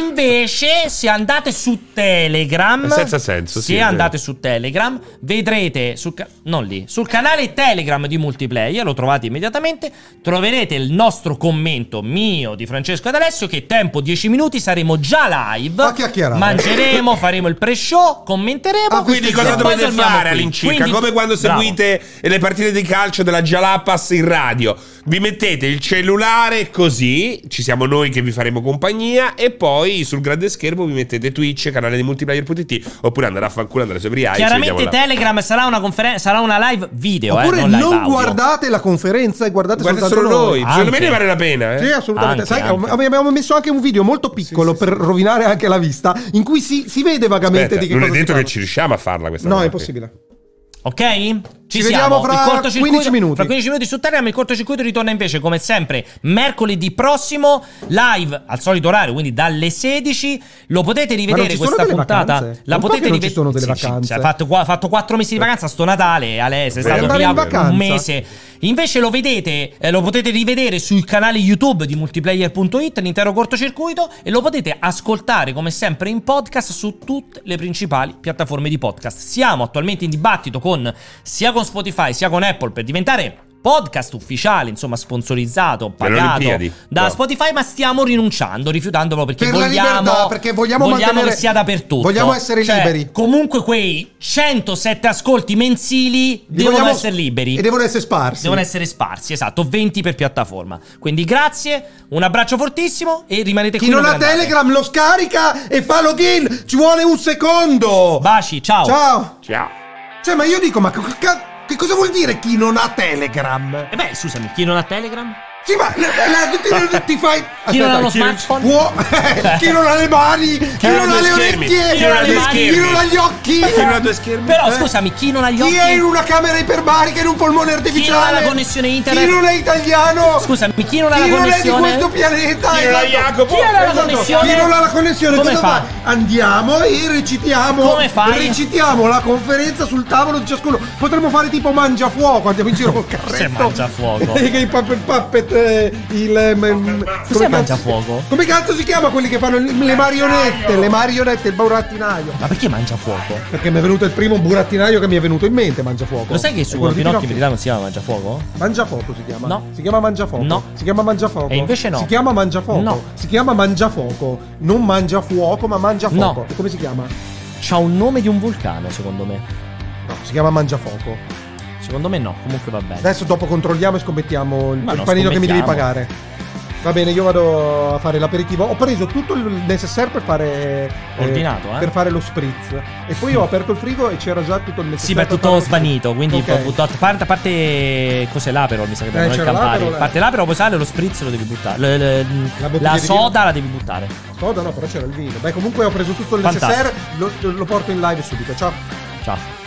A: Invece, se andate su Telegram,
C: Senza senso, sì,
A: se
C: è vero.
A: andate su Telegram, vedrete sul, ca- non lì, sul canale Telegram di multiplayer, lo trovate immediatamente, troverete il nostro commento mio di Francesco ed Alessio che tempo 10 minuti saremo già live.
B: A chiacchierare.
A: Mangeremo, faremo il pre-show, commenteremo.
C: Ah, Quindi
A: e
C: cosa
A: poi
C: dovete
A: dormiamo
C: fare
A: qui.
C: all'incirca?
A: Quindi-
C: Come quando
A: Bravo.
C: seguite le partite di calcio della Jalapas in radio. Vi mettete il cellulare così, ci siamo noi che vi faremo compagnia e poi sul grande schermo vi mettete Twitch, canale di multiplayer.it oppure andare a fanculo, andare sopra i
A: Chiaramente Telegram sarà una conferenza, sarà una live video,
B: oppure
A: eh,
B: non,
A: live audio.
B: guardate la conferenza e guardate,
C: Guardate solo
B: soltanto
C: noi, secondo me
A: Anche.
C: ne vale la pena. Eh?
B: Sì, assolutamente.
A: Anche,
B: Sai che
A: anche.
B: abbiamo messo anche un video molto piccolo per rovinare anche la vista, in cui si, si vede vagamente
C: Aspetta,
B: di che
C: non è
B: cosa si
C: detto che
B: parla.
C: ci riusciamo a farla questa
B: No,
C: cosa
B: è
C: qui.
B: impossibile.
A: Ok? Ci,
B: Ci
A: siamo.
B: vediamo fra
A: Il cortocircuito-
B: 15 minuti.
A: Fra 15 minuti su Telegram. Il cortocircuito ritorna invece, come sempre, mercoledì prossimo, live al solito orario, quindi dalle 16. Lo potete
B: Ma non
A: rivedere
B: ci sono
A: questa
B: delle
A: puntata.
B: vacanze?
A: La
B: Un po'
A: potete
B: che non ci sono delle
A: Sì, sì,
B: vacanze.
A: cioè, Ha fatto, qua- ha fatto 4 mesi di vacanza sto Natale, Ale, sei
B: Per
A: stato
B: andare
A: via
B: in
A: un
B: vacanza.
A: mese. Invece lo vedete, eh, lo potete rivedere sul canale YouTube di multiplayer.it, l'intero cortocircuito, e lo potete ascoltare come sempre in podcast su tutte le principali piattaforme di podcast. Siamo attualmente in dibattito con sia con Spotify sia con Apple per diventare podcast ufficiale, insomma sponsorizzato,
C: Per le
A: pagato
C: Olimpiadi,
A: da
C: no.
A: Spotify, ma stiamo rinunciando, rifiutandolo perché
B: Per la
A: vogliamo,
B: libertà, perché vogliamo mantenere-
A: che sia dappertutto.
B: vogliamo essere
A: Cioè,
B: liberi.
A: Comunque quei 107 ascolti mensili
B: Li
A: devono
B: vogliamo-
A: essere liberi.
B: E devono essere sparsi.
A: Devono essere sparsi, esatto, 20 per piattaforma. Quindi grazie, un abbraccio fortissimo e rimanete
B: Chi
A: qui.
B: non
A: dove
B: ha
A: andate.
B: Telegram lo scarica e fa login. Ci vuole un secondo.
A: Baci, ciao.
B: Ciao.
C: Ciao.
B: Cioè, ma io dico, ma co- ca- che cosa vuol dire chi non ha Telegram?
A: E Eh beh, scusami, chi non ha Telegram?
B: Sì, ma la- la- ti, ti fai.
A: Chi non ha
B: Aspetta,
A: lo
B: chi-
A: smartphone?
B: Può- <laughs> chi non ha le mani, chi,
C: non ha
B: non ha
C: due
B: le
C: schermi,
B: orecchie,
C: chi non ha due
B: chi
C: schermi.
B: non ha gli occhi,
C: Chi non ha due schermi?
A: Però
B: Eh?
A: scusami, chi non ha gli
B: chi
A: occhi?
B: è in una camera iperbarica in un polmone
A: Chi non ha
B: artificiale,
A: la connessione internet?
B: chi non è italiano,
A: Scusami, chi non ha
B: chi
A: la
B: non è di
A: connessione?
B: questo pianeta,
C: Chi non ha
B: esatto.
C: Jacopo?
A: Chi era la
B: Esatto,
A: connessione?
B: Chi non ha la connessione,
A: Come
B: cosa
A: fa?
B: Andiamo e recitiamo.
A: Come fai?
B: Recitiamo la conferenza sul tavolo di ciascuno. Potremmo fare tipo mangiafuoco, andiamo in giro col carretto.
A: Cos'è mangiafuoco?
B: <laughs> Che i puppet puppet, eh, il... mm,
A: Cos'è
B: come
A: mangiafuoco?
B: Come cazzo si chiama quelli che fanno le marionette? Le marionette, il burattinaio.
A: Ma perché mangia fuoco?
B: Perché mi è venuto il primo burattinaio che mi è venuto in mente, mangiafuoco.
A: Lo sai che su
B: È quello di
A: Pinocchio in verità
B: Pinocchio.
A: non si chiama mangia fuoco?
B: Mangiafuoco si chiama?
A: No.
B: Si chiama Mangiafuoco?
A: No.
B: Si chiama Mangiafuoco?
A: E invece no.
B: Si chiama Mangiafuoco?
A: No.
B: Si chiama Mangiafuoco. Non Mangiafuoco, ma Mangiafuoco.
A: No.
B: E come si chiama?
A: C'ha un nome di un vulcano, secondo me.
B: No, si chiama Mangiafuoco.
A: Secondo me no, comunque va bene.
B: Adesso dopo controlliamo e scommettiamo il,
A: Ma
B: il
A: no,
B: panino che mi devi
A: scommettiamo.
B: pagare. Va bene, io vado a fare l'aperitivo. Ho preso tutto il necessario per fare.
A: Ordinato, eh.
B: Per fare lo spritz. E
A: <laughs>
B: poi ho aperto il frigo e c'era già tutto il
A: Sì,
B: necessario.
A: ma è
B: per fare
A: tutto
B: lo spritz.
A: svanito, quindi
B: Ok. Eh,
A: ho buttato. A parte, a parte- cos'è l'apero, mi sa che devono
B: c'era
A: campare.
B: l'apero,
A: A parte l'apero, poi sale lo spritz lo devi buttare. Le- le-
B: La
A: la
B: bottiglia di
A: soda
B: vino.
A: la devi buttare.
B: Soda, no, però c'era il vino. Beh, comunque ho preso tutto il
A: Fantastico.
B: necessario. Lo, lo porto in live subito. Ciao.
A: Ciao.